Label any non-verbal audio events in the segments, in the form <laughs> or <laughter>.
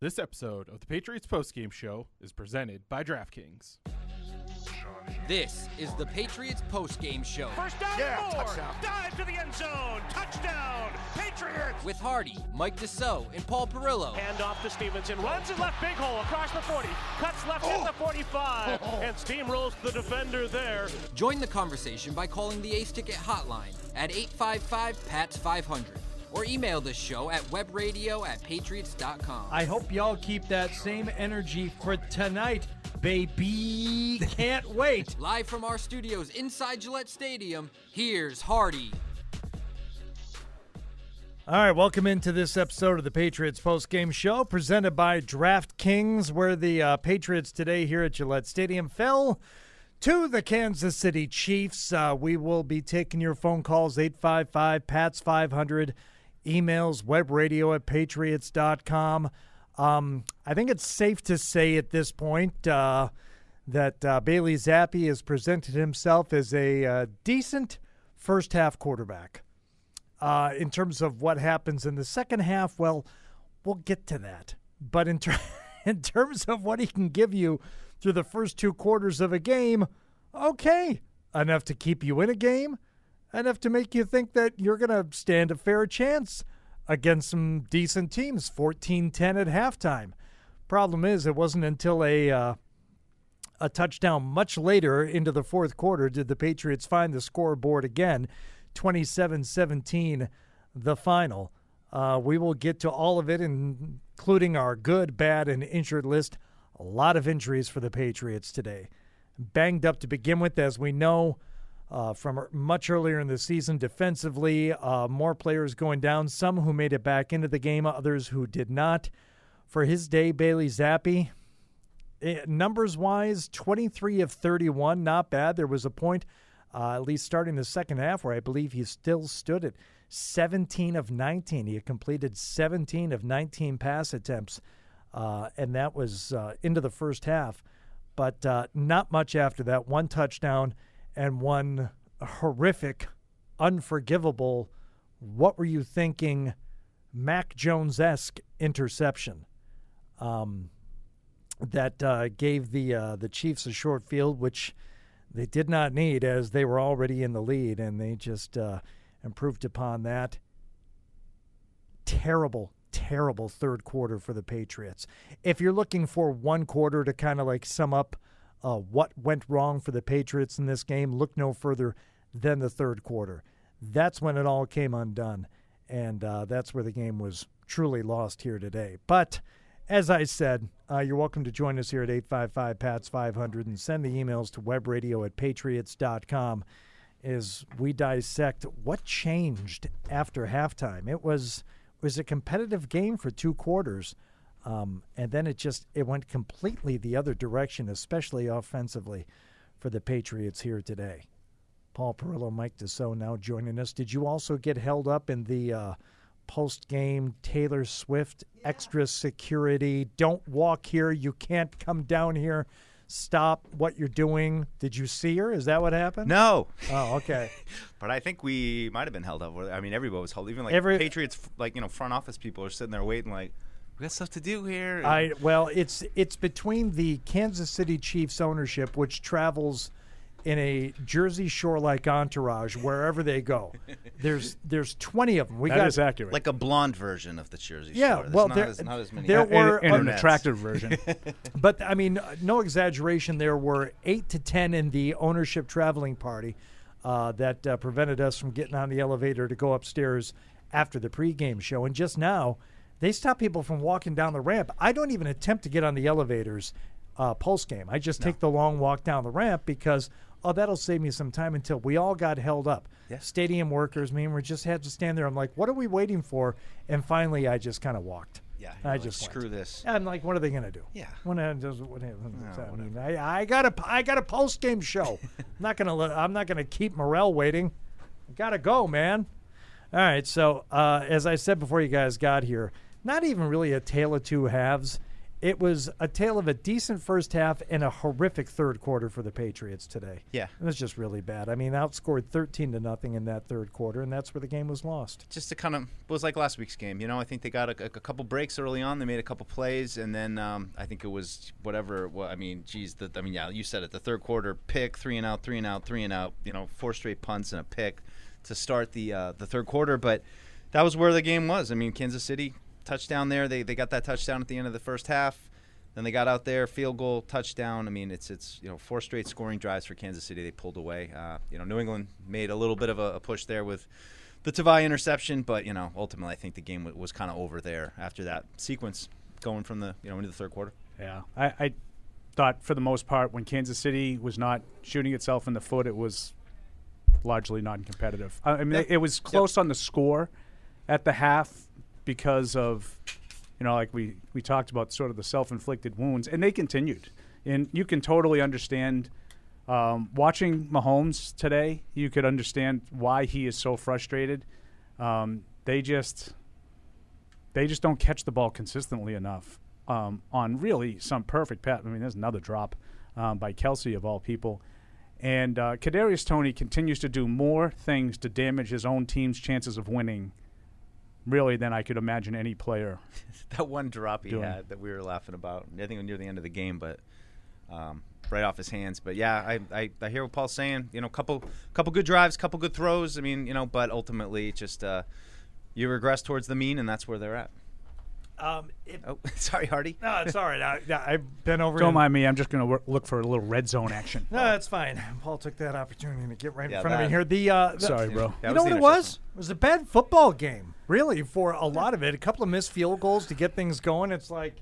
This episode of the Patriots postgame show is presented by DraftKings. This is the Patriots postgame show First down Yeah, and more. touchdown. Dive to the end zone. Touchdown. Patriots. with Hardy, Mike Deso, and Paul Perillo. Hand off to Stevenson. Runs it left big hole across the 40. Cuts left at Oh. the <laughs> 45. And steamrolls the defender there. Join the conversation by calling the Ace Ticket hotline at 855 PATS 500 or email this show at webradio at patriots.com. I hope y'all keep that same energy for tonight, baby. Can't wait. Live from our studios inside Gillette Stadium, here's Hardy. All right, welcome into this episode of the Patriots Post Game Show presented by DraftKings, where the uh, Patriots today here at Gillette Stadium fell to the Kansas City Chiefs. Uh, we will be taking your phone calls 855 PATS 500, emails webradio at patriots.com. Um, I think it's safe to say at this point uh, that uh, Bailey Zappi has presented himself as a uh, decent first half quarterback uh, in terms of what happens in the second half, well, we'll get to that. But in, ter- <laughs> in terms of what he can give you through the first two quarters of a game, okay, enough to keep you in a game, enough to make you think that you're going to stand a fair chance against some decent teams, 14 10 at halftime. Problem is, it wasn't until a. Uh, a touchdown much later into the fourth quarter did the Patriots find the scoreboard again 27-17 the final uh, we will get to all of it including our good bad and injured list a lot of injuries for the Patriots today banged up to begin with as we know uh, from er- much earlier in the season defensively uh, more players going down some who made it back into the game others who did not for his day Bailey Zappi Eh, numbers wise, 23 of 31, not bad. There was a point, uh, at least starting the second half, where I believe he still stood at 17 of 19. He had completed 17 of 19 pass attempts, uh, and that was uh, into the first half. But uh, not much after that. One touchdown and one horrific, unforgivable, what were you thinking, Mac Jones esque interception Um, that uh, gave the uh, the Chiefs a short field, which they did not need as they were already in the lead, and they just uh, improved upon that. Terrible, terrible third quarter for the Patriots. If you're looking for one quarter to kind of like sum up uh, what went wrong for the Patriots in this game, look no further than the third quarter. That's when it all came undone, and uh, that's where the game was truly lost here today. But as I said, uh, you're welcome to join us here at 855 PATS 500 and send the emails to webradio at patriots.com as we dissect what changed after halftime. It was it was a competitive game for two quarters, um, and then it just it went completely the other direction, especially offensively for the Patriots here today. Paul Perillo, Mike Deso now joining us. Did you also get held up in the uh, post game Taylor Swift extra security? Don't walk here. You can't come down here. Stop what you're doing. Did you see her? Is that what happened? No, Oh, okay. but I think we might have been held up. I mean, everybody was held. Even like Every- Patriots, like you know, front office people are sitting there waiting, like we got stuff to do here. and- I well, it's it's between the Kansas City Chiefs ownership, which travels in a Jersey Shore like entourage wherever they go. There's there's 20 of them. We That got is accurate. like a blonde version of the Jersey Yeah, Shore. There's well, not, there- as, not as many. <laughs> there And- were- Oh, and, and an Internets. attractive version. <laughs> But I mean, uh, no exaggeration. There were eight to ten in the ownership traveling party uh, that uh, prevented us from getting on the elevator to go upstairs after the pregame show. And just now, they stop people from walking down the ramp. I don't even attempt to get on the elevators uh, post game. I just take the long walk down the ramp because oh, that'll save me some time until we all got held up. Stadium workers, me and we just had to stand there. I'm like, what are we waiting for? And finally, I just kind of walked. <laughs> yeah, I you're just like, went. screw this. I'm like, what are they gonna do? Yeah. When I does what I mean, I, I got a I got a post <laughs> game show. I'm not gonna let, I'm not gonna keep Morel waiting. I gotta go, man. All right. So uh, as I said before, you guys got here. Not even really a tale of two halves. It was a tale of a decent first half and a horrific third quarter for the Patriots today. Yeah. It was just really bad. I mean, outscored 13 to nothing in that third quarter, and that's where the game was lost. just to kind of it was like last week's game. You know, I think they got a, a couple breaks early on. They made a couple plays, and then um, I think it was whatever. Well, I mean, geez, the, I mean, yeah, you said it. The third quarter pick, three and out, three and out, three and out. You know, four straight punts and a pick to start the uh, the third quarter. But that was where the game was. I mean, Kansas City touchdown there. They they got that touchdown at the end of the first half. Then they got out there, field goal, touchdown. I mean, it's it's you know four straight scoring drives for Kansas City. They pulled away. Uh, you know, New England made a little bit of a, a push there with the Tavai interception, but you know, ultimately, I think the game w- was kind of over there after that sequence going from the you know into the third quarter. <laughs> Yeah, I, I thought for the most part when Kansas City was not shooting itself in the foot, it was largely non-competitive. I, I mean, it was close on the score at the half because of you know, like we we talked about, sort of the self-inflicted wounds, and they continued. And you can totally understand. Um, watching Mahomes today, you could understand why he is so frustrated. Um, they just they just don't catch the ball consistently enough um, on really some perfect pass. I mean, there's another drop um, by Kelsey of all people. And uh, Kadarius Tony continues to do more things to damage his own team's chances of winning, really, than I could imagine any player. That one drop he Doing- had that we were laughing about, I think near the end of the game, but um, right off his hands. But yeah, I, I, I hear what Paul's saying. You know, couple couple good drives, couple good throws. I mean, you know, but ultimately, just uh, you regress towards the mean, and that's where they're at. Um, it, Oh, <laughs> sorry, Hardy. no, it's all right. I, I've been <laughs> over. Don't in- mind me. I'm just going to wor- look for a little red zone action. No, that's fine. <laughs> Paul took that opportunity to get right Yeah, in front of that- me here. The, uh, the- Sorry, bro. That was you know the what it was? It was a bad football game, really, for a lot of it. A couple of missed field goals to get things going. It's like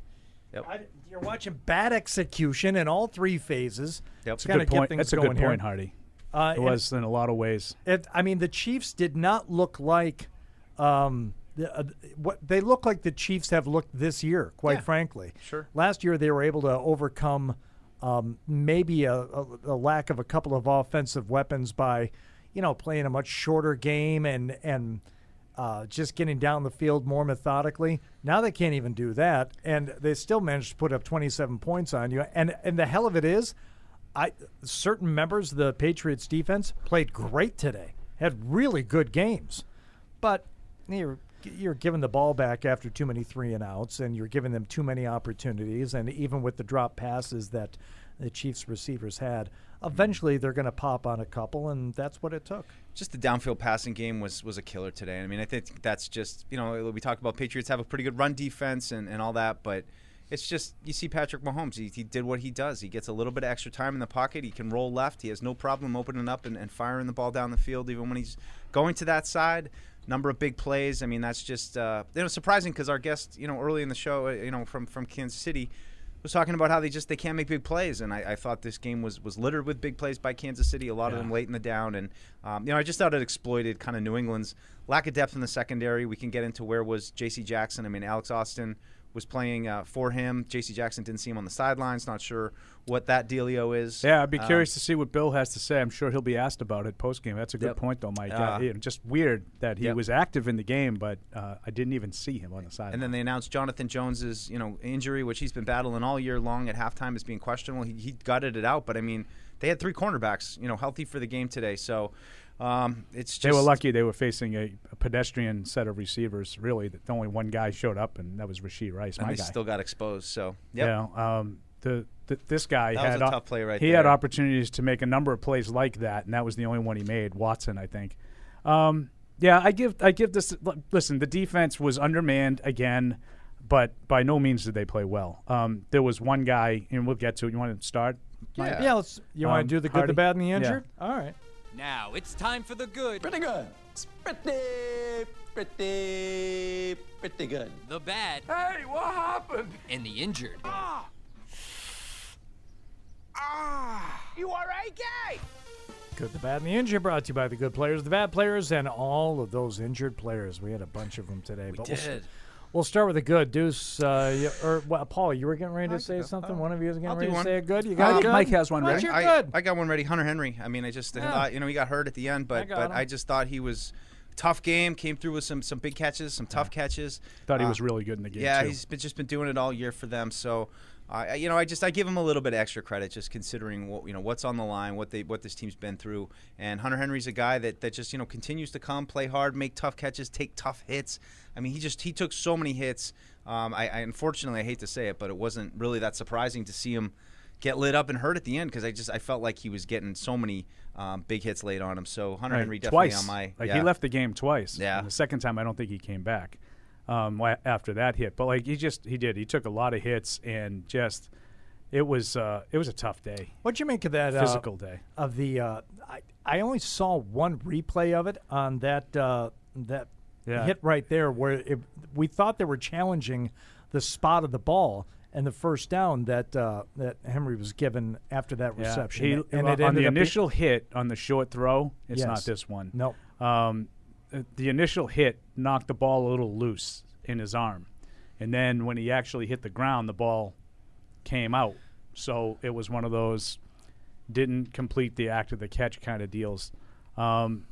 Yep. I, you're watching bad execution in all three phases. Yep. That's a Gotta Good get point. things That's a going good here. point, Hardy. Uh, It and was in a lot of ways. it, I mean, the Chiefs did not look like um, the, uh, what they look like. The Chiefs have looked this year, quite Yeah, frankly. sure. Last year they were able to overcome um, maybe a, a, a lack of a couple of offensive weapons by, you know, playing a much shorter game and and uh, just getting down the field more methodically. Now they can't even do that, and they still managed to put up 27 points on you. And and the hell of it is, I certain members of the Patriots defense played great today. Had really good games, but you're you're giving the ball back after too many three and outs, and you're giving them too many opportunities. And even with the drop passes that the Chiefs receivers had, eventually they're going to pop on a couple, and that's what it took. just the downfield passing game was was a killer today. I mean, I think that's just you know we talked about Patriots have a pretty good run defense and, and all that, but it's just you see Patrick Mahomes. He, he did what he does. He gets a little bit of extra time in the pocket. He can roll left. He has no problem opening up and, and firing the ball down the field, even when he's going to that side. Number of big plays. I mean, that's just uh, you know surprising because our guest you know early in the show uh, you know from from Kansas City was talking about how they just they can't make big plays, and I, I thought this game was was littered with big plays by Kansas City. A lot of them late in the down, and um, you know I just thought it exploited kind of New England's lack of depth in the secondary. We can get into where was J.C. Jackson. I mean Alex Austin was playing uh, for him. J.C. Jackson didn't see him on the sidelines. Not sure what that dealio is. Um, Yeah, I'd be curious to see what Bill has to say. I'm sure he'll be asked about it post game. That's a good Yep. point, though, Mike. Uh, Uh, yeah, just weird that he Yep. was active in the game, but uh, I didn't even see him on the sideline. And then they announced Jonathan Jones's, you know, injury, which he's been battling all year long at halftime as being questionable. He, he gutted it out, but I mean, they had three cornerbacks, you know, healthy for the game today. So um, it's just they were lucky they were facing a, a pedestrian set of receivers. Really, that only one guy showed up, and that was Rasheed Rice, And my they guy. still got exposed. So Yeah, yep. um, the, th this guy That was had a op- tough play right He had there. opportunities to make a number of plays like that, and that was the only one he made. Watson, I think. Um, yeah, I give I give this. l- Listen, the defense was undermanned again, but by no means did they play well. Um, there was one guy, and we'll get to it. You want to start? Yeah, let's, you want Um, to do the good, Hardy? the bad, and the Yeah. injured? All right. Now it's time for the good, Pretty good. It's pretty, pretty, pretty good. the bad, Hey, what happened? Ah! and the injured. You all right, guy? Good, the bad, and the injured. Brought to you by the good players, the bad players, and all of those injured players. We had a bunch of them today, but we'll, s- did. we'll start with the good. Deuce uh, you- or well, Paul, you were getting ready to say something. One of you was getting uh, I'll do ready to one. say a good. You got Uh, a good. Mike has one What's ready. your I, good? I got one ready. Hunter Henry. I mean, I just thought, you know, he got hurt at the end, but got but him. I just thought he was tough game. Came through with some some big catches, some tough catches. Thought he Uh, was really good in the game. Yeah, too. he's been, just been doing it all year for them. So, uh, I- you know, I just I give him a little bit extra credit, just considering what you know what's on the line, what they what this team's been through. And Hunter Henry's a guy that that just you know continues to come, play hard, make tough catches, take tough hits. I mean, he just he took so many hits. Um, I, I unfortunately I hate to say it, but it wasn't really that surprising to see him get lit up and hurt at the end because I just I felt like he was getting so many um, big hits laid on him. So Hunter Right, Henry definitely twice. on my like yeah. he left the game twice. Yeah. And the second time, I don't think he came back um, la- after that hit. But like he just he did. He took a lot of hits and just it was uh, it was a tough day, What'd you make of that? uh, physical day. of the. Uh, I, I only saw one replay of it on that uh, that Yeah. hit right there, where it, we thought they were challenging the spot of the ball and the first down that uh, that Henry was given after that Yeah. reception. He- and it on ended the up be- initial hit on the short throw, it's Yes. not this one. no, um, uh, the initial hit knocked the ball a little loose in his arm, and then when he actually hit the ground, the ball came out. So it was one of those didn't complete the act of the catch kind of deals. Um,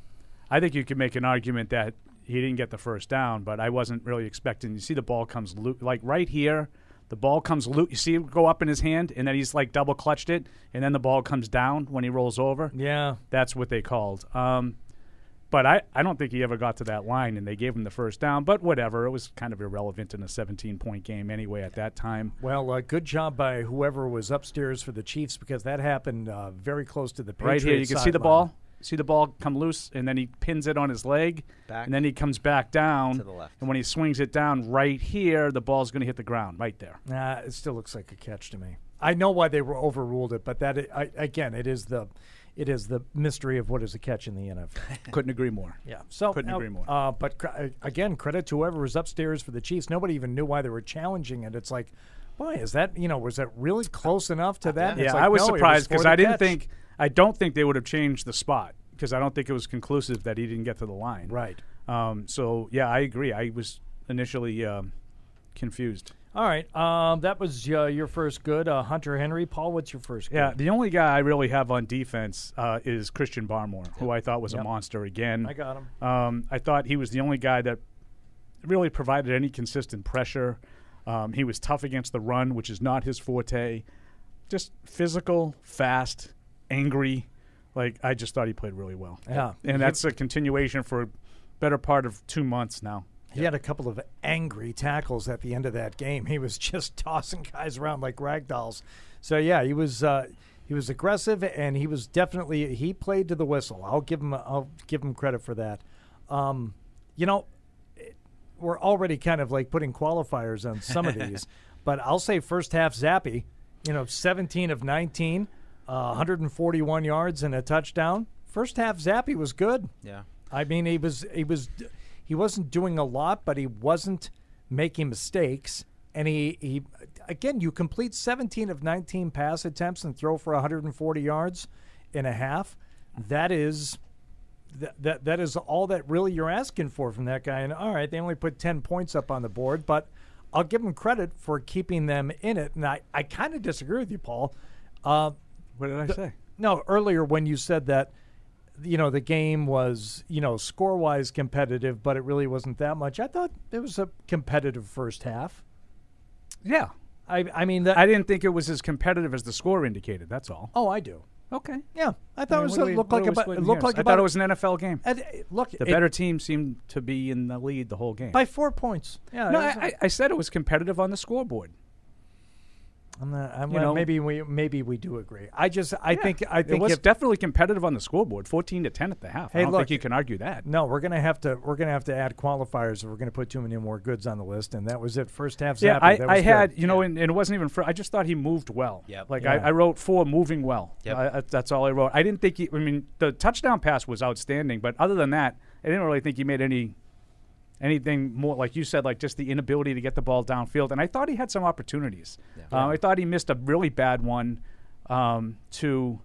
I think you could make an argument that he didn't get the first down, but I wasn't really expecting. You see, the ball comes loo- like right here. The ball comes loose. You see it go up in his hand, and then he's like double clutched it, and then the ball comes down when he rolls over. yeah, That's what they called. Um, but I, I don't think he ever got to that line, and they gave him the first down. But whatever, it was kind of irrelevant in a 17 point game anyway at that time. Well, uh, good job by whoever was upstairs for the Chiefs because that happened uh, very close to the right Patriots here, you can see the sideline. ball, see the ball come loose, and then he pins it on his leg, Back. and then he comes back down To the left. And when he swings it down right here, the ball's going to hit the ground right there. Nah, it still looks like a catch to me. I know why they were overruled it, but that i I, again, it is the it is the mystery of what is a catch in the NFL. <laughs> Couldn't agree more. Yeah, so Couldn't uh, agree more. Uh, but cr- uh, again, credit to whoever was upstairs for the Chiefs. Nobody even knew why they were challenging it. It's like, boy, is that you know was that really close enough to that? yeah, It's like, I was no, it surprised for because the I didn't catch. think, I don't think they would have changed the spot because I don't think it was conclusive that he didn't get to the line. right. Um, so yeah, I agree. I was initially um, confused. All right, um, that was uh, your first good, uh, Hunter Henry. Paul, what's your first? Good? Yeah, the only guy I really have on defense uh, is Christian Barmore, who I thought was Yep. a monster again. I got him. Um, I thought he was the only guy that really provided any consistent pressure. Um, he was tough against the run, which is not his forte. Just physical, fast, angry. Like I just thought he played really well. Yeah. and that's a continuation for a better part of two months now. He had a couple of angry tackles at the end of that game. He was <laughs> just tossing guys around like rag dolls. So yeah, he was uh, he was aggressive and he was definitely he played to the whistle. I'll give him I'll give him credit for that. Um, you know, it- we're already kind of like putting qualifiers on some of these, but I'll say first half Zappy, you know, 17 of 19, uh, 141 yards and a touchdown. First half Zappy was good. yeah. I mean, he was he was he wasn't doing a lot, but he wasn't making mistakes. And he, he again, you complete 17 of 19 pass attempts and throw for 140 yards and a half. That is that that, that is all that really you're asking for from that guy. And all right, they only put 10 points up on the board, but I'll give him credit for keeping them in it. And I, I kind of disagree with you, Paul. Uh, What did I say? no, earlier when you said that, you know, the game was, you know, score wise competitive, but it really wasn't that much. I thought it was a competitive first half. Yeah, I, I mean, that, I didn't think it was as competitive as the score indicated. That's all. oh, I do. Okay. Yeah, I thought I mean, it was what a, are we- looked what are like a we bu- it splitting hairs? looked like I about thought it was an NFL game. and, uh, look The it- better team seemed to be in the lead the whole game. by four points. Yeah, no, it I, was- I, I said it was competitive on the scoreboard. I'm not, I'm you not- know- maybe we maybe we do agree. I just I think I it think was if, definitely competitive on the scoreboard, fourteen to ten at the half. Hey, I don't look. think you can argue that. no, we're gonna have to we're gonna have to add qualifiers if we're gonna put too many more goods on the list. And that was it. First half. Yeah, zappy. I, That I was good. had you know, and, and it wasn't even. For, I just thought he moved well. Yep. Like Yeah. I, I wrote four moving well. Yep. I- I- that's all I wrote. I didn't think he. I mean, the touchdown pass was outstanding, but other than that, I didn't really think he made any anything more. Like you said, like just the inability to get the ball downfield, and I thought he had some opportunities. Uh, I thought he missed a really bad one um, to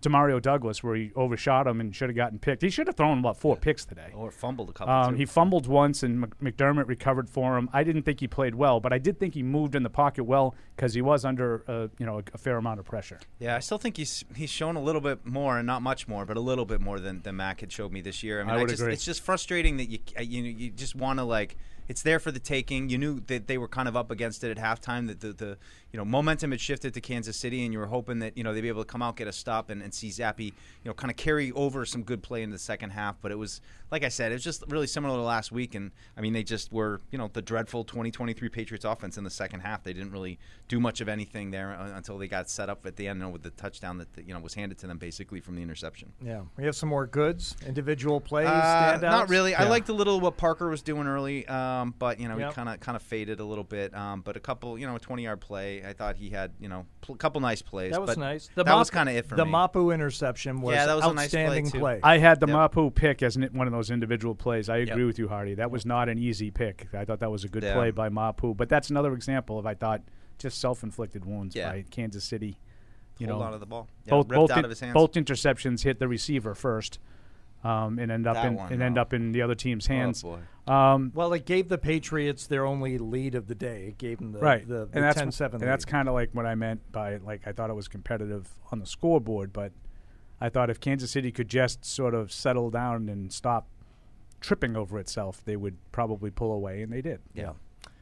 Demario Douglas where he overshot him and should have gotten picked. He should have thrown about four picks today. Or fumbled a couple. Um, too. he fumbled once, and Mc- McDermott recovered for him. I didn't think he played well, but I did think he moved in the pocket well because he was under uh, you know a, a fair amount of pressure. Yeah, I still think he's he's shown a little bit more, and not much more, but a little bit more than, than Mac had showed me this year. I mean, I would just, agree. It's just frustrating that you uh, you you just want to like it's there for the taking. You knew that they were kind of up against it at halftime. That the, the you know momentum had shifted to Kansas City, and you were hoping that you know they'd be able to come out get a stop and, and see Zappy you know kind of carry over some good play in the second half. But it was like I said, it was just really similar to last week, and I mean they just were you know the dreadful 2023 Patriots offense in the second half. They didn't really do much of anything there uh, until they got set up at the end you know, with the touchdown that you know was handed to them basically from the interception. Yeah, we have some more goods, individual plays, Uh, standouts. not really. I Yeah. liked a little what Parker was doing early, um, but you know Yep. he kind of kind of faded a little bit. Um, but a couple, you know, a twenty-yard play. I thought he had you know a couple nice plays. That was but nice. that was kind of it for the me. Mapu interception was, Yeah, that was a nice play, outstanding too. play. I had the Yep. Mapu pick as an, one of those individual plays. I agree Yep. with you, Hardy. That was not an easy pick. I thought that was a good Yeah. play by Mapu, but that's another example of I thought just self-inflicted wounds Yeah. by Kansas City. You Hold know, on to the ball. Yeah, both ripped both, out in- of his hands. both interceptions hit the receiver first, um, and end up That in one, and end oh. up in the other team's hands. boy. Um, well, it gave the Patriots their only lead of the day. It gave them the, right the, the and that's 10-7 and lead. that's kind of like what i meant by like i thought it was competitive on the scoreboard but i thought if kansas city could just sort of settle down and stop tripping over itself they would probably pull away and they did Yeah.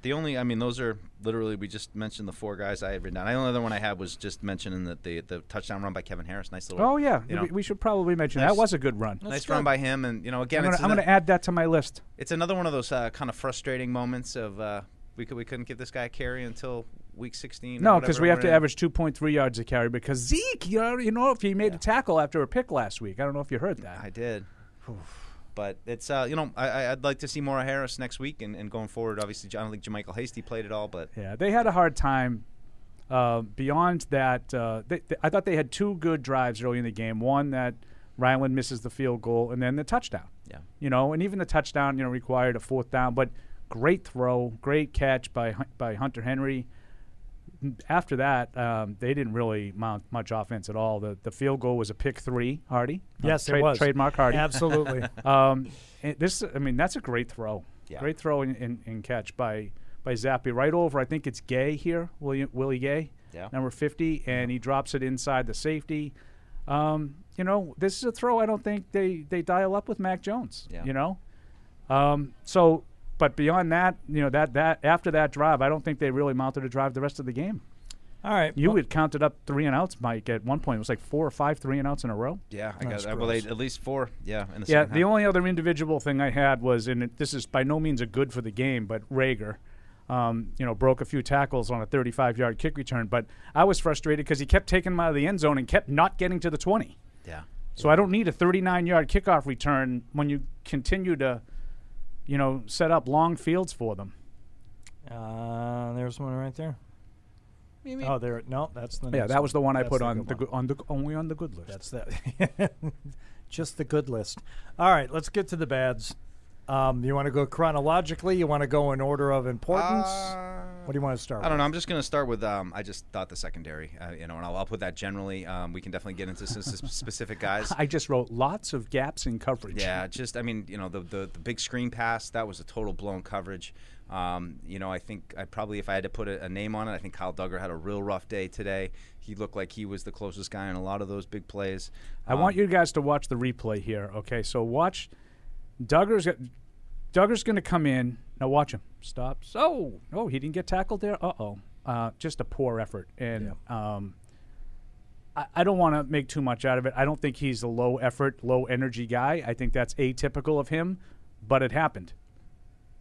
The only, I mean, those are literally. We just mentioned the four guys I had written down. The only other one I had was just mentioning that the the touchdown run by Kevin Harris. Nice little. oh yeah you know, we, we should probably mention Nice. that was a good run nice run by him. And you know, again, i'm it's gonna, I'm ano- gonna add that to my list it's another one of those uh, kind of frustrating moments of uh, we could we couldn't give this guy a carry until week 16. or no because whatever, we and have we're to in. average 2.3 yards a carry because zeke you know, you know if he made a tackle after a pick last week i don't know if you heard that I did. But it's uh, you know I, I- I'd like to see more of Harris next week and, and going forward. Obviously, I don't think Jermichael Hasty played at all, but Yeah, they had a hard time. Uh, beyond that, uh, they, they- I thought they had two good drives early in the game. One that Ryland misses the field goal, and then the touchdown. Yeah. you know, and even the touchdown, you know, required a fourth down, but great throw, great catch by Hun- by Hunter Henry. After that, um, they didn't really mount much offense at all. The the field goal was a pick three, Hardy. Uh, yes, trade- it was trademark Hardy. <laughs> Absolutely. Um, and this, I mean, that's a great throw. Yeah. Great throw and, and, and catch by by Zappi right over. I think it's Gay here, William Willie Gay, Yeah. number fifty, and he drops it inside the safety. Um, you know, this is a throw. I don't think they they dial up with Mac Jones. Yeah. You know, um, so but beyond that, you know that that after that drive, I don't think they really mounted a drive the rest of the game. All right. You had counted up three and outs, Mike. At one point, it was like four or five three and outs in a row. yeah, I got I, well, they, at least four. Yeah, in the Yeah, second the half. only other individual thing I had was, and it- this is by no means a good for the game, but Rager, um, you know, broke a few tackles on a 35-yard kick return. But I was frustrated because he kept taking him out of the end zone and kept not getting to the 20. yeah. So I don't need a 39-yard kickoff return when you continue to, you know, set up long fields for them. Uh, there's one right there. Oh, there. No, that's the. Yeah, next that was the one I That's put the on good the go- one. on the only on the good list. That's that. Just the good list. All right, let's get to the bads. Um, you want to go chronologically? You want to go in order of importance? what do you want to start? Uh, I don't with? know. I'm just going to start with. Um, I just thought the secondary, uh, you know, and I'll, I'll put that generally. Um, we can definitely get into some s- specific guys. <laughs> I just wrote lots of gaps in coverage. Yeah, just I mean, you know, the, the the big screen pass that was a total blown coverage. Um, you know, I think I probably if I had to put a, a name on it, I think Kyle Duggar had a real rough day today. He looked like he was the closest guy in a lot of those big plays. Um, I want you guys to watch the replay here. Okay, so watch. Duggar's got- Duggar's going to come in. Now watch him. Stop. So, oh, he didn't get tackled there. Uh-oh. Uh Just a poor effort, and um, I, I don't want to make too much out of it. I don't think he's a low effort, low energy guy. I think that's atypical of him, but it happened.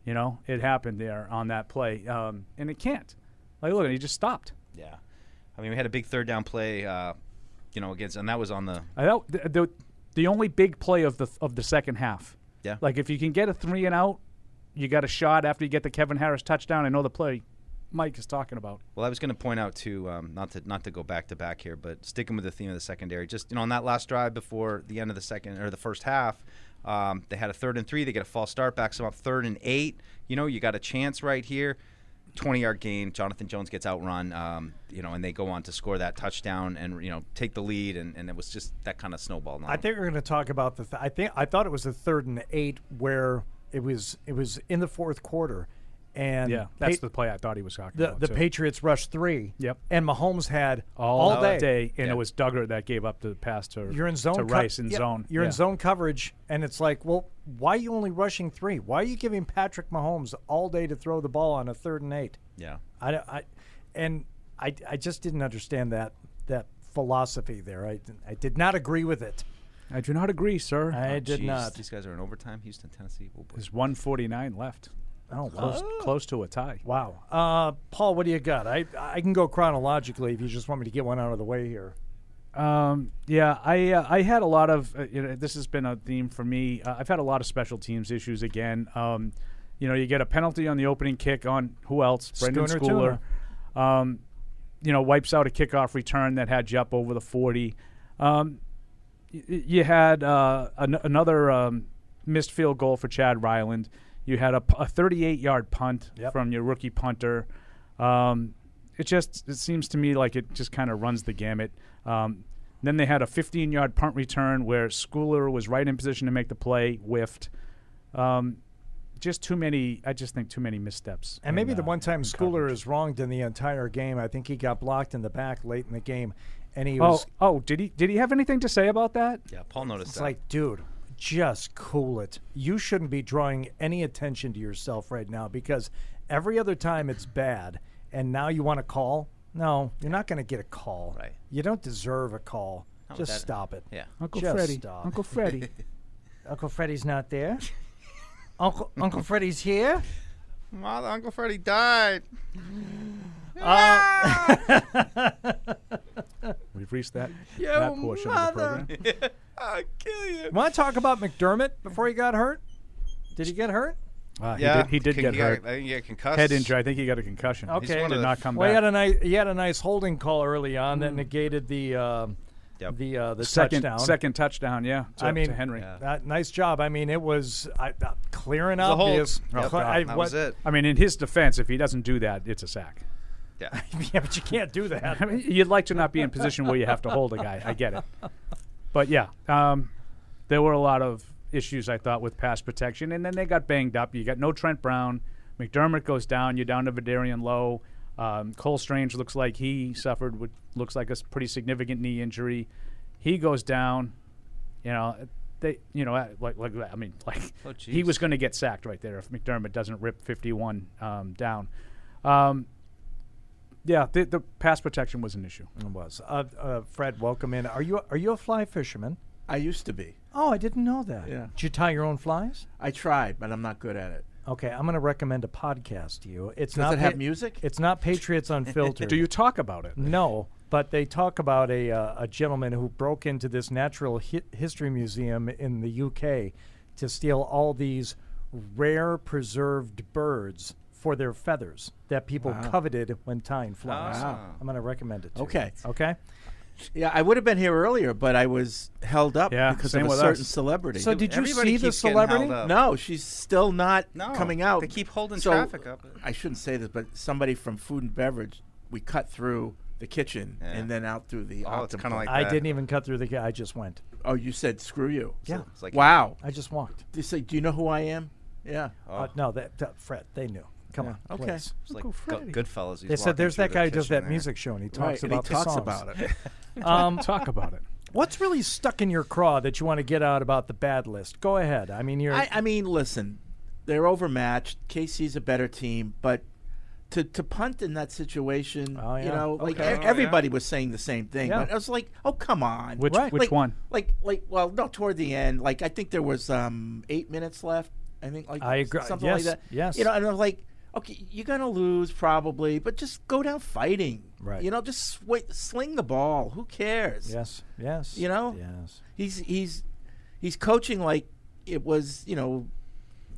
You know, it happened there on that play, um, and it can't. Like, look, he just stopped. Yeah, I mean, we had a big third down play. Uh, you know, against and that was on the I thought the, the the only big play of the of the second half. Yeah. Like if you can get a three and out, you got a shot after you get the Kevin Harris touchdown. I know the play Mike is talking about. Well, I was going to point out too, um, not to not to go back to back here, but sticking with the theme of the secondary. Just you know, on that last drive before the end of the second or the first half, um, they had a third and three. They get a false start, backs them up third and eight. You know, you got a chance right here. 20 yard gain. Jonathan Jones gets outrun, um, you know, and they go on to score that touchdown and, you know, take the lead. And, and it was just that kind of snowball. I think we're going to talk about the. Th- I think I thought it was the third and eight where it was it was in the fourth quarter, and Yeah, that's Pa- the play I thought he was talking the about. the too. Patriots rushed three. Yep. and Mahomes had all, all, day. day, and Yeah. it was Duggar that gave up the pass to You're in zone to co- Rice in yeah, zone. You're in Yeah. zone coverage, and it's like, well, why are you only rushing three? Why are you giving Patrick Mahomes all day to throw the ball on a third and eight? Yeah. I, I and I, I just didn't understand that that philosophy there. I, didn't- I did not agree with it. I do not agree, sir. Oh, I did Oh, Jeez, not. These guys are in overtime. Houston, Tennessee. Oh, boy. There's 149 left, Oh wow. close, close to a tie. Wow. Uh, Paul, what do you got? I I can go chronologically if you just want me to get one out of the way here. Um, yeah, I uh, I had a lot of uh, you know, this has been a theme for me. Uh, I've had a lot of special teams issues again. Um, you know, you get a penalty on the opening kick on who else? Brendan Schooner Schooler. Um, you know, wipes out a kickoff return that had you up over the forty. Um, y- y- you had uh, an- another um, missed field goal for Chad Ryland. You had a, p- a 38 yard punt Yep. from your rookie punter. Um, it just it seems to me like it just kind of runs the gamut. Um, then they had a 15 yard punt return where Schooler was right in position to make the play, whiffed. Um, just too many. I just think too many missteps. And maybe the uh, one time in Schooler coverage. is wronged in the entire game. I think he got blocked in the back late in the game, and he Oh, was oh, did he did he have anything to say about that? Yeah, Paul noticed It's that. like, dude, just cool it. You shouldn't be drawing any attention to yourself right now because every other time it's bad, and now you want a call. No, you're not going to get a call. Right. You don't deserve a call. Not with just that- stop it. yeah. Uncle Just Freddie. stop. Uncle Freddie. <laughs> Uncle Freddie's not there. Uncle Uncle <laughs> Freddie's here. Mother, Uncle Freddie died. Ah. <laughs> We've reached that, that portion of the program. <laughs> I'll kill you. Want to talk about McDermott before he got hurt? Did he get hurt? Uh, Yeah, he did, he did Can- get he got- hurt. I think he got concussed. Head injury. I think he got a concussion. Okay. He one did of the- Mm. not come Well, he back. had a nice he had a nice holding call early on that negated the um Yep. the uh, the second touchdown. second touchdown. Yeah, to, I mean, to Henry. Uh, nice job. I mean, it was I, uh, clearing up. hold. is- Oh, Yep. cl- I- That what- was it. I mean, in his defense, if he doesn't do that, it's a sack. Yeah. <laughs> Yeah, but you can't do that. I mean, you'd like to not be in position where you have to hold a guy. I get it, but yeah, um, there were a lot of issues I thought with pass protection, and then they got banged up. You got no Trent Brown, McDermott goes down. You're down to Vidarian Low. Um, Cole Strange looks like he suffered what looks like a s- pretty significant knee injury. He goes down. You know, they, you know, like, like I mean, like Oh, he jeez. was going to get sacked right there if McDermott doesn't rip 51 um, down. Um, yeah, the, the pass protection was an issue. It was. Uh, uh, Fred, welcome in. Are you are you a fly fisherman? I used to be. Oh, I didn't know that. Yeah. Did you tie your own flies? Oh, I tried, but I'm not good at it. Okay, I'm going to recommend a podcast to you. It's Does not it have music? It's not Patriots <laughs> Unfiltered. Do you talk about it? No, but they talk about a uh, a gentleman who broke into this natural hi- history museum in the UK to steal all these rare preserved birds for their feathers that people coveted when tying flies. Wow. I'm going to recommend it. To you. Okay. Okay. Yeah, I would have been here earlier, but I was held up Yeah, because same of a with certain us. celebrity. So did you Everybody see the keeps getting held celebrity? up. no, she's still not No, coming out. they keep holding So, traffic up. I shouldn't say this, but somebody from food and beverage, we cut through the kitchen Yeah. and then out through the. Oh, it's Optum kinda Club. like- I that. didn't even cut through the. I just went. Oh, you said screw you. Yeah. It's like, Wow. I just walked. They say, do you know who I am? Yeah. Uh, no, that, that Fred. They knew. Come on. Okay. please. Oh. It's like Go- Goodfellas. They said, "There's that guy who does that music show, and he Right, talks and about he talks the songs." about it. <laughs> <laughs> Um, Talk about it. What's really stuck in your craw that you want to get out about the bad list? Go ahead. I mean, you're. I, I mean, listen, they're overmatched. KC's a better team, but to, to punt in that situation, Oh, you yeah. know, like Okay. e- everybody was saying the same thing. Yeah. But I was like, oh come on, Which Right. which like, one? Like like well, no, toward the end, like I think there was um eight minutes left. I think like I agree. something Yes, like that. yes. you know, and I'm like. Okay, you're gonna lose probably, but just go down fighting. Right. You know, just swi sling the ball. Who cares? yes, yes. You know? Yes. He's he's he's coaching like it was you know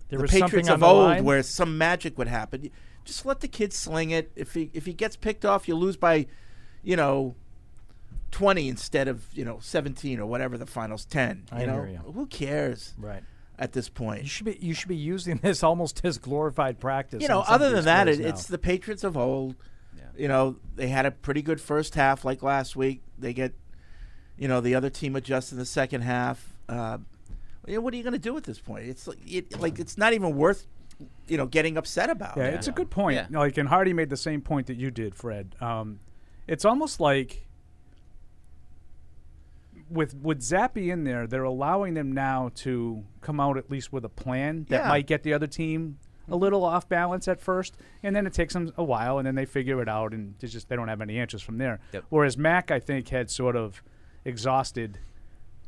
There the was Patriots something on of the old, line. where some magic would happen. You- Just let the kid sling it. If he if he gets picked off, you lose by, you know, twenty instead of you know seventeen or whatever the finals ten. You I know, hear ya. who cares? Right. at this point. You should be you should be using <laughs> this almost as glorified practice. You know, on some of other than these that, plays it, now. it's the Patriots of old. You know, they had a pretty good first half, like last week. They get, you know, the other team adjusts in the second half. Uh, you know, what are you going to do at this point? It's like, it, like it's not even worth, you know, getting upset about. Yeah, it's a good point. Yeah. Like, and Hardy made the same point that you did, Fred. Um, it's almost like with with Zappy in there, they're allowing them now to come out at least with a plan that Yeah. might get the other team a little off balance at first, and then it takes them a while, and then they figure it out, and it's just they don't have any answers from there. Yep. Whereas Mac, I think, had sort of exhausted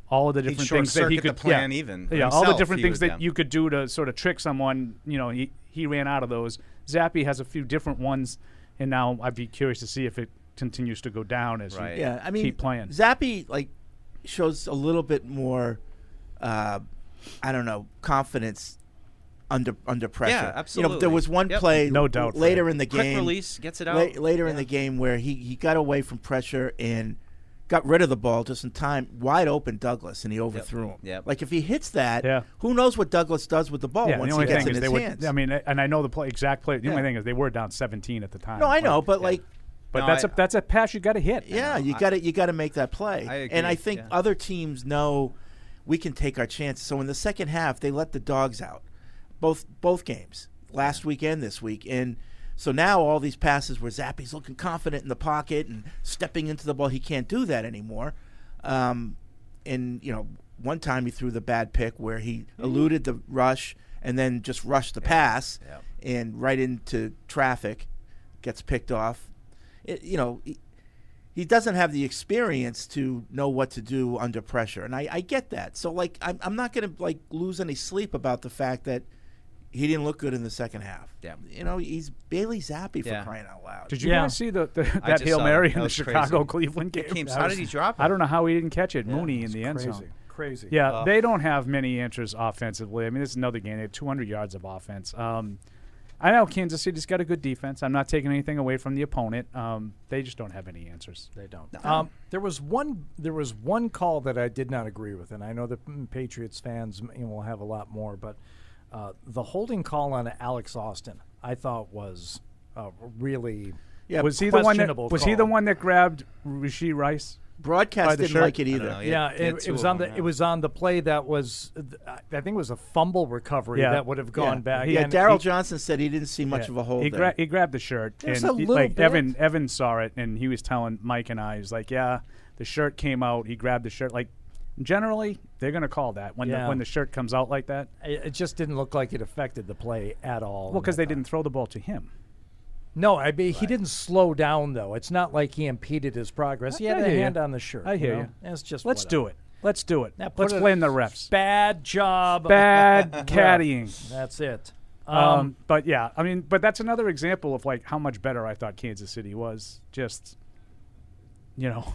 all of the different short things that he circuit could the plan even yeah, all the himself, different he things was that down. you could do to sort of trick someone. You know, he he ran out of those. Zappy has a few different ones, and now I'd be curious to see if it continues to go down as Right. you Yeah, I mean, keep playing. Zappy like shows a little bit more, uh, I don't know, confidence under under pressure. You know, absolutely. there was one Yep. play, No doubt, Fred. later in the Quick game, release, gets it out. la- later in the game where he he got away from pressure and got rid of the ball just in time, wide open Douglas, and he overthrew him. Yep. Like if he hits that, Yeah. who knows what Douglas does with the ball yeah, the once only he gets in thing is his they were. hands. I mean, I- and I know the play, exact play. The Yeah. only thing is they were down 17 at the time. no, I know, but but like but No, that's a I- that's a pass you got to hit. Yeah, you I- got to you got to make that play. I agree, And I think yeah. other teams know we can take our chances. So in the second half, they let the dogs out, both both games last weekend, this week, and so now all these passes where Zappy's looking confident in the pocket and stepping into the ball, he can't do that anymore. Um, and you know, one time he threw the bad pick where he eluded the rush and then just rushed the pass Yeah. and right into traffic, gets picked off. It, you know, he- he doesn't have the experience to know what to do under pressure, and I, I get that. So like, I'm, I'm not going to like lose any sleep about the fact that he didn't look good in the second half. Yeah. you know, he's Bailey Zappi for Yeah. crying out loud. Did you Yeah. guys see the, the I that just hail saw mary that. That in the was crazy. Chicago Cleveland game? came- That how was- did he drop I it? don't know how he didn't catch it. Mooney in the end crazy, zone. crazy. Yeah, Uh, they don't have many answers offensively. I mean, this is another game. They had 200 yards of offense. Um, I know Kansas City's got a good defense. I'm not taking anything away from the opponent. Um, they just don't have any answers. They don't. Um, there was one. There was one call that I did not agree with, and I know the mm, Patriots fans mm, will have a lot more, but uh, the holding call on Alex Austin, I thought was uh, really. Yeah, Was he the one that questionable was he the call. one that grabbed Rasheed Rice? Broadcast the didn't shirt? like it I don't either. know, he Yeah, had- he had it, two it was of on the them, yeah. it was on the play that was uh, th- I think it was a fumble recovery Yeah. that would have gone back. Yeah, and Daryl he- Johnson said he didn't see much Yeah. of a hole He, there. gra- he grabbed the shirt, Just and a he- little like bit. Evan, Evan saw it, and he was telling Mike and I, he's like, "Yeah, the shirt came out. He grabbed the shirt. Like, generally, they're gonna call that when Yeah. the, when the shirt comes out like that. It it just didn't look like it affected the play at all. Well, because And I they didn't throw the ball to him. thought- No, I mean he didn't slow down though. It's not like he impeded his progress. He had I a hear ya. hand on the shirt. I hear know? ya. That's just. Let's whatever. do it. Let's do it. Now put Let's it- blame the refs. Bad <laughs> job. <laughs> Bad Yeah. caddying. That's it. Um, but yeah, I mean, but that's another example of like how much better I thought Kansas City was. Just, you know,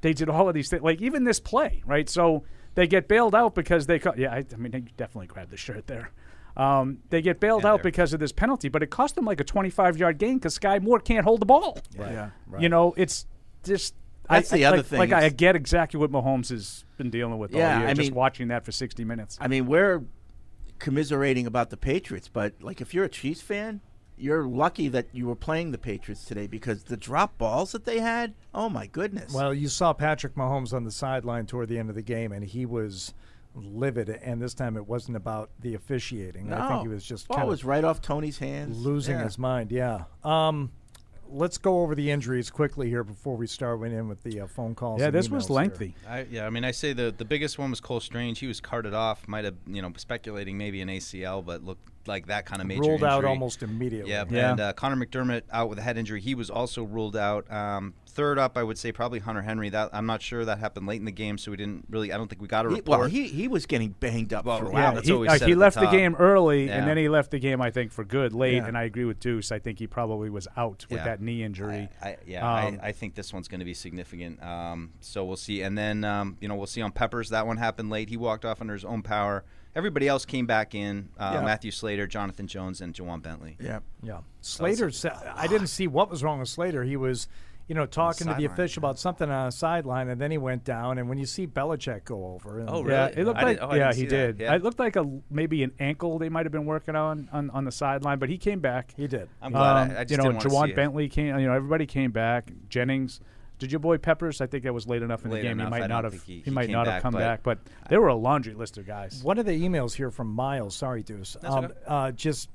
they did all of these things. Like even this play, right? So they get bailed out because they. Co- yeah, I, I mean, they definitely grabbed the shirt there. Um, they get bailed And out they're- because of this penalty, but it cost them like a 25 yard gain because Sky Moore can't hold the ball. Yeah. You know, it's just. That's the other like, thing Like I is- get exactly what Mahomes has been dealing with Yeah, all year. I just mean- watching that for 60 minutes. I mean, we're commiserating about the Patriots, but like if you're a Chiefs fan, you're lucky that you were playing the Patriots today because the drop balls that they had, oh my goodness. Well, you saw Patrick Mahomes on the sideline toward the end of the game, and he was livid. And this time, it wasn't about the officiating. I think he was just ball kind was of right off Tony's hands. losing his mind. Yeah. Um, let's go over the injuries quickly here before we start went in with the uh, phone calls. yeah, and this was emails here. lengthy. I, yeah, I mean, I say the the biggest one was Cole Strange. He was carted off. Might have, you know, speculating maybe an ACL, but looked like that kind of major Ruled out injury. almost immediately. Yeah, Yeah. and uh, Connor McDermott out with a head injury. He was also ruled out. Um, third up, I would say probably Hunter Henry. That I'm not sure that happened late in the game, so we didn't really. I don't think we got a He, report. well, he he was getting banged up Well, for a yeah, while. Oh, that's he, what we like, said he at the left the, top. game early, Yeah. and then he left the game, I think, for good late. Yeah. And I agree with Deuce. I think he probably was out with Yeah. that knee injury. I, yeah, Um, I, I think this one's going to be significant. Um, so we'll see. And then, um, you know, we'll see on Peppers. That one happened late. He walked off under his own power. Everybody else came back in uh, Matthew Slater, Jonathan Jones, and Jawan Bentley. yeah. Yeah. Slater, sa- I didn't see what was wrong with Slater. He was you know, talking to the sideline, official about something on a sideline, and then he went down. And when you see Belichick go over, and Oh, really? Yeah, it looked I like didn't- oh, I yeah didn't he see that. did. Yeah. It looked like a maybe an ankle they might have been working on on, on the sideline, but he came back. he did. I'm glad. Um, I, I just you know, didn't wanna see Jawan it. Bentley came. You know, everybody came back. Jennings. Did your boy Peppers? I think that was late enough in Late the game. enough. He I might don't not have. think he- He, he might came not back, have come but- back. But there were a laundry list of guys. One of the emails here from Miles. Sorry, Deuce. um, uh, just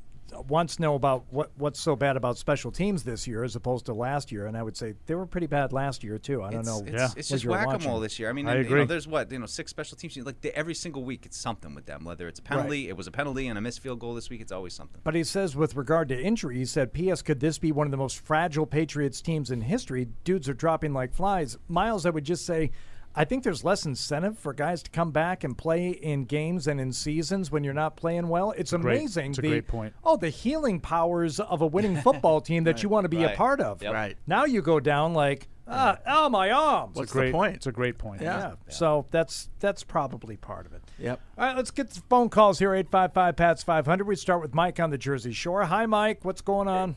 wants to know about what what's so bad about special teams this year as opposed to last year. And I would say they were pretty bad last year too. I don't know. It's, Yeah. it's what just you're whack a watching. mole this year. I mean, I and, You agree. know, there's what you know, six special teams. Like they, every single week, it's something with them. Whether it's a penalty, it was a penalty, and a missed field goal this week. It's always something. But he says, with regard to injury, he said, P.S., could this be one of the most fragile Patriots teams in history? Dudes are dropping like flies. Miles, I would just say, I think there's less incentive for guys to come back and play in games and in seasons when you're not playing well. It's, great- amazing. it's a the, great point. Oh, the healing powers of <laughs> a winning football team that you want to be a Right. part of. Yep. Right. Now you go down like, ah, oh, my arms. It's What's a great the point? It's a great point. Yeah. So that's that's probably part of it. Yep. All right, let's get the phone calls here. Eight five five Pats five hundred. We start with Mike on the Jersey Shore. Hi, Mike. What's going on?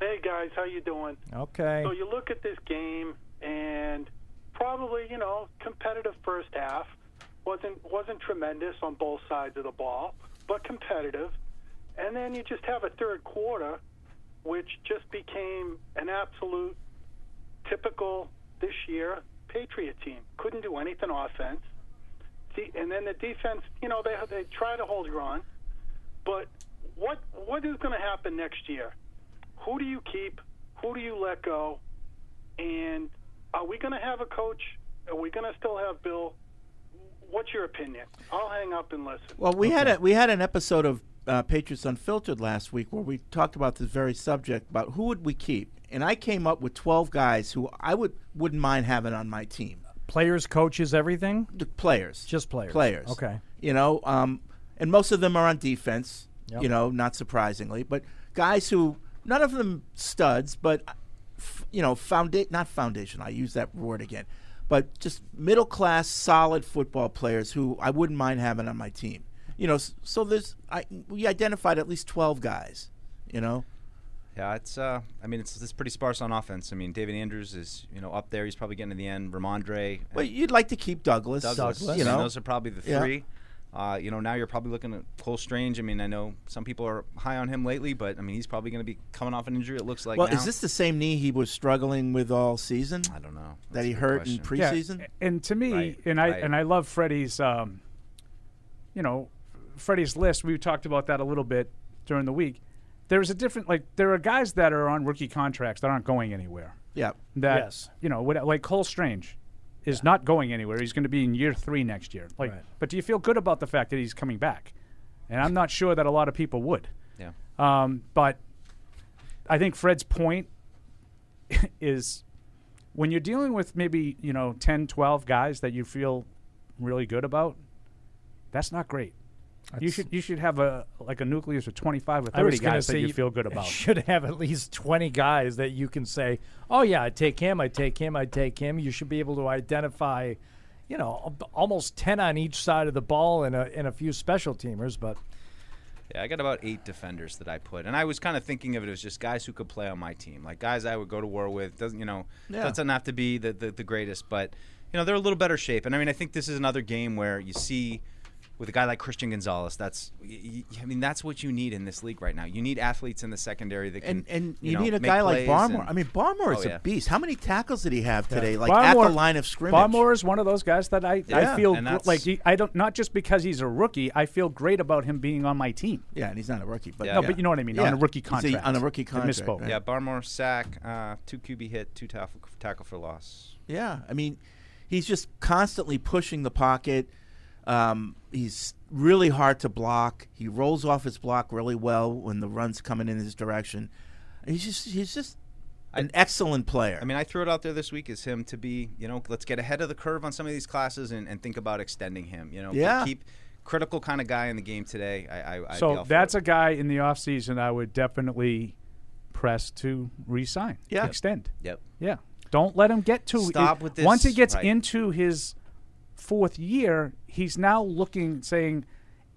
Hey guys, how you doing? Okay. So you look at this game and probably, you know, competitive first half. Wasn't wasn't tremendous on both sides of the ball, but competitive. And then you just have a third quarter which just became an absolute typical this year Patriot team. Couldn't do anything offense. See, and then the defense, you know, they they try to hold you on, but what what is going to happen next year? Who do you keep? Who do you let go? And are we going to have a coach? Are we going to still have Bill? What's your opinion? I'll hang up and listen. Well, we had a we had an episode of uh, Patriots Unfiltered last week where we talked about this very subject about who would we keep, and I came up with twelve guys who I would wouldn't mind having on my team. Players, coaches, everything. The players, Just players. players. Okay. you know, um, and most of them are on defense. Yep. You know, not surprisingly, but guys who none of them studs, but f- you know, founda- not foundation. I use that word again, but just middle class, solid football players who I wouldn't mind having on my team. You know, s- so there's I we identified at least twelve guys. You know, Yeah, it's. Uh, I mean, it's, it's pretty sparse on offense. I mean, David Andrews is you know up there. He's probably getting to the end. Ramondre, well, you'd like to keep Douglas. Douglas. You I mean, know, those are probably the Yeah. three. Uh, you know, now you're probably looking at Cole Strange. I mean, I know some people are high on him lately, but I mean, he's probably going to be coming off an injury. It looks like. well, now. is this the same knee he was struggling with all season? I don't know. That That's a he good hurt in question. Yeah, preseason. a- And to me, Right, and I right. and I love Freddie's, um, you know, Freddie's list. We talked about that a little bit during the week. There's a different like there are guys that are on rookie contracts that aren't going anywhere. Yeah. That Yes. you know, what, like Cole Strange is not going anywhere. He's going to be in year three next year. Like, Right. but do you feel good about the fact that he's coming back? And I'm not sure that a lot of people would. Yeah. Um, but I think Fred's point <laughs> is when you're dealing with maybe, you know, 10, 12 guys that you feel really good about, that's not great. you should you should have a like a nucleus of 25 or 30 gonna guys that you feel <laughs> <laughs> good about. Should have at least twenty guys that you can say, oh yeah, I take him, I take him, I take him. You should be able to identify, you know, al- almost ten on each side of the ball and a and a few special teamers. But Yeah, I got about eight defenders that I put, and I was kind of thinking of it as just guys who could play on my team, like guys I would go to war with. Doesn't you know? Doesn't have to be the, the the greatest, but you know they're a little better shape. And I mean, I think this is another game where you see with a guy like Christian Gonzalez. That's y- y- I mean that's what you need in this league right now. You need athletes in the secondary that can And and you, know, need a make guy like plays Barmore. and- I mean, Barmore Oh, is yeah. a beast. How many tackles did he have today? Like at the Barmore- line of scrimmage. Barmore is one of those guys that I, Yeah, I feel and gr- that's- like he- I don't not just because he's a rookie, I feel great about him being on my team. Yeah, and he's not a rookie, but Yeah. No, Yeah. but you know what I mean. Yeah. On a rookie He's a- contract. on a rookie contract, I misspoke. right. yeah, Barmore sack, uh, two QB hit, two tackle tackle for loss. yeah. I mean, he's just constantly pushing the pocket. Um, he's really hard to block. He rolls off his block really well when the run's coming in his direction. He's just he's just an excellent player. I mean, I threw it out there this week as him to be, you know, let's get ahead of the curve on some of these classes and, and think about extending him. You know, Yeah. keep critical kind of guy in the game today. I, I I'd be all So for that's it. a guy in the offseason I would definitely press to re-sign, Yeah. extend. yep. Yeah, don't let him get to Stop it- with this- Once he gets right. into his fourth year, he's now looking, saying,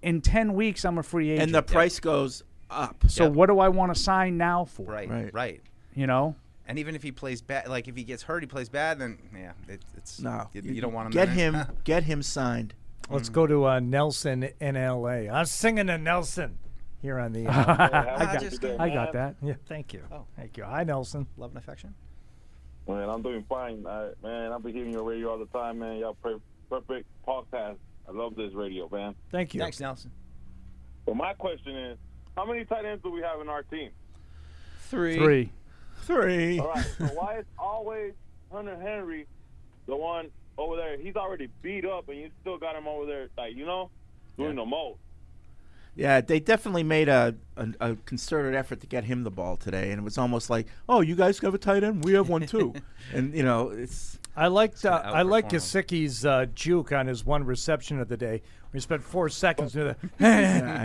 "In ten weeks, I'm a free agent." and the price goes up. so Yep. what do I want to sign now for? Right, Right. right, You know, And even if he plays bad, like if he gets hurt, he plays bad. Then yeah, it, it's No, You, you don't want him. Get in it. <laughs> him, get him signed. Let's go to uh, Nelson in L.A. I'm singing to Nelson here <laughs> on the. Uh, I got- I got that. yeah, thank you. Oh. Thank you. Hi, Nelson. Love and affection. Man, I'm doing fine. I, man, I've been hearing your radio all the time, man. Y'all pre- perfect podcast. I love this radio, man. Thank you. Thanks, Nelson. But my question is, how many tight ends do we have in our team? Three. Three. Three. All right, so why is always Hunter Henry the one over there? He's already beat up, and you still got him over there, like you know, doing the most. Yeah, they definitely made a, a a concerted effort to get him the ball today, and it was almost like, oh, you guys have a tight end, we have one <laughs> too, and you know, it's I liked uh, gonna I like outperform him. Gasicki's uh, juke on his one reception of the day. We spent four seconds doing the. <laughs> Yeah, <laughs>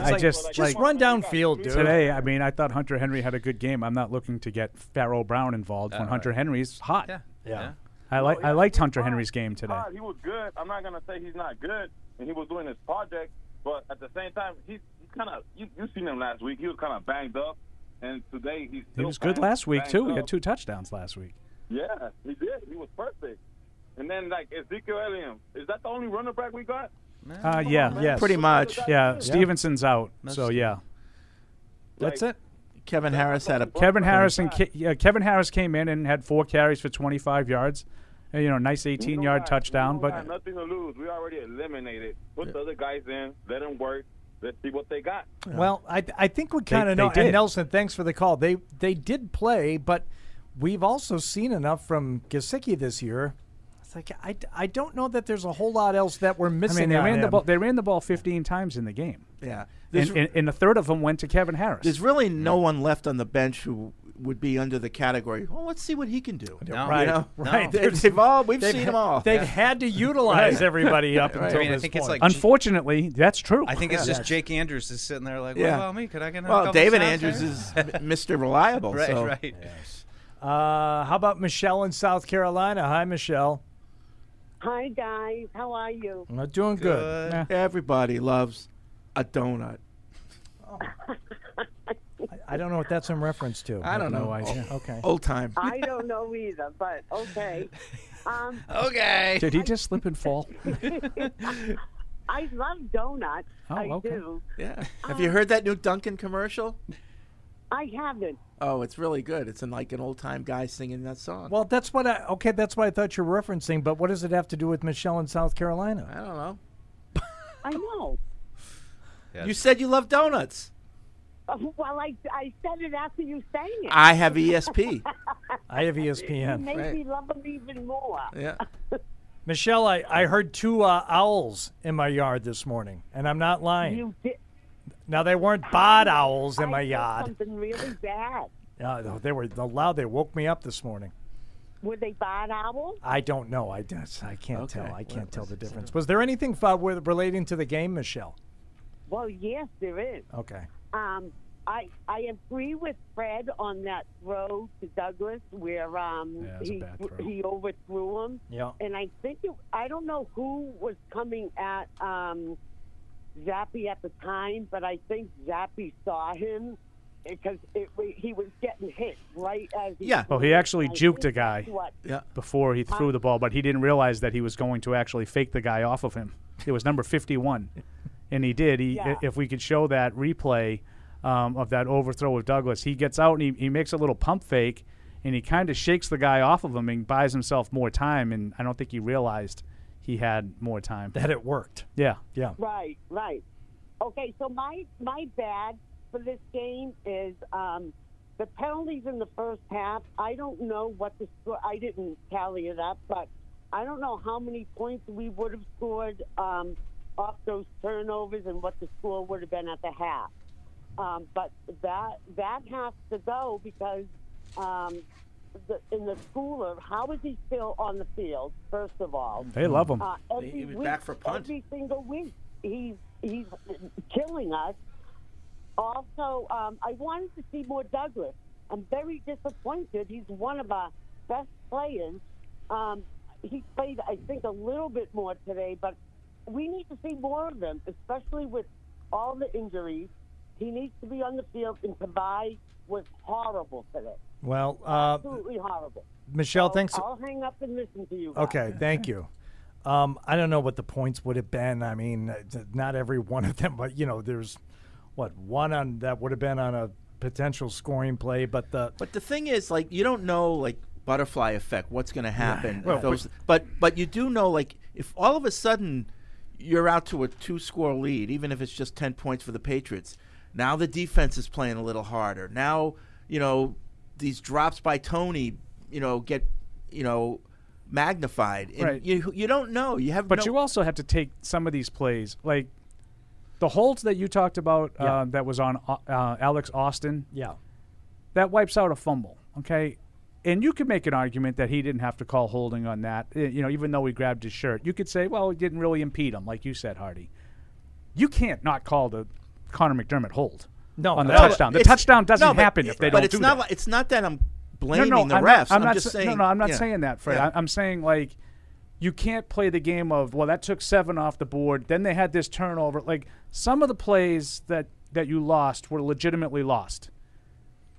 It's I like, just just like run downfield, dude. today. I mean, I thought Hunter Henry had a good game. I'm not looking to get Farrell Brown involved when Uh, Hunter Henry's hot. Yeah. Yeah. I like I yeah, liked he was Hunter fine. Henry's game He was today. fine. He was good. I'm not gonna say he's not good, and he was doing his project. But at the same time, he's, he's kind of you, you seen him last week. He was kind of banged up, and today he's He still was good banged- last week banged too. He up. had two touchdowns last week. Yeah, he did. He was perfect. And then like Ezekiel Elliott, is that the only running back we got? Uh, yeah, man. yes. pretty much. Yeah, Stevenson's out. So yeah, That's it. Kevin Harris had a Kevin Harris and Ke- yeah, Kevin Harris came in and had four carries for 25 yards. Uh, You know, nice 18-yard touchdown. We But got nothing to lose. We already eliminated. Put the other guys in. Let them work. Let's see what they got. Well, I, I think we kind they of know. did. And Nelson, thanks for the call. They they did play, but we've also seen enough from Gasicki this year. It's like I, I don't know that there's a whole lot else that we're I missing. mean, they on ran the him. ball. They ran the ball 15 times in the game, yeah. There's, and, and, and a third of them went to Kevin Harris. there's really no one left on the bench who would be under the category. "Oh, Well, let's see what he can do. No. You <laughs> Right, know? right. They- There's- They've all we've they've seen <laughs> ha- them all. They've <laughs> <laughs> had to utilize everybody up I until mean, I this think point. it's like Unfortunately, that's true. I think it's Yeah. just Jake Andrews is sitting there like, Yeah. well, me, could I get another well, couple David snaps Andrews here? <laughs> is Mr. Reliable. right, so. right. Uh, how about Michelle in South Carolina? Hi, Michelle. Hi guys, how are you? I'm not Uh, doing good. Good. Nah, Everybody loves a donut. I don't know what that's in reference to. I don't have know. No idea. Okay. Old time. <laughs> I don't know either, but okay. Um, Okay. Did he just slip and fall? I love donuts. Oh, I okay. do. Yeah. Have you heard that new Duncan commercial? I haven't. Oh, it's really good. It's in like an old time guy singing that song. Well, that's what I okay. That's what I thought you were referencing. But what does it have to do with Michelle in South Carolina? I don't know. I know. You said you love donuts. Uh, Well, I, I said it after you sang it. I have E <laughs> ESP. <laughs> I have E it ESPN. made Right. me love them even more. <laughs> yeah. Michelle, I, I heard two uh, owls in my yard this morning, and I'm not lying. You did. now they weren't bad owls in my I did yard. Something really bad. Uh, no, they were loud. They woke me up this morning. Were they bad owls? I don't know. I that's- I can't Okay. tell. I Well, can't it tell was- the difference. Was there anything uh, with- relating to the game, Michelle? Well, yes, there is. Okay. Um, I I agree with Fred on that throw to Douglas where um Yeah, it was a he bad throw. he overthrew him. Yeah. and I think it, I don't know who was coming at um, Zappy at the time, but I think Zappy saw him because it, wa- he was getting hit right as he Yeah. Well, Oh, he actually I juked think a guy. that's what- Yeah. Before he threw the ball, but he didn't realize that he was going to actually fake the guy off of him. It was number <laughs> 51, and he did. He, Yeah. if we could show that replay um, of that overthrow of Douglas, he gets out and he, he makes a little pump fake, and he kind of shakes the guy off of him and buys himself more time. And I don't think he realized he had more time. That it worked. yeah, Yeah. Right, right. Okay, so my my bad for this game is um, the penalties in the first half. I don't know what the score. I didn't tally it up, but I don't know how many points we would have scored um, off those turnovers and what the score would have been at the half. Um, but that that has to go because um, the, in the schooler, how is he still on the field? First of all, they love him. uh, every He was week, back for a punt. Every single week, he's he's killing us. Also, um, I wanted to see more Douglas. I'm very disappointed. He's one of our best players. Um, he played, I think, a little bit more today, but we need to see more of him, especially with all the injuries. He needs to be on the field, and Tabai was horrible today. Well, uh, Absolutely horrible. Michelle, I'll- thanks. I'll hang up and listen to you. guys. Okay, thank you. Um, I don't know what the points would have been. I mean, uh, th- not every <laughs> one of them, but you know, there's what one on that would have been on a potential scoring play, but the But the thing is, like, you don't know, like, butterfly effect, what's going to happen. if Well, those- but but you do know, like, if all of a sudden you're out to a two score lead, even if it's just 10 points for the Patriots, now the defense is playing a little harder. Now, you know, these drops by Tony, you know, get, you know, magnified. And Right. you, you don't know. You have But no- you also have to take some of these plays, like the holds that you talked about uh, that was on uh, uh, Alex Austin. Yeah. That wipes out a fumble, okay? And you could make an argument that he didn't have to call holding on that, eh, you know, even though he grabbed his shirt. You could say, well, it didn't really impede him, like you said, Hardy. You can't not call the Connor McDermott hold no, on the No, touchdown. The it's- touchdown doesn't no, but happen it- if they but don't it's do not that. Like, it's not that I'm blaming no, no, the I'm refs. Not, I'm, not just sa- saying. No, no, I'm not yeah. saying that, Fred. Yeah. I- I'm saying like you can't play the game of well, that took seven off the board. Then they had this turnover. Like some of the plays that that you lost were legitimately lost.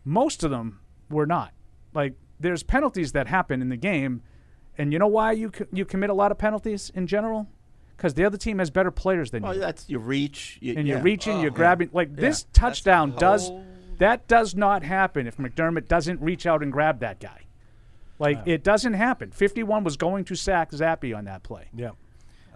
Most of them were not. Like there's penalties that happen in the game, and you know why you co- you commit a lot of penalties in general. Because the other team has better players than you Well, that's your reach. You, and yeah. you're reaching, Oh, you're yeah. grabbing. Like Yeah. this touchdown does that does not happen if McDermott doesn't reach out and grab that guy. Like it doesn't happen. Fifty-one was going to sack Zappy on that play. Yeah.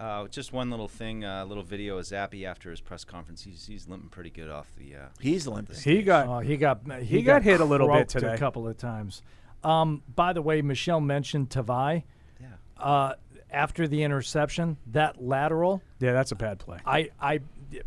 Uh, just one little thing, a little video of Zappy after his press conference. He's, he's limping pretty good off the. Uh, He's limping. He got Oh, he got he got hit a little bit croaked today. a couple of times. Um, by the way, Michelle mentioned Tavai. Yeah. Uh, after the interception, that lateral. Yeah, that's a bad play. I, I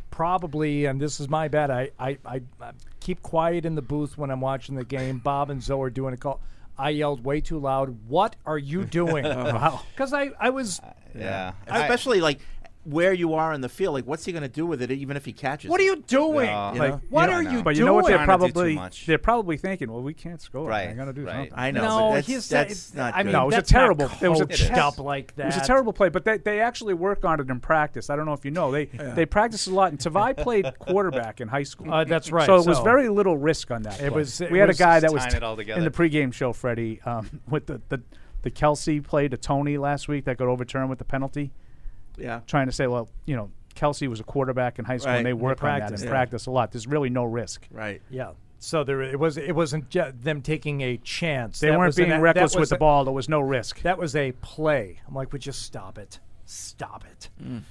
probably, and this is my bad. I, I, I, I keep quiet in the booth when I'm watching the game. Bob and Zoe are doing a call. I yelled way too loud. What are <laughs> you doing? Wow. Because I, I was. yeah. Uh, Especially like where you are in the field. Like, what's he going to do with it, even if he catches? What are it? you doing? Yeah. Uh, You Like, know? What Yeah, I are know. you but you doing? know what? They're Trying to do too probably much. they're probably thinking, well, we can't score. Right, I gotta do right. something. I know. No, but that's, he's not- that's I not. mean, good. No, it was a That's not terrible. It was a coached ter- up like It was a that. terrible play, but they, they actually work on it in practice. I don't know if you know they they practice a lot. And Tavai played <laughs> quarterback in high school. Uh, that's right, So it was so- very little risk on that. It play. was- it we had a was- guy that Just was tying it all together. in the pregame show, Freddie, um, <laughs> with the, the the Kelsey play to Tony last week that got overturned with the penalty, Yeah. trying to say, well, you know, Kelsey was a quarterback in high school, Right. and they work on that practiced in it. practice a lot. There's really no risk. Right. Yeah. So there, it was. It wasn't ju- them taking a chance. They That weren't was an being a- that reckless was with the a- ball. There was no risk. That was a play. I'm like, would you stop it? Stop it.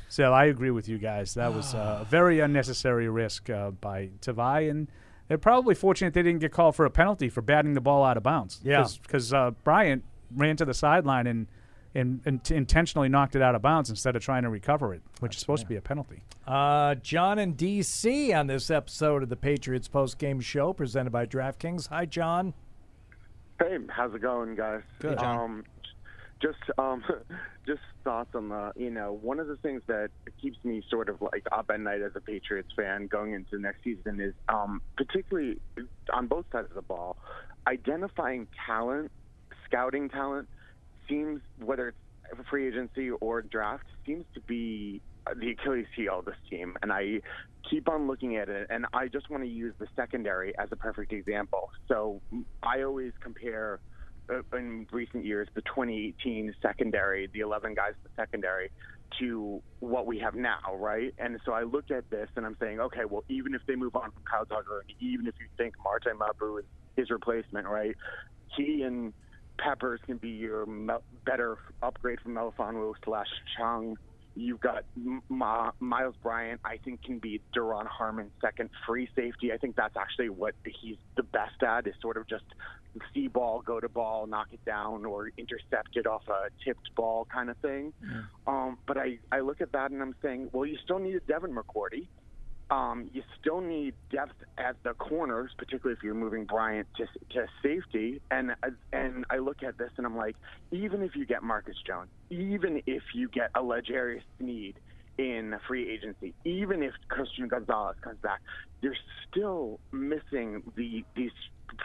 So I agree with you guys. That was uh, a <sighs> very unnecessary risk uh, by Tavai, and they're probably fortunate they didn't get called for a penalty for batting the ball out of bounds. Yeah. because uh, Bryant ran to the sideline and and, and t- intentionally knocked it out of bounds instead of trying to recover it, which is supposed to be a penalty. Uh, John in D.C. on this episode of the Patriots Post Game Show presented by DraftKings. Hi, John. Hey, how's it going, guys? Good. John. Um, just um, <laughs> just thoughts on the you know one of the things that keeps me sort of like up at night as a Patriots fan going into next season is um, particularly on both sides of the ball, identifying talent, scouting talent seems whether it's free agency or draft seems to be the Achilles heel of this team, and I keep on looking at it, and I just want to use the secondary as a perfect example. So I always compare uh, in recent years the 2018 secondary, the 11 guys in the secondary, to what we have now, right? And so I look at this and I'm saying, okay, well, even if they move on from Kyle Duggar, and even if you think Marte Mabu is his replacement, right? He and Peppers can be your mel- better upgrade from Melifonwu slash Chung. You've got M- Ma- Miles Bryant, I think, can be Duron Harmon's second free safety. I think that's actually what he's the best at is sort of just see ball, go to ball, knock it down, or intercept it off a tipped ball kind of thing. Um, but I, I look at that and I'm saying, well, you still need a Devin McCourty. Um, you still need depth at the corners, particularly if you're moving Bryant to, to safety. And uh, and I look at this and I'm like, even if you get Marcus Jones, even if you get a Legarius Need in free agency, even if Christian Gonzalez comes back, you're still missing the these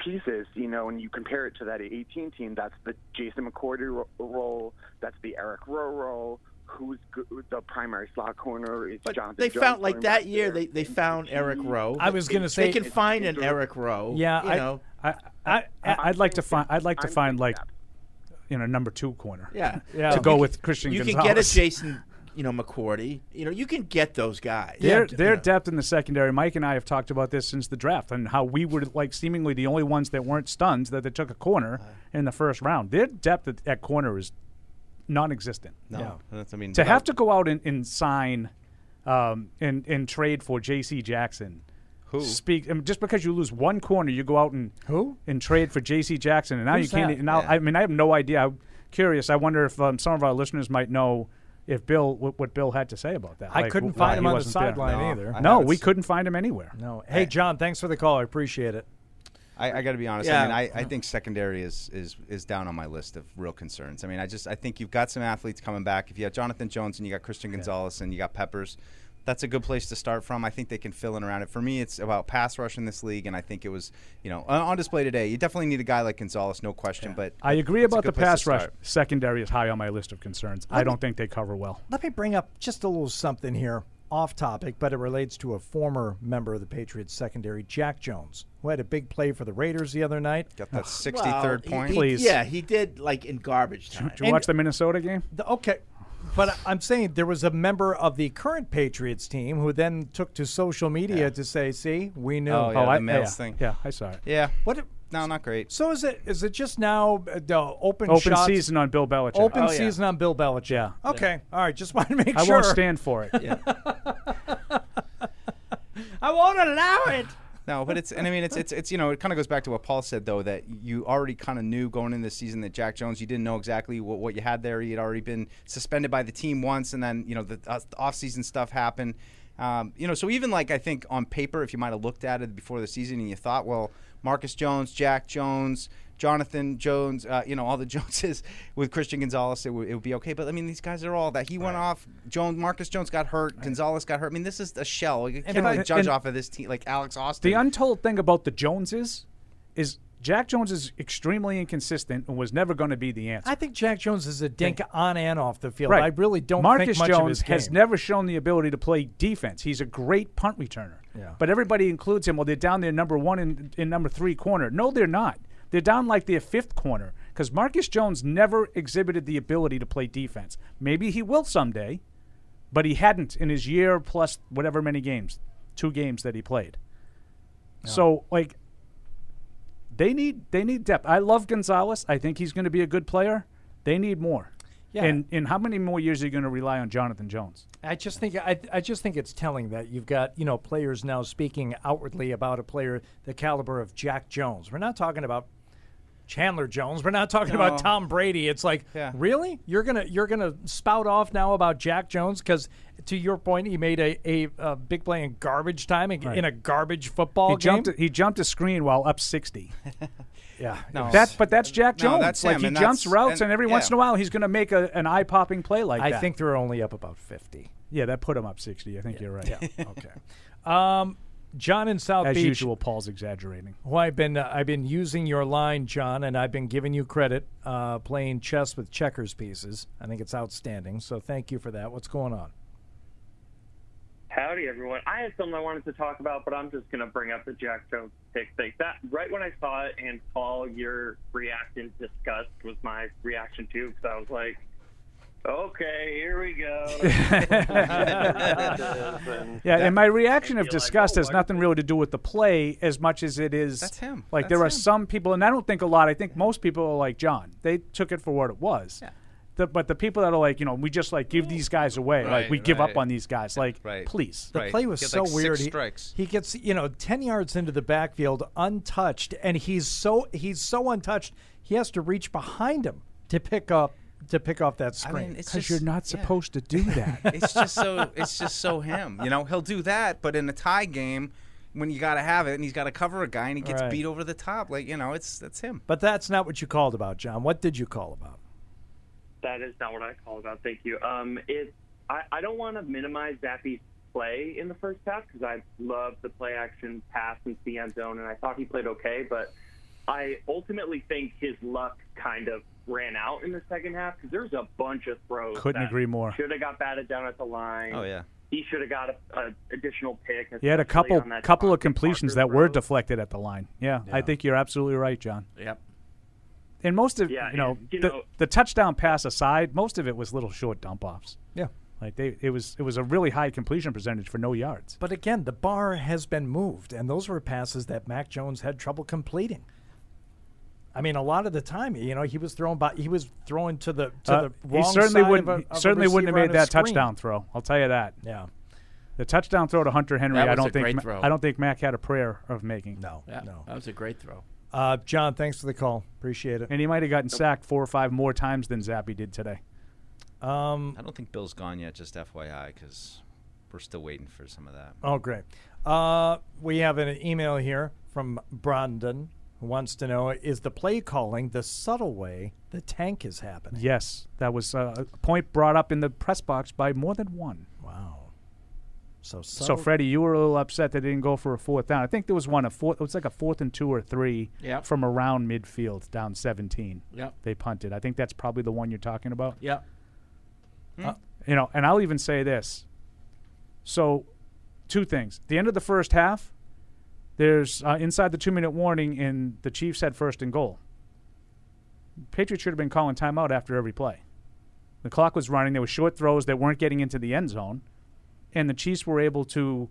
pieces. You know, and you compare it to that 18 team. That's the Jason McCourty ro- role. That's the Eric Rowe role who's go- the primary slot corner is Jonathan. They Jones found like going that back year there. they, they found Eric Rowe. I was gonna they say- can find an Eric Rowe. Yeah, you I, know. I, I, I, would like to find. I'd like to find like, you know, number two corner. Yeah, <laughs> To go You c- with Christian You Gonzalez. can get a Jason, you know, McCourty. You know, you can get those guys. Their their depth in the secondary. Mike and I have talked about this since the draft and how we were like seemingly the only ones that weren't stunned that they took a corner Uh. in the first round. Their depth at, at corner is non-existent. No, that's- I mean, to without- have to go out and, and sign um, and and trade for J.C. Jackson. Who? Speak I mean, just because you lose one corner, you go out and who and trade for J.C. Jackson, and now Who's you can't. that? And now Yeah. I mean, I have no idea. I'm curious. I wonder if um, some of our listeners might know if Bill what, what Bill had to say about that. I couldn't wh- why find him he on the wasn't there. sideline No, either. I No, haven't we s- couldn't find him anywhere. No. Hey, John, thanks for the call. I appreciate it. I, I got to be honest. Yeah. I mean, I, I think secondary is, is is down on my list of real concerns. I mean, I just I think you've got some athletes coming back. If you have Jonathan Jones and you got Christian Gonzalez and you got Peppers, that's a good place to start from. I think they can fill in around it. For me, it's about pass rush in this league, and I think it was you know on on display today. You definitely need a guy like Gonzalez, no question. But I agree it's a about the good place to pass rush. start. Secondary is high on my list of concerns. I don't think they cover well. Let me bring up just a little something here, off topic, but it relates to a former member of the Patriots secondary, Jack Jones, who had a big play for the Raiders the other night. <sighs> Got that Well, he- he- Yeah, he did like in garbage time. Did you watch the Minnesota game? The- okay. But I'm saying there was a member of the current Patriots team who then took to social media to say, "See, we knew." Oh, yeah, the males thing. Yeah, I saw it. Yeah. What? It, no, not great. So is it? Is it just now uh, the open Open shots- season on Bill Belichick. Open Oh, yeah. season on Bill Belichick. Yeah. Okay. All right. Just <laughs> want to make I sure. won't stand for it. I won't allow it. No, but it's and I mean it's it's it's you know it kind of goes back to what Paul said though that you already kind of knew going into the season that Jack Jones you didn't know exactly what, what you had there he had already been suspended by the team once and then you know the, uh, the offseason stuff happened um, you know so even like I think on paper if you might have looked at it before the season and you thought well Marcus Jones Jack Jones Jonathan Jones uh, you know all the <laughs> Joneses with Christian Gonzalez it, would it would be okay but I mean these guys are all that he went off Jones Marcus Jones got hurt Gonzalez got hurt I mean this is a shell you can't and- judge and- off of this team like Alex Austin The untold thing about the Joneses is Jack Jones is extremely inconsistent and was never going to be the answer. I think Jack Jones is a dink on and off the field. Right. I really don't Marcus think much Jones of his game. has never shown the ability to play defense. He's a great punt returner. Yeah. But everybody includes him. Well, they're down their number one and, and number three corner. No, they're not. They're down like their fifth corner because Marcus Jones never exhibited the ability to play defense. Maybe he will someday, but he hadn't in his year plus whatever many games, two games that he played. So like they need they need depth. I love Gonzalez. I think he's going to be a good player. They need more. Yeah. And and how many more years are you going to rely on Jonathan Jones? I just think I, I just think it's telling that you've got you know players now speaking outwardly about a player the caliber of Jack Jones. We're not talking about Chandler Jones. We're not talking No. about Tom Brady. It's like really you're gonna you're gonna spout off now about Jack Jones because to your point he made a, a, a big play in garbage time in, Right. in a garbage football He game. jumped he jumped a screen while up <laughs> 60. yeah. No. That's but that's Jack No, Jones. that's like him, he and jumps that's- routes and- and, every yeah. once in a while he's going to make a, an eye-popping play like I that. think they're only up about fifty. Yeah, that put him up 60. I think you're <laughs> right. Yeah. okay. Um, John in South As Beach. usual, Paul's exaggerating. Well, I've been uh, I've been using your line, John, and I've been giving you credit uh, playing chess with checkers pieces. I think it's outstanding. So thank you for that. What's going on? Howdy, everyone. I had something I wanted to talk about, but I'm just going to bring up the Jack Jones pick thing. That right when I saw it, and Paul, your reaction disgust was my reaction too, because I was like, "Okay, here we go." <laughs> yeah, and my reaction of disgust has nothing really to do with the play as much as it is. That's him. Like there are some people, and I don't think a lot. I think most people are like John. They took it for what it was. Yeah. The, but the people that are like, you know, we just like give these guys away. like we Right, give right. up on these guys. Like, please. The play was so weird. He- He, gets you know ten yards into the backfield untouched, and he's so he's so untouched. He has to reach behind him to pick up to pick off that screen it's 'Cause you're just- not supposed to do that. it's just so it's just so him. You know, he'll do that, but in a tie game, when you got to have it, and he's got to cover a guy, and he gets Right. beat over the top, like you know, it's that's him. <laughs> But that's not what you called about, John. What did you call about? That is not what I call about. Thank you. Um, it. I, I don't want to minimize Zappy's play in the first half because I love the play action pass into the end zone, and I thought he played okay. But I ultimately think his luck kind of ran out in the second half because there's a bunch of throws. Couldn't agree more. Should have got batted down at the line. Oh, yeah. He should have got an additional pick. He had a especially couple on that couple of completions that were deflected at the line. Yeah, I think you're absolutely right, John. Yep. And most of Yeah, you know, and, you the, know- the touchdown pass aside, most of it was little short dump offs. Yeah. Like they, it was it was a really high completion percentage for no yards. But again, the bar has been moved, and those were passes that Mac Jones had trouble completing. I mean, a lot of the time, you know, he was throwing by, he was throwing to the to Uh, the he wrong certainly side wouldn't of a- he of a certainly wouldn't have receiver on made his that screen. touchdown throw. I'll tell you that. Yeah. The touchdown throw to Hunter Henry, That I was don't a think great Ma- throw. I don't think Mac had a prayer of making. No. Yeah, No. that was a great throw. Uh, John, thanks for the call. Appreciate it. And he might have gotten sacked four or five more times than Zappy did today. Um, I don't think Bill's gone yet, just FYI, because we're still waiting for some of that. Oh, great. Uh, we have an email here from Brandon who wants to know Is the play calling the subtle way the tank is happening? Yes, that was uh, a point brought up in the press box by more than one. Wow. So So, Freddie, you were a little upset that they didn't go for a fourth down. I think there was one a fourth. It was like a fourth and two or three Yep. from around midfield, down seventeen. Yep. they punted. I think that's probably the one you're talking about. Yep. Uh, you know, and I'll even say this. So, two things. The end of the first half, there's uh, inside the two minute warning, and the Chiefs had first and goal. Patriots should have been calling timeout after every play. The clock was running. There were short throws that weren't getting into the end zone, and the Chiefs were able to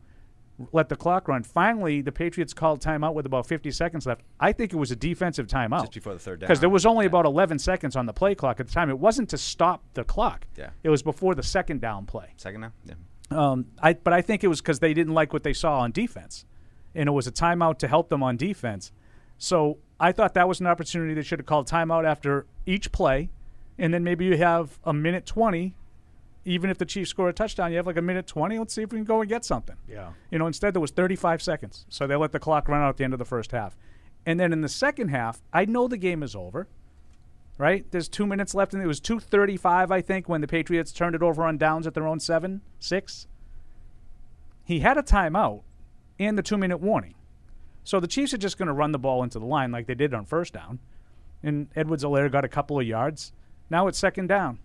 let the clock run. Finally, the Patriots called timeout with about 50 seconds left. I think it was a defensive timeout. Just before the third Because down. there was only about 11 seconds on the play clock at the time. It wasn't to stop the clock. Yeah. It was before the second down play. Second now? Yeah. Um, I, but I think it was because they didn't like what they saw on defense, and it was a timeout to help them on defense. So I thought that was an opportunity they should have called timeout after each play, and then maybe you have a minute twenty. Even if the Chiefs score a touchdown, you have like a minute twenty. Let's see if we can go and get something. Yeah. You know, instead there was 35 seconds, so they let the clock run out at the end of the first half, and then in the second half, I know the game is over, right? There's two minutes left, and it was 2:35, I think, when the Patriots turned it over on downs at their own seven, six. He had a timeout and the two-minute warning, so the Chiefs are just going to run the ball into the line like they did on first down, and Edwards Alaire got a couple of yards. Now it's second down.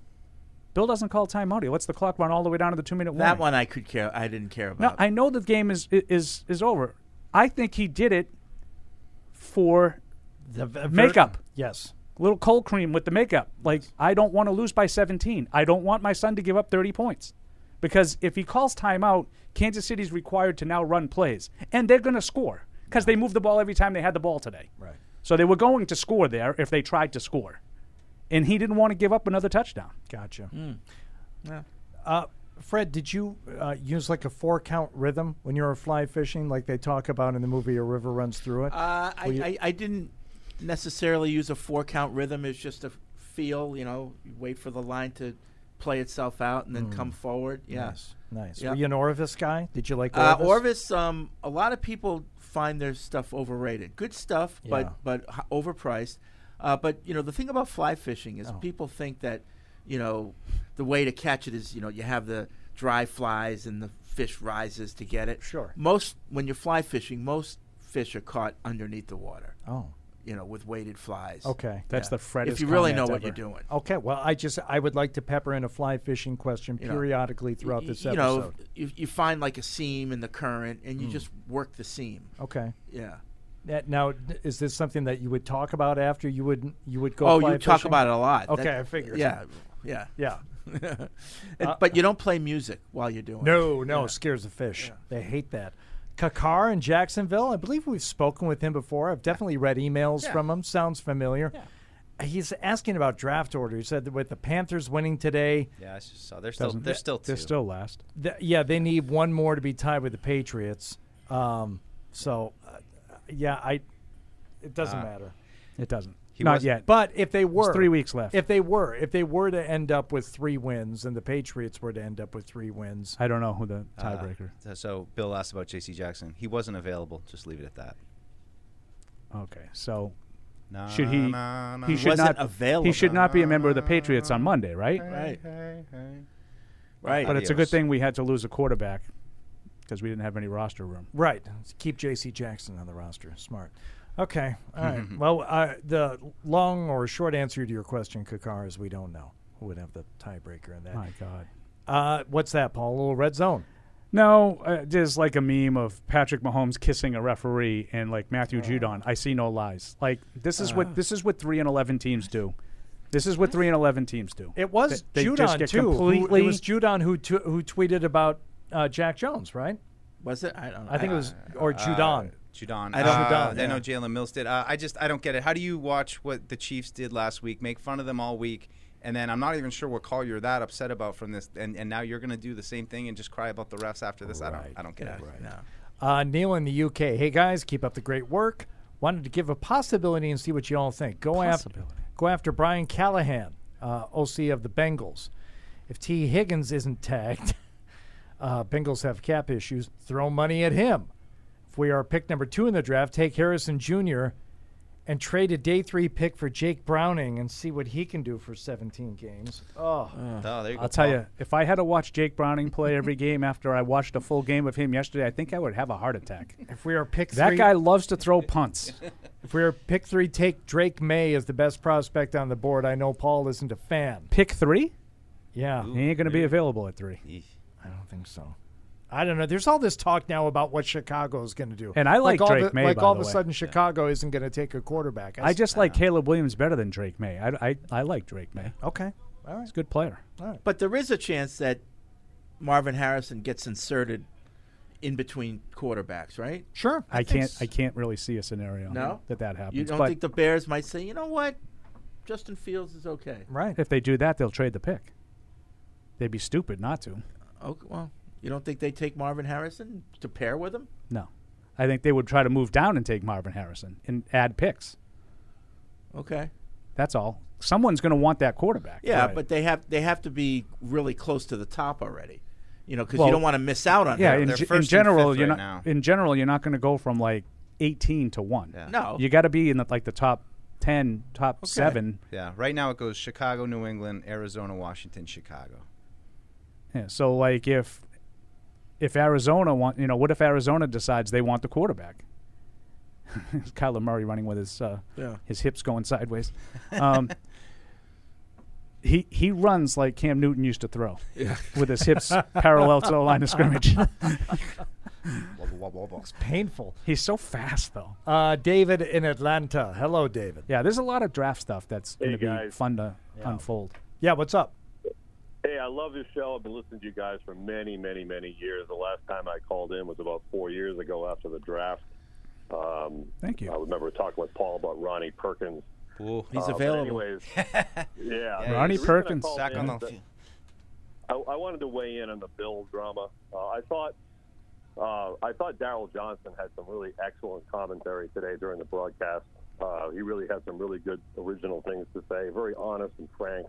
Bill doesn't call timeout. He lets the clock run all the way down to the two-minute warning. That one I could care. I didn't care about. No, I know the game is is is over. I think he did it for the v- makeup. Yes. Little cold cream with the makeup. Like I don't want to lose by 17. I don't want my son to give up 30 points. Because if he calls timeout, Kansas City's required to now run plays and they're going to score cuz they moved the ball every time they had the ball today. Right. So they were going to score there if they tried to score. And he didn't want to give up another touchdown. Gotcha. Mm. Uh, Fred, did you uh, use like a four count rhythm when you were fly fishing, like they talk about in the movie A River Runs Through It? Uh, I, Were you- I, I didn't necessarily use a four count rhythm. It's just a feel, you know, you wait for the line to play itself out and then Mm. come forward. Yeah. Nice. Nice. Yeah. Were you an Orvis guy? Did you like Uh, Orvis? Orvis, um, a lot of people find their stuff overrated. Good stuff, Yeah. but but h- overpriced. Uh, but you know the thing about fly fishing is Oh. people think that you know the way to catch it is you know you have the dry flies and the fish rises to get it. Sure. Most when you're fly fishing, most fish are caught underneath the water. Oh. You know, with weighted flies. Okay. That's the freddest If you really know comment what you're ever. doing. Okay, well, I just I would like to pepper in a fly fishing question You know, periodically throughout y- this you episode. know, you, you find like a seam in the current, and you Mm. just work the seam. Okay. Yeah. That, now, d- is this something that you would talk about after you would you would go? oh, fly you talk fishing? about it a lot. Okay, That- I figured. Yeah, yeah, yeah. <laughs> <laughs> And- Uh, but you don't play music while you're doing. No, it. no, Yeah. scares the fish. They hate that. Kakar in Jacksonville. I believe we've spoken with him before. I've definitely read emails Yeah. from him. Sounds familiar. He's asking about draft order. He said that with the Panthers winning today, Yeah, I just saw. They're still, Doesn't- they're still two. They're still last. th- yeah, they need one more to be tied with the Patriots. Um, so, uh, yeah, I. It doesn't Uh, matter. It doesn't. Not yet. But if they There's were three weeks left. If they were, if they were to end up with three wins, and the Patriots were to end up with three wins, I don't know who the Uh, tiebreaker. so- so Bill asked about J.C. Jackson. He wasn't available. Just leave it at that. Okay, so No, should he? no, no. He should Wasn't not. available. He should not be a member of the Patriots on Monday, right? Right. Hey, hey. Right. But it's a good thing we had to lose a quarterback because we didn't have any roster room. Right. Keep J.C. Jackson on the roster. Smart. Okay. <laughs> All right. well, uh, the long or short answer to your question, Kakar, is we don't know. We would have the tiebreaker in that. My God. Uh, what's that, Paul? A little red zone. No, uh, there's like a meme of Patrick Mahomes kissing a referee and like Oh. Matthew Judon. I see no lies. Like this is Ah. what this is what three and eleven teams do. This is what three and eleven teams do. It was They- they Judon just get too. who- completely- it was Judon who t- who tweeted about uh, Jack Jones, right? Was it? I don't. I think it was or Uh, Judon. Judon. I don't- Uh, Judon, I know yeah. Jalen Mills did. Uh, I just I don't get it. How do you watch what the Chiefs did last week, make fun of them all week, and then I'm not even sure what call you're that upset about from this, and, and now you're going to do the same thing and just cry about the refs after this? I don't I don't get it. Uh, Neil in the UK. Hey guys, keep up the great work. Wanted to give a possibility and see what you all think. Go after go after Brian Callahan, uh, OC of the Bengals. If T Higgins isn't tagged, <laughs> uh, Bengals have cap issues. Throw money at him. If we are pick number two in the draft, take Harrison Jr. and trade a day three pick for Jake Browning and see what he can do for 17 games. Oh, I'll tell you, if I had to watch Jake Browning play every Mm-hmm. game after I watched a full game of him yesterday, I think I would have a heart attack. If we are pick that <laughs> three- guy loves to throw punts. If we are pick three, take Drake May as the best prospect on the board. I know Paul isn't a fan. Pick three? Yeah. he ain't going to be available at three. I don't think so. I don't know. There's all this talk now about what Chicago is going to do, And I like all Drake the- May, Like by all the of a way. sudden, Chicago isn't going to take a quarterback. I s- just like Caleb Williams better than Drake May. I, I, I like Drake May. Okay. All right. He's a good player. But there is a chance that Marvin Harrison gets inserted in between quarterbacks, right? Sure. I, can't I can't really see a scenario No? that that happens. You don't but think the Bears might say, you know what, Justin Fields is okay. right. if they do that, they'll trade the pick. They'd be stupid not to. Okay. Well, you don't think they take Marvin Harrison to pair with him? No. I think they would try to move down and take Marvin Harrison and add picks. Okay. That's all. Someone's going to want that quarterback. Yeah, Right. but they have they have to be really close to the top already. You know, because Well, you don't want to miss out on. yeah. him. In, ge- in general, you're not. In general, you're not going to go from like 18 to one. No. you got to be in the, like the top 10, top seven. Yeah. Right now it goes Chicago, New England, Arizona, Washington, Chicago. Yeah, so like if if Arizona want, you know, what if Arizona decides they want the quarterback? <laughs> Kyler Murray running with his uh, Yeah. his hips going sideways. Um, <laughs> he he runs like Cam Newton used to <laughs> throw, <laughs> Yeah. <laughs> with his hips parallel to the line of <laughs> scrimmage. It's painful. He's so fast though. Uh, David in Atlanta. Hello, David. Yeah, there's a lot of draft stuff that's Hey, going to be guys. fun to unfold. Yeah, what's up? Hey, I love your show. I've been listening to you guys for many, many, many years. The last time I called in was about four years ago after the draft. Um, Thank you. I remember talking with Paul about Ronnie Perkins. He's Uh, but available. <laughs> Anyways, yeah. Ronnie the reason I Perkins. called Sack in on is the that field. I, I wanted to weigh in on the Bill drama. Uh, I thought uh, I thought Daryl Johnson had some really excellent commentary today during the broadcast. Uh, he really had some really good original things to say. Very honest and frank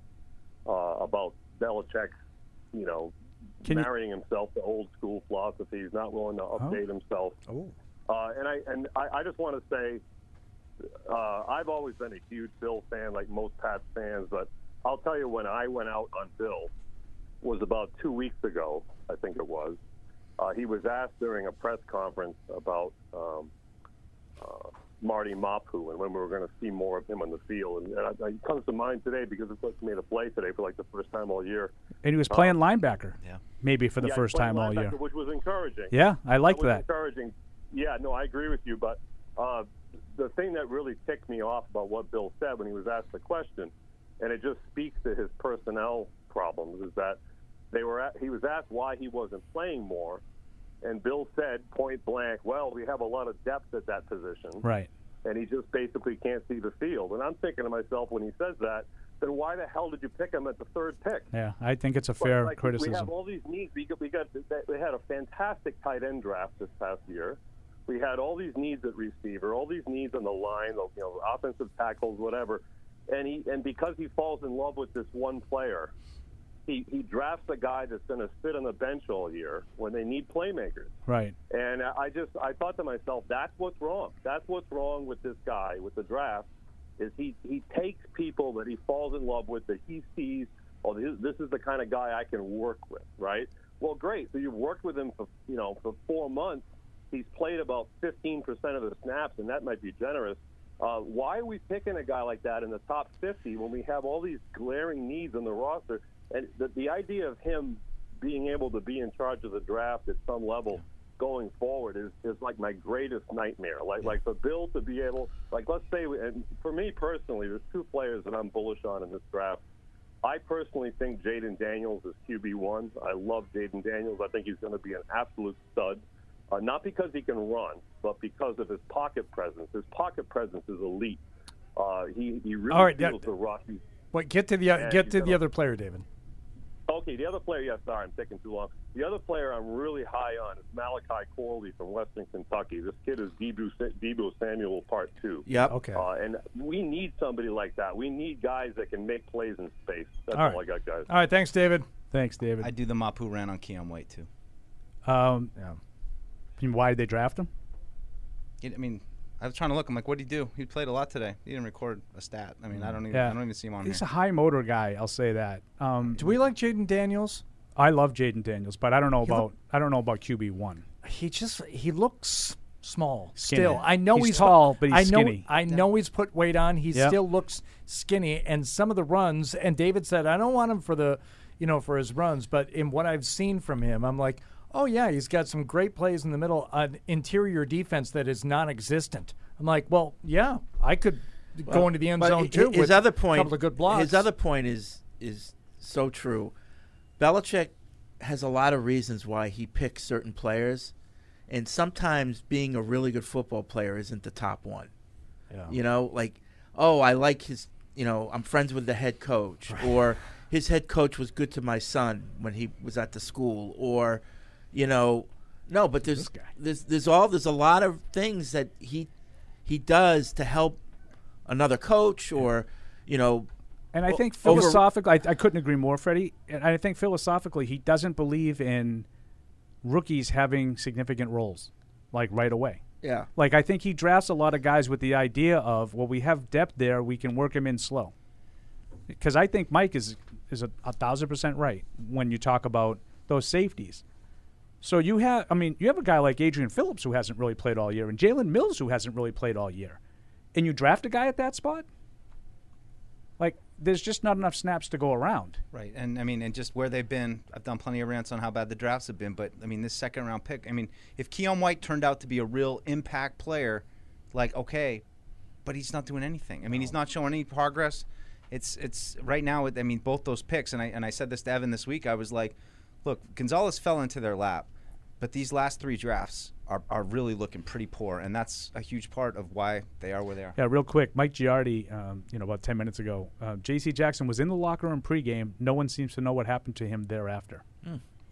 uh, about Belichick. You know, Can you- marrying himself to old school philosophy. He's not willing to update himself. Oh. Uh, and I and I, I just want to say, uh, I've always been a huge Bill fan, like most Pats fans. But I'll tell you, when I went out on Bill, was about two weeks ago, I think it was. Uh, he was asked during a press conference about um, uh, Marty Mapu and when we were going to see more of him on the field. And, and I, it comes to mind today because, of course, he made a play today for like the first time all year. And he was Uh, playing linebacker. Yeah. Maybe for the yeah, he first played time all year. linebacker, which was encouraging. Yeah, I liked was that. Encouraging. Yeah, no, I agree with you. But uh, the thing that really ticked me off about what Bill said when he was asked the question, and it just speaks to his personnel problems, is that they were at, he was asked why he wasn't playing more, and Bill said point blank, "Well, we have a lot of depth at that position." Right. and he just basically can't see the field. And I'm thinking to myself when he says that, then why the hell did you pick him at the third pick? Yeah, I think it's a Like- fair like, We criticism. have all these needs. We got, we got they had a fantastic tight end draft this past year. We had all these needs at receiver, all these needs on the line, you know, offensive tackles, whatever. And he and because he falls in love with this one player, he, he drafts a guy that's going to sit on the bench all year when they need playmakers. Right. And I I just I thought to myself, that's what's wrong. That's what's wrong with this guy with the draft is he he takes people that he falls in love with that he sees. Oh, this, this is the kind of guy I can work with, right? Well, great. So you've worked with him for you know for four months, He's played about 15% of the snaps, and that might be generous. Uh, why are we picking a guy like that in the top 50 when we have all these glaring needs on the roster? And the, the idea of him being able to be in charge of the draft at some level going forward is, is like my greatest nightmare. Like like the Bill to be able like let's say we- and for me personally, there's two players that I'm bullish on in this draft. I personally think Jaden Daniels is QB one. I love Jaden Daniels. I think he's going to be an absolute stud, uh, not because he can run, but because of his pocket presence. His pocket presence is elite. Uh, he he really All right, feels that- the Rocky Wait, get to the Yeah, get he's to the gonna- other player, David. Okay, the other player, yeah, sorry, I'm taking too long. The other player I'm really high on is Malachi Corley from Western Kentucky. This kid is Debo, Sa- Debo Samuel Part 2. Yep. Okay. Uh, and we need somebody like that. We need guys that can make plays in space. That's All all, right. I got, guys. All right, thanks, David. Thanks, David. I do the Mapu ran on Keon White too. Um, I mean, why did they draft him? I mean, I was trying to look. I'm like, what would he do? He played a lot today. He didn't record a stat. I Mm. mean, I don't even. I don't even see him on He's here. a high motor guy. I'll say that. Um, do we like Jaden Daniels? I love Jaden Daniels, but I don't know He about look- I don't know about QB one. He just he looks small Skinny. still. I know He's he's, tall, but he's I know, skinny. I know he's put weight on. He Yeah. still looks skinny, and some of the runs. And David said, I don't want him for the, you know, for his runs. But in what I've seen from him, I'm like, oh yeah, he's got some great plays in the middle on interior defense that is non-existent. I'm like, well, yeah, I could go into the end But zone hi- too. His with other a point, couple of good blocks. His other point is is so true. Belichick has a lot of reasons why he picks certain players, and sometimes being a really good football player isn't the top one. Yeah. You know, like oh, I like his. You know, I'm friends with the head coach, or his head coach was good to my son when he was at the school, or you know, no, but there's there's there's all there's a lot of things that he he does to help another coach or you know And I think over- philosophically, I, I couldn't agree more, Freddie. And I think philosophically, he doesn't believe in rookies having significant roles, like right away. Yeah. Like I think he drafts a lot of guys with the idea of, well, we have depth there, we can work him in slow. Because I think Mike is is a, a thousand percent right when you talk about those safeties. So you have, I mean, you have a guy like Adrian Phillips who hasn't really played all year, and Jalen Mills who hasn't really played all year, and you draft a guy at that spot. Like, there's just not enough snaps to go around. Right, and I mean, and just where they've been, I've done plenty of rants on how bad the drafts have been, but I mean, this second round pick, I mean, if Keon White turned out to be a real impact player, like okay, but he's not doing anything. I mean, he's not showing any progress. It's it's right now. it- I mean, both those picks, and I and I said this to Evan this week. I was like, look, Gonzalez fell into their lap, but these last three drafts are are really looking pretty poor, and that's a huge part of why they are where they are. Yeah, real quick, Mike Giardi, um, you know, about 10 minutes ago, uh, J.C. Jackson was in the locker room pregame. No one seems to know what happened to him thereafter.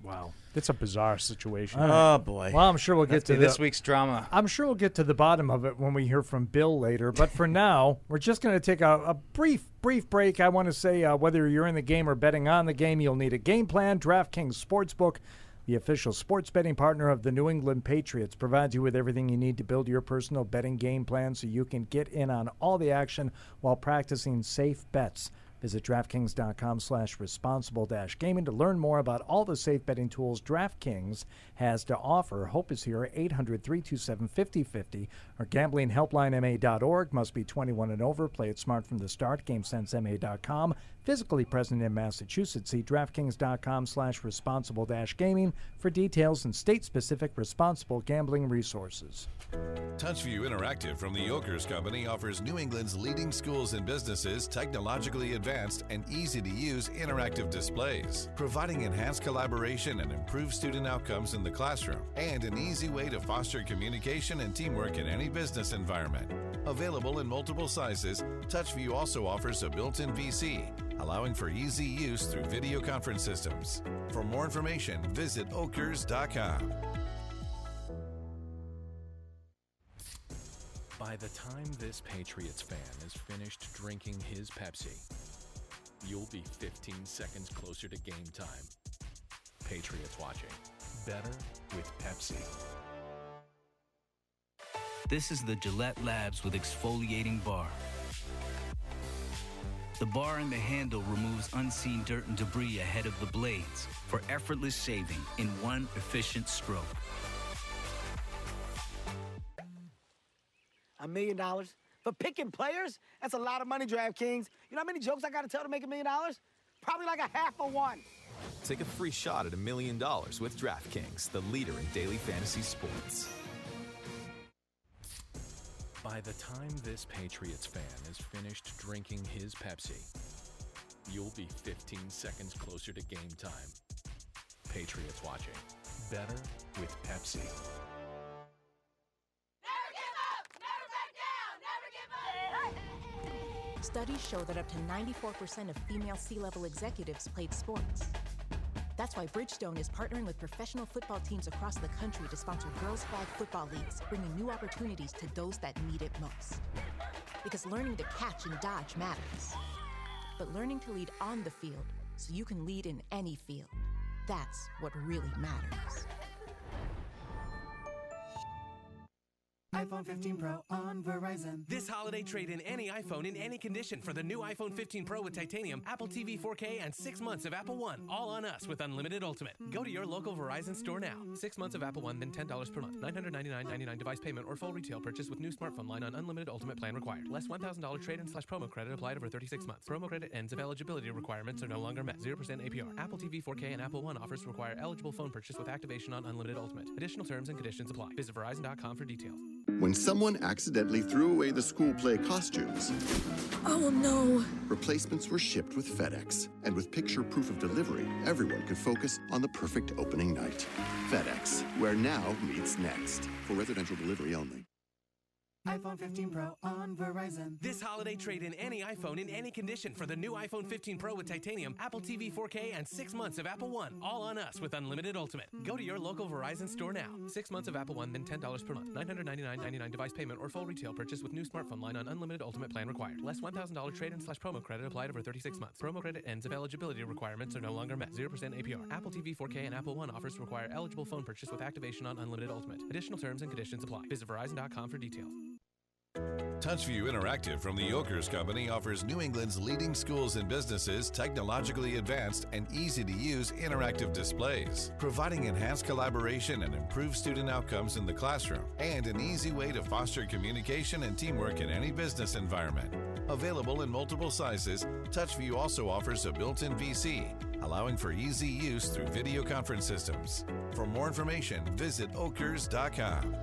Wow. That's a bizarre situation. Oh, Oh, Well, I'm sure we'll get to the- drama. I'm sure we'll get to the bottom of it when we hear from Bill later. But for now, we're just going to take a, a brief, brief break. I want to say uh, whether you're in the game or betting on the game, you'll need a game plan. DraftKings Sportsbook, the official sports betting partner of the New England Patriots, provides you with everything you need to build your personal betting game plan so you can get in on all the action while practicing safe bets. Visit DraftKings.com slash responsible dash gaming to learn more about all the safe betting tools DraftKings has to offer. Hope is here, 800 327 5050 or gamblinghelplinema.org. Must be 21 and over. Play it smart from the start. GameSenseMA.com. Physically present in Massachusetts. See DraftKings.com slash responsible dash gaming for details and state specific responsible gambling resources. TouchView Interactive from the Yokers Company offers New England's leading schools and businesses technologically advanced and easy to use interactive displays, providing enhanced collaboration and improved student outcomes in the classroom, and an easy way to foster communication and teamwork in any business environment. Available in multiple sizes, TouchView also offers a built in PC, allowing for easy use through video conference systems. For more information, visit okers.com. By the time this Patriots fan is finished drinking his Pepsi, you'll be 15 seconds closer to game time. Patriots watching. Better with Pepsi. This is the Gillette Labs with exfoliating bar. The bar and the handle removes unseen dirt and debris ahead of the blades for effortless shaving in one efficient stroke. a million dollars for picking players? That's a lot of money, DraftKings. You know how many jokes I got to tell to make a million dollars? Probably like a half a one. Take a free shot at a million dollars with DraftKings, the leader in daily fantasy sports. By the time this Patriots fan is finished drinking his Pepsi, you'll be 15 seconds closer to game time. Patriots watching. Better with Pepsi. Studies show that up to 94% of female C level executives played sports. That's why Bridgestone is partnering with professional football teams across the country to sponsor Girls Flag football leagues, bringing new opportunities to those that need it most. Because learning to catch and dodge matters. But learning to lead on the field so you can lead in any field, that's what really matters. iPhone 15 Pro on Verizon. This holiday, trade in any iPhone in any condition for the new iPhone 15 Pro with titanium, Apple TV 4K, and six months of Apple One. All on us with Unlimited Ultimate. Go to your local Verizon store now. Six months of Apple One, then $10 per month. $999.99 device payment or full retail purchase with new smartphone line on Unlimited Ultimate plan required. Less $1,000 trade in slash promo credit applied over 36 months. Promo credit ends if eligibility requirements are no longer met. 0% APR. Apple TV 4K and Apple One offers require eligible phone purchase with activation on Unlimited Ultimate. Additional terms and conditions apply. Visit Verizon.com for details. When someone accidentally threw away the school play costumes, Oh no! replacements were shipped with FedEx. And with picture proof of delivery, everyone could focus on the perfect opening night. FedEx, where now meets next. For residential delivery only. iPhone 15 Pro on Verizon. This holiday, trade in any iPhone in any condition for the new iPhone 15 Pro with titanium, Apple TV 4K, and six months of Apple One. All on us with Unlimited Ultimate. Go to your local Verizon store now. Six months of Apple One, then $10 per month. $999.99 device payment or full retail purchase with new smartphone line on Unlimited Ultimate plan required. Less $1,000 trade in slash promo credit applied over 36 months. Promo credit ends if eligibility requirements are no longer met. 0% APR. Apple TV 4K and Apple One offers require eligible phone purchase with activation on Unlimited Ultimate. Additional terms and conditions apply. Visit Verizon.com for details. TouchView Interactive from the Oakers Company offers New England's leading schools and businesses technologically advanced and easy to use interactive displays, providing enhanced collaboration and improved student outcomes in the classroom, and an easy way to foster communication and teamwork in any business environment. Available in multiple sizes, TouchView also offers a built in VC, allowing for easy use through video conference systems. For more information, visit okers.com.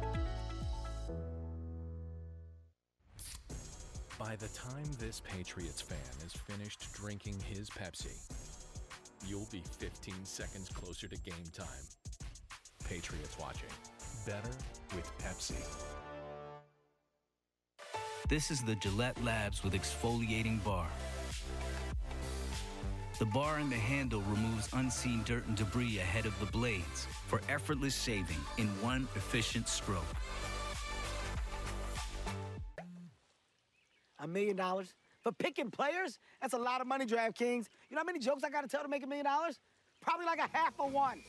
By the time this Patriots fan is finished drinking his Pepsi, you'll be 15 seconds closer to game time. Patriots watching. Better with Pepsi. This is the Gillette Labs with exfoliating bar. The bar and the handle removes unseen dirt and debris ahead of the blades for effortless shaving in one efficient stroke. A million dollars for picking players? That's a lot of money, DraftKings. You know how many jokes I got to tell to make a million dollars? Probably like a half a one.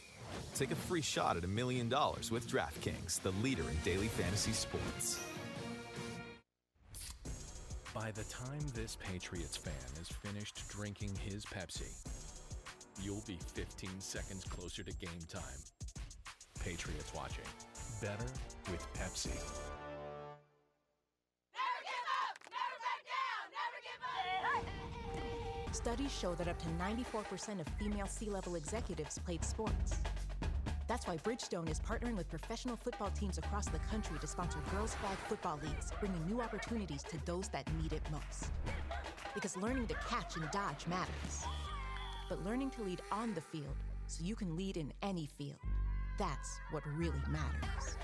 Take a free shot at a million dollars with DraftKings, the leader in daily fantasy sports. By the time this Patriots fan is finished drinking his Pepsi, you'll be 15 seconds closer to game time. Patriots watching. Better with Pepsi. Studies show that up to 94% of female C level executives played sports. That's why Bridgestone is partnering with professional football teams across the country to sponsor Girls Flag football leagues, bringing new opportunities to those that need it most. Because learning to catch and dodge matters. But learning to lead on the field so you can lead in any field, that's what really matters.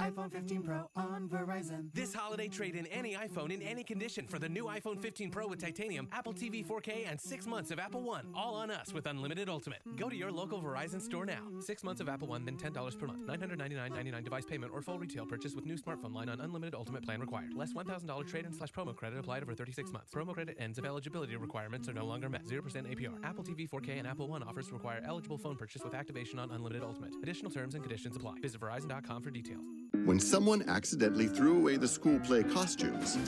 iPhone 15 Pro on Verizon. This holiday, trade in any iPhone in any condition for the new iPhone 15 Pro with titanium, Apple TV 4K, and six months of Apple One. All on us with Unlimited Ultimate. Go to your local Verizon store now. Six months of Apple One, then $10 per month. $999.99 device payment or full retail purchase with new smartphone line on Unlimited Ultimate plan required. Less $1,000 trade in slash promo credit applied over 36 months. Promo credit ends if eligibility requirements are no longer met. 0% APR. Apple TV 4K and Apple One offers require eligible phone purchase with activation on Unlimited Ultimate. Additional terms and conditions apply. Visit Verizon.com for details. When someone accidentally threw away the school play costumes,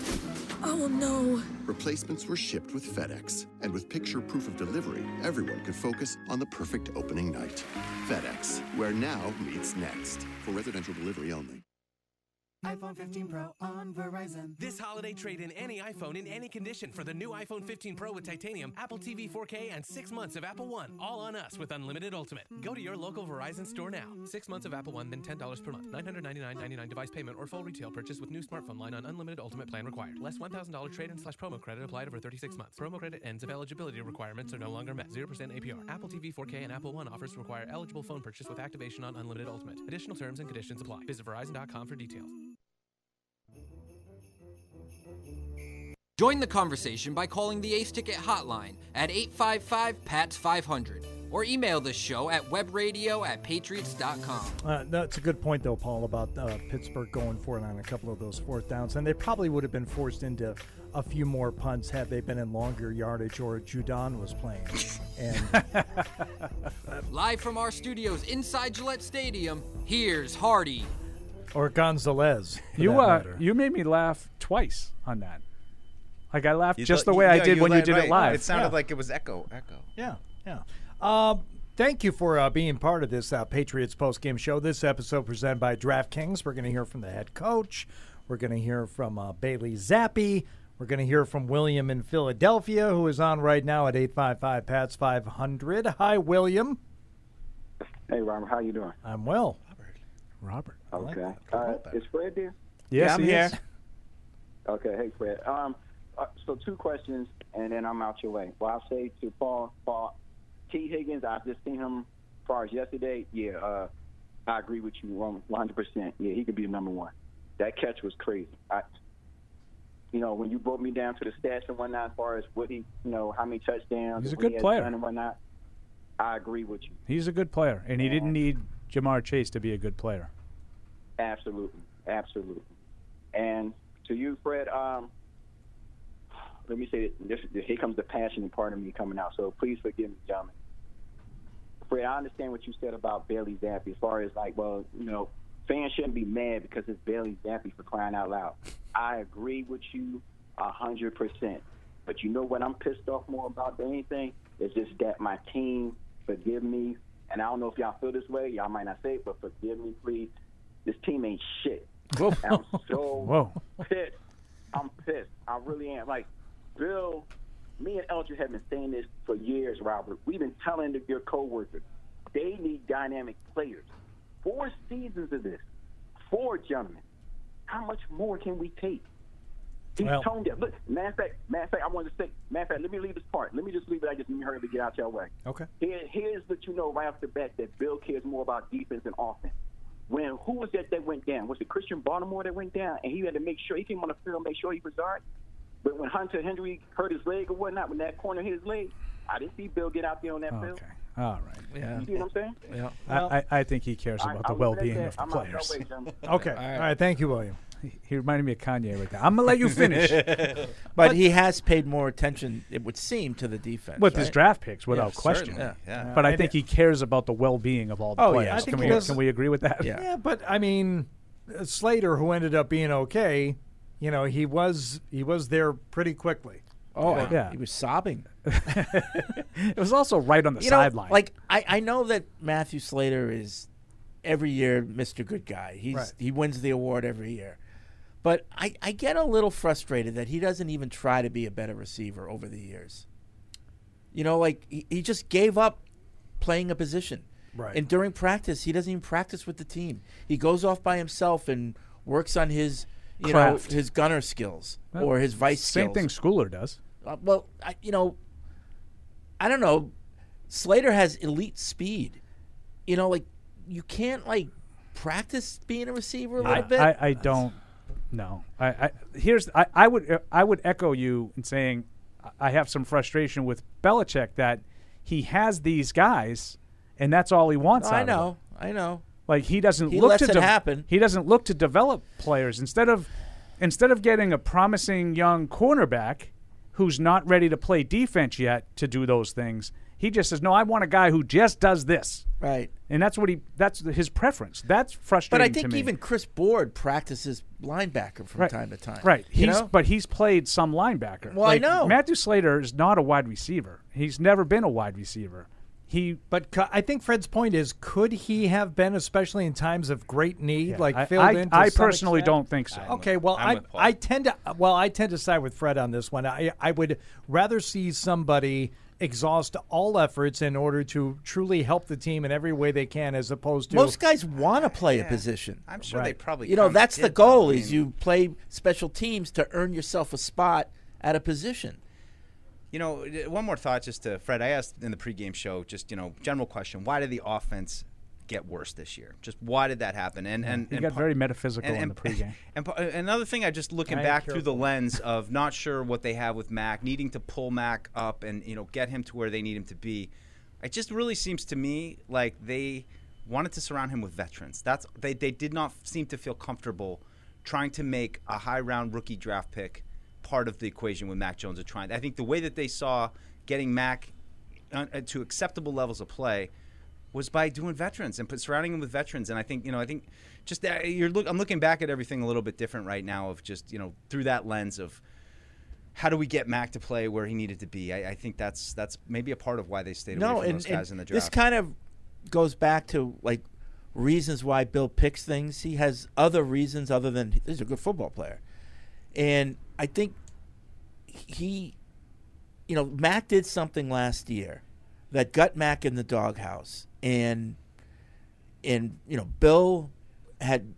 Oh no. Replacements were shipped with FedEx, and with picture proof of delivery, everyone could focus on the perfect opening night. FedEx, where now meets next, for residential delivery only. iPhone 15 Pro on Verizon. This holiday, trade in any iPhone in any condition for the new iPhone 15 Pro with titanium, Apple TV 4K, and six months of Apple One, all on us with Unlimited Ultimate. Go to your local Verizon store now. Six months of Apple One, then ten dollars per month. Nine hundred ninety-nine ninety-nine device payment or full retail purchase with new smartphone line on Unlimited Ultimate plan required. Less one thousand dollar trade in slash promo credit applied over thirty-six months. Promo credit ends if eligibility requirements are no longer met. Zero percent APR. Apple TV 4K and Apple One offers require eligible phone purchase with activation on Unlimited Ultimate. Additional terms and conditions apply. Visit Verizon.com for details. Join the conversation by calling the Ace Ticket hotline at 855 PATS 500 or email the show at webradio at patriots.com. Uh, that's a good point, though, Paul, about uh, Pittsburgh going for it on a couple of those fourth downs. And they probably would have been forced into a few more punts had they been in longer yardage or Judon was playing. And Live from our studios inside Gillette Stadium, here's Hardy. <laughs> Or Gonzalez. for You that uh, matter. you made me laugh twice on that. Like I laughed You just thought- the way I yeah, did when you let- did right. it live. It sounded Yeah. like it was echo, echo. Yeah, yeah. Uh, thank you for uh, being part of this uh, Patriots postgame show. This episode presented by DraftKings. We're going to hear from the head coach. We're going to hear from uh, Bailey Zappi. We're going to hear from William in Philadelphia, who is on right now at 855 Pats 500. Hi, William. Hey, Robert, how you doing? I'm well. Robert. Robert. Okay. Uh, is Fred there? Yes, Yeah, I'm he here. is. Okay, hey, Fred. Um, uh, so two questions, and then I'm out your way. Well, I'll say to Paul, Paul, T. Higgins, I've just seen him as far as yesterday. Yeah, uh, I agree with you 100%. Yeah, he could be the number one. That catch was crazy. I, you know, when you broke me down to the stats and whatnot, as far as what he, you know, how many touchdowns, He's a what he good has player. done and whatnot, I agree with you. He's a good player, and he didn't need Jamar Chase to be a good player. Absolutely, absolutely. And to you, Fred, um, let me say this, this. Here comes the passionate part of me coming out. So please forgive me, gentlemen. Fred, I understand what you said about Bailey Zappi as far as like, well, you know, fans shouldn't be mad because it's Bailey Zappi for crying out loud. I agree with you a hundred percent. But you know what I'm pissed off more about than anything is just that my team, forgive me, and I don't know if y'all feel this way, y'all might not say it, but forgive me, please. This team ain't shit. <laughs> And <laughs> I'm so Whoa. pissed. I'm pissed. I really am. Like, Bill, me and Eldridge have been saying this for years, Robert. We've been telling your coworkers they need dynamic players. Four seasons of this. Four gentlemen. How much more can we take? He's Well- toned down. Look, matter of fact, matter of fact, I wanted to say, matter of fact, let me leave this part. Let me just leave it. I just let me hurry to get out your way. Okay. Here, here's what you know right off the bat that Bill cares more about defense than offense. When who was that that went down? Was it Christian Baltimore that went down? And he had to make sure he came on the field, make sure he was all right. But when Hunter Henry hurt his leg or whatnot, when that corner hit his leg, I didn't see Bill get out there on that field. All right. You see what I'm saying? Yeah. Well- I, I, I think he cares I- about I the will well being let of the that- I'm out. players. I'll wait, <laughs> gentlemen. Okay. All right. Thank you, William. He, he reminded me of Kanye right there. I'm gonna let you finish. <laughs> but, he has paid more attention, it would seem, to the defense with his right? draft picks, without question. But I And think he cares about the well being of all the Oh, yeah. I players. think Can he we does- can we agree with that? Yeah. but I mean, uh, Slater, who ended up being okay, you know, he was he was there pretty quickly. Oh, Yeah. yeah. He was <laughs> sobbing. <laughs> it was also right on the You know, sideline. Like I, I know that Matthew Slater is every year Mr. Good Guy. He's Right. he wins the award every year. But I, I get a little frustrated that he doesn't even try to be a better receiver over the years. You know, like he, he just gave up playing a position. Right. And during practice, he doesn't even practice with the team. He goes off by himself and works on his you Craft. know his gunner skills Well, or his vice skills. Same thing Schooler does. Uh, well, I, you know, I don't know. Slater has elite speed. You know, like you can't like practice being a receiver a little I, bit. I, I don't know. I, I here's I, I would I would echo you in saying I have some frustration with Belichick that he has these guys and that's all he wants. I out of them. know. I know. Like he doesn't He look lets to it happen. He doesn't look to develop players instead of instead of getting a promising young cornerback who's not ready to play defense yet to do those things. He just says, "No, I want a guy who just does this." Right. And that's what he that's his preference. That's frustrating But I to think me. even Chris Board practices linebacker from Right. time to time. Right. You He's know? but he's played some linebacker. Well, I know. Matthew Slater is not a wide receiver. He's never been a wide receiver. He But cu- I think Fred's point is, could he have been, especially in times of great need, like I- filled I- in? to I some personally extent? don't think so. I'm Okay, with- well, I'm I, with Paul. I tend to well, I tend to side with Fred on this one. I I would rather see somebody exhaust all efforts in order to truly help the team in every way they can, as opposed to Most guys want to play a position. I'm sure they probably You know, kinda that's the did, though. goal I is mean- you play special teams to earn yourself a spot at a position. You know, d- one more thought just to Fred. I asked in the pregame show, just you know, general question: Why did the offense get worse this year? Just why did that happen? And and he and got pa- very metaphysical and- <laughs> in and- the pregame. And pa- uh, another thing, I just looking Very back through the careful. <laughs> lens of not sure what they have with Mac, needing to pull Mac up and you know get him to where they need him to be. It just really seems to me like they wanted to surround him with veterans. That's they they did not seem to feel comfortable trying to make a high round rookie draft pick part of the equation with Mac Jones. Are trying. I think the way that they saw getting Mac uh, uh, to acceptable levels of play was by doing veterans and put, surrounding him with veterans. And I think you know, I think just that you're look, I'm looking back at everything a little bit different right now of just you know through that lens of how do we get Mac to play where he needed to be. I, I think that's that's maybe a part of why they stayed away from those guys in the draft. This kind of goes back to like reasons why Bill picks things. He has other reasons other than he's a good football player, and I think he, you know, Mac did something last year that got Mac in the doghouse, and and you know Bill had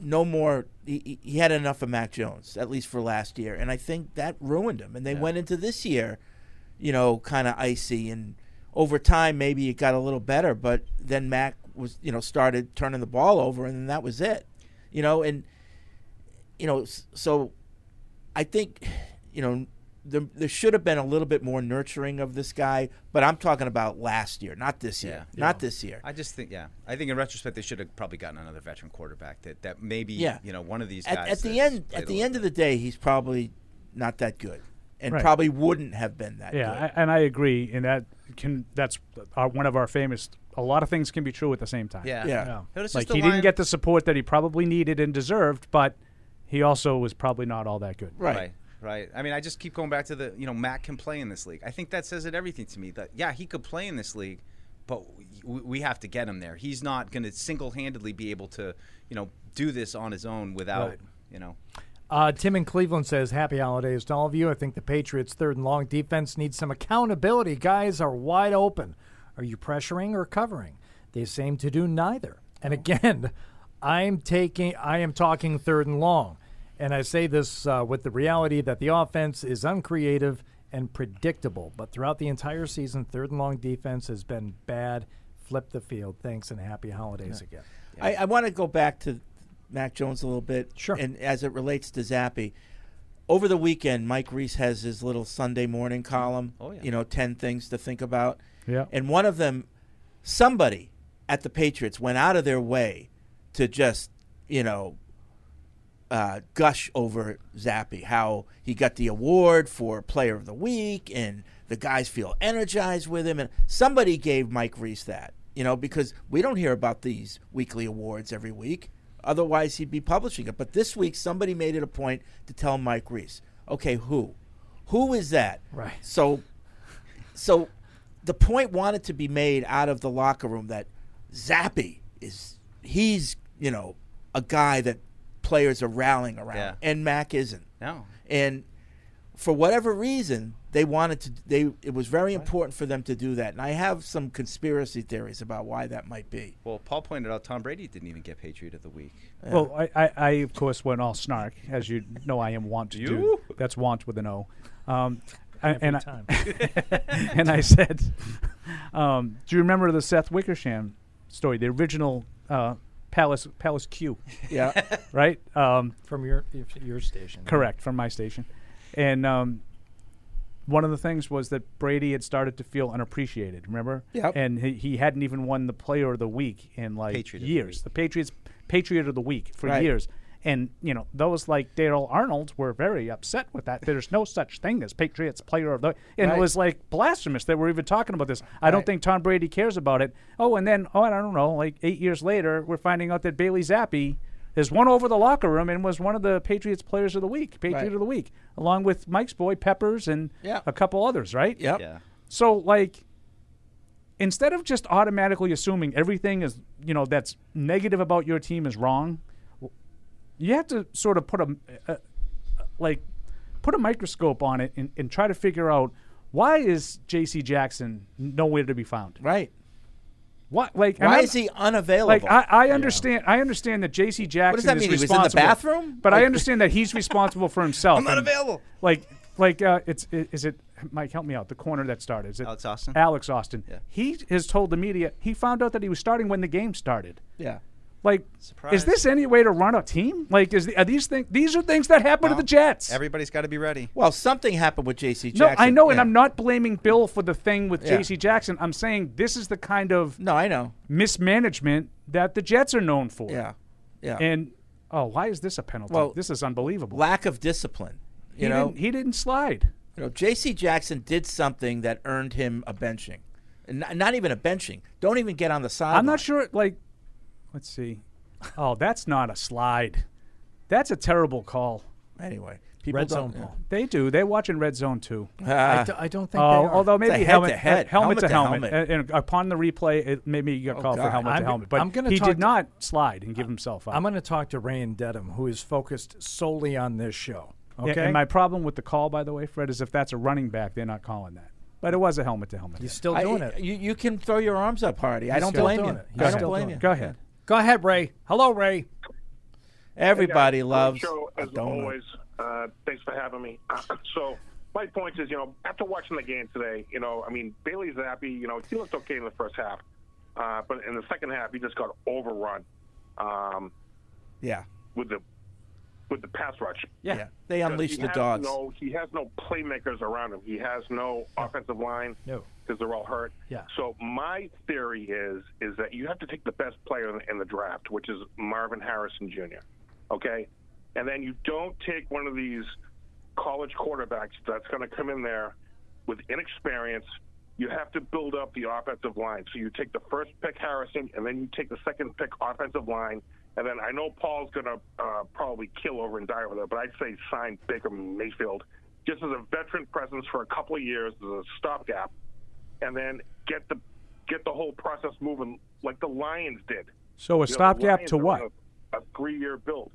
no more. He, he had enough of Mac Jones, at least for last year, and I think that ruined him. And they went into this year, you know, kind of icy. And over time, maybe it got a little better, but then Mac was, you know, started turning the ball over, and then that was it, you know. And you know, s- so I think, you know, there, there should have been a little bit more nurturing of this guy, but I'm talking about last year, not this year, not this year. I just think, yeah, I think in retrospect they should have probably gotten another veteran quarterback that that maybe Yeah. you know one of these guys At, at the that's end, played at a the end of the day, he's probably not that good, and Right. probably wouldn't have been that good. yeah, I, and I agree. And that can that's our, one of our famous. A lot of things can be true at the same time. Yeah. Yeah. It was Like just a he line- didn't get the support that he probably needed and deserved, but he also was probably not all that good. right. Right. I mean, I just keep going back to the, you know, Matt can play in this league. I think that says it everything to me. That yeah, he could play in this league, but we, we have to get him there. He's not going to single-handedly be able to, you know, do this on his own without, Right. you know. Uh, Tim in Cleveland says, Happy holidays to all of you. I think the Patriots' third and long defense needs some accountability. Guys are wide open. Are you pressuring or covering? They seem to do neither. And again, <laughs> I'm taking, I am talking third and long. And I say this uh, with the reality that the offense is uncreative and predictable. But throughout the entire season, third and long defense has been bad. Flip the field. Thanks and happy holidays Yeah. again. I, I want to go back to Mac Jones a little bit, sure. And as it relates to Zappy, over the weekend, Mike Reese has his little Sunday morning column. Oh, yeah. You know, ten things to think about. Yeah. And one of them, somebody at the Patriots went out of their way to just, you know, uh, gush over Zappy, how he got the award for Player of the Week, and the guys feel energized with him. And somebody gave Mike Reese that, you know, because we don't hear about these weekly awards every week. Otherwise, he'd be publishing it. But this week, somebody made it a point to tell Mike Reese, okay, who? Who is that? Right. So, so the point wanted to be made out of the locker room that Zappy is he's you know a guy that players are rallying around, Yeah. and Mac isn't. No. And for whatever reason, they wanted to. They it was very important for them to do that, and I have some conspiracy theories about why that might be. Well, Paul pointed out Tom Brady didn't even get Patriot of the Week. Well, I, I, I of course went all snark, as you know I am wont to do. That's wont with an O. Um, and, and, Every time. I, <laughs> and I said, <laughs> um, do you remember the Seth Wickersham story, the original uh, Palace Palace Q? Yeah. right. Um, From your, your station. Correct, from my station. And um, one of the things was that Brady had started to feel unappreciated, remember? Yep. And he, he hadn't even won the player of the week in like Patriot of the years. The, Patriots Patriot of the Week for Right. years. And you know, those like Daryl Arnold were very upset with that. There's no such thing as Patriots player of the and Right. it was like blasphemous that we're even talking about this. I don't Right. think Tom Brady cares about it. Oh, and then oh, and I don't know, like eight years later, we're finding out that Bailey Zappi is one over the locker room and was one of the Patriots players of the week, Patriot Right. of the week, along with Mike's boy Peppers and Yeah. a couple others, right? Yep. Yeah. So like instead of just automatically assuming everything is you know that's negative about your team is wrong w- you have to sort of put a, a, a- like put a microscope on it and, and try to figure out why is jc jackson nowhere to be found right what like and Why I'm- is he unavailable? like i, I understand i understand that jc jackson that is mean? He was in the responsible bathroom? but i Like- <laughs> understand that he's responsible for himself I'm not and, available. like like uh, it's i- is it mike help me out the corner that started is it alex austin alex austin he has told the media he found out that he was starting when the game started Yeah. like, is Surprise. this any way to run a team? Like, is the, are these things? These are things that happen to the Jets. Everybody's got to be ready. Well, something happened with J.C. No, Jackson. I know, and Yeah. I'm not blaming Bill for the thing with Yeah. J.C. Jackson. I'm saying this is the kind of no, I know mismanagement that the Jets are known for. Yeah. Yeah. And oh, why is this a penalty? Well, this is unbelievable. Lack of discipline. You He know, didn't- he didn't slide. You know, J.C. Jackson did something that earned him a benching, and not, not even a benching. Don't even get on the side. I'm not sure. Like, let's see. Oh, that's not a slide. That's a terrible call. Anyway, people Red don't- zone yeah. call. They do. They're watching red zone too. Ah. I d- I don't think Oh, they are. although It's a maybe helmet, head-to-head. helmet to helmet. Helmet Oh, to And, and upon the replay, it maybe you got called for Oh, God. helmet I'm- to helmet. But I'm gonna he talk did to- not slide and give himself up. I'm going to talk to Rayan Dedham, who is focused solely on this show. Yeah, Okay. and my problem with the call, by the way, Fred, is if that's a running back, they're not calling that. But it was a helmet to helmet. You're still I, You, you can throw your arms up, Hardy. I He's don't still blame doing you. it. I He's don't still blame doing you. it. Go ahead. Go ahead, Ray. Hello, Ray. Everybody Hey, guys, loves great show, a as donut. always. Uh, thanks for having me. <clears throat> so my point is, you know, after watching the game today, you know, I mean, Bailey's happy. You know, he looked okay in the first half, uh, but in the second half, he just got overrun um, Yeah. with the with the pass rush. Yeah. They Because unleashed he the has dogs. No, he has no playmakers around him. He has no offensive line. No. because they're all hurt. Yeah. So my theory is is that you have to take the best player in, in the draft, which is Marvin Harrison Jr. Okay, and then you don't take one of these college quarterbacks that's going to come in there with inexperience. You have to build up the offensive line. So you take the first pick Harrison, and then you take the second pick offensive line. And then I know Paul's going to uh, probably kill over and die with it, but I'd say sign Baker Mayfield just as a veteran presence for a couple of years as a stopgap and then get the get the whole process moving like the Lions did. So a You know, the stopgap Lions to are on what? A, a three-year build,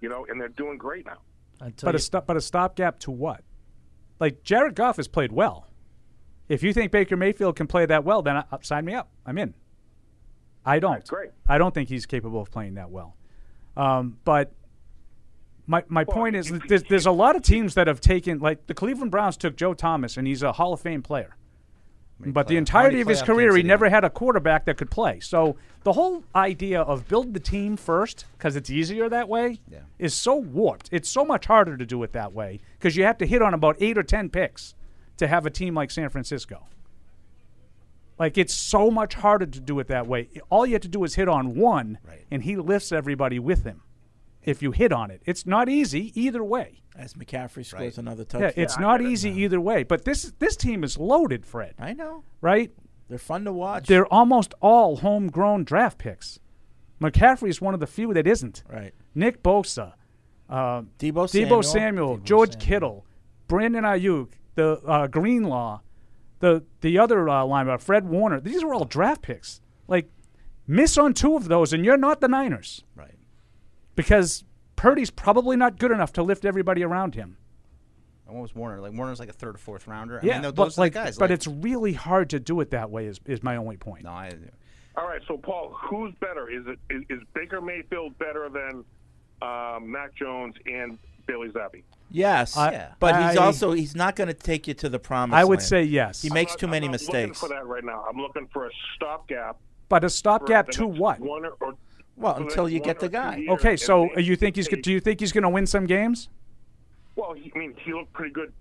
you know, and they're doing great now. But a stop, but a stopgap to what? Like Jared Goff has played well. If you think Baker Mayfield can play that well, then I, uh, sign me up. I'm in. I don't. great. I don't think he's capable of playing that well. Um, but my my point is, that there's, there's a lot of teams that have taken like the Cleveland Browns took Joe Thomas, and he's a Hall of Fame player. But the entirety of his playoff career, games he did he never had a quarterback that could play. So the whole idea of build the team first because it's easier that way is so warped. It's so much harder to do it that way because you have to hit on about eight or ten picks to have a team like San Francisco. Like it's so much harder to do it that way. All you have to do is hit on one, and he lifts everybody with him. If you hit on it, it's not easy either way. As McCaffrey scores another Yeah, touchdown. it's not easy either way. But this this team is loaded, Fred. I know. Right? They're fun to watch. They're almost all homegrown draft picks. McCaffrey is one of the few that isn't. Right. Nick Bosa, uh, Debo Samuel, Samuel. George Kittle, Brandon Ayuk, the uh, Greenlaw, the the other uh, linebacker, Fred Warner. These are all draft picks. Like, miss on two of those, and you're not the Niners. Right. Because Purdy's probably not good enough to lift everybody around him. And what was Warner? Like Warner's like a third or fourth rounder. I yeah, mean, tho- but those are like, the guys. but like- it's really hard to do it that way. Is is my only point. No, I. All right, so Paul, who's better? Is it is, is Baker Mayfield better than uh, Mac Jones and Bailey Zappi? Yes, I- Yeah. but he's I- also he's not going to take you to the promise. I would land. say yes. He I'm makes not- too many I'm not mistakes. Looking for that right now. I'm looking for a stopgap. But a stopgap for the to next what? One or, or Well, for the until next you one get the or two guy. years. Okay, If so they- uh, you think he's go- do you think he's going to win some games? Well, he, I mean, he looked pretty good.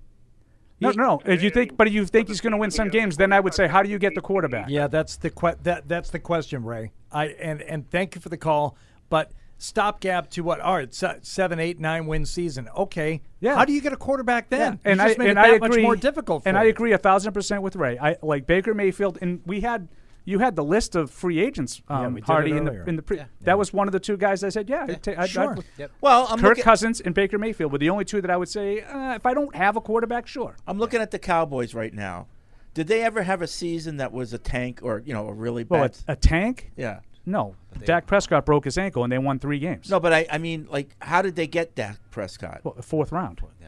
No, no. If you think, but if you think he's going to win some games, then I would say, how do you get the quarterback? Yeah, that's the que- that that's the question, Ray. I and and thank you for the call, but stopgap to what? All right, se- seven, eight, nine win season. Okay. Yeah. How do you get a quarterback then? and You I just made and it I that agree, much more difficult. For and I you. agree a thousand percent with Ray. I like Baker Mayfield, and we had you had the list of free agents. Yeah, Um, we did Hardy it in the earlier. in the pre- that was one of the two guys I said, yeah, I'd ta- I'd- I'd- sure. Yep. Well, I'm Kirk looking- Cousins and Baker Mayfield were the only two that I would say uh, if I don't have a quarterback, sure. I'm looking at the Cowboys right now. Did they ever have a season that was a tank or you know a really Well, a, bad? a tank? Yeah. No, Dak Prescott broke his ankle and they won three games. No, but I, I mean, like, how did they get Dak Prescott? Well, fourth round. Yeah.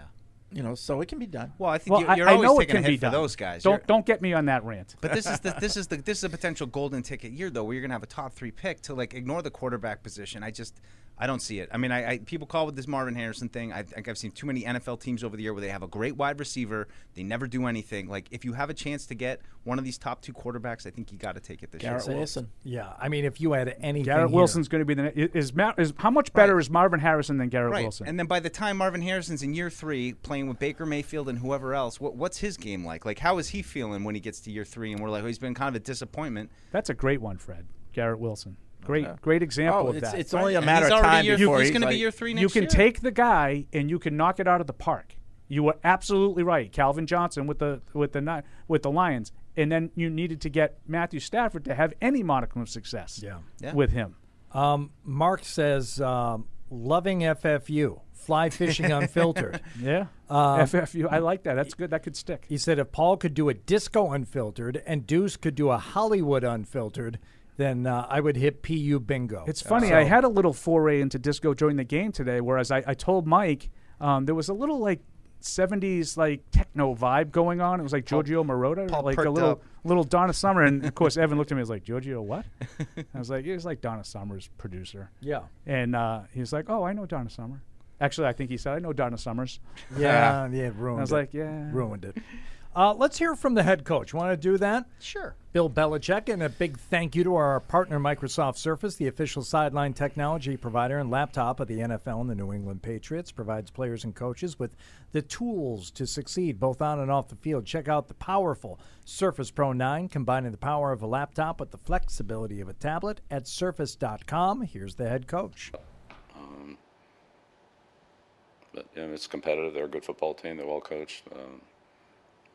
You know, so it can be done. Well, I think Well, you're, you're I, I always know it taking a can hit be for done. those guys. Don't You're- don't get me on that rant. <laughs> But this is the this is the this is a potential golden ticket year though, where you're gonna have a top three pick to like ignore the quarterback position. I just I don't see it. I mean, I, I people call with this Marvin Harrison thing. I think I've seen too many NFL teams over the year where they have a great wide receiver, they never do anything. Like if you have a chance to get one of these top two quarterbacks, I think you got to take it this year. Yeah. I mean, if you had anything. Garrett here- Wilson's going to be the ne- is, Ma- is how much better is Marvin Harrison than Garrett Right, Wilson? and then by the time Marvin Harrison's in year three, playing with Baker Mayfield and whoever else, what, what's his game like? Like, how is he feeling when he gets to year three? And we're like, oh, he's been kind of a disappointment. That's a great one, Fred. Garrett Wilson. Great, great example Oh, of it's- that. it's only a Right. matter And he's of already time year- before he's he's gonna be like- year three You next can year. take the guy and you can knock it out of the park. You were absolutely right, Calvin Johnson with the with the Ni- with the Lions, and then you needed to get Matthew Stafford to have any modicum of success. Yeah. Yeah. with him. Um, Mark says, um, loving FFU, <laughs> fly fishing unfiltered. yeah. Um, FFU. I like that. That's good. That could stick. He said if Paul could do a disco unfiltered and Deuce could do a Hollywood unfiltered, then uh, I would hit PU bingo. It's funny. I had a little foray into disco during the game today, whereas I, I told Mike um, there was a little like 70s like techno vibe going on. It was like Giorgio Moroder, Paul like a perked little up. little Donna Summer. And of course, Evan looked at me and was like, Giorgio, what? I was like, it was like Donna Summer's producer. Yeah. And uh, he was like, oh, I know Donna Summer. Actually, I think he said, I know Donna Summers. <laughs> Yeah, yeah, And ruined I was it. like, yeah. Ruined it. Uh, let's hear from the head coach. Want to do that? Sure. Bill Belichick, and a big thank you to our partner, Microsoft Surface, the official sideline technology provider and laptop of the NFL and the New England Patriots. Provides players and coaches with the tools to succeed both on and off the field. Check out the powerful Surface Pro 9, combining the power of a laptop with the flexibility of a tablet at surface.com. Here's the head coach. Um, but you know, it's competitive. They're a good football team. They're well coached. Um,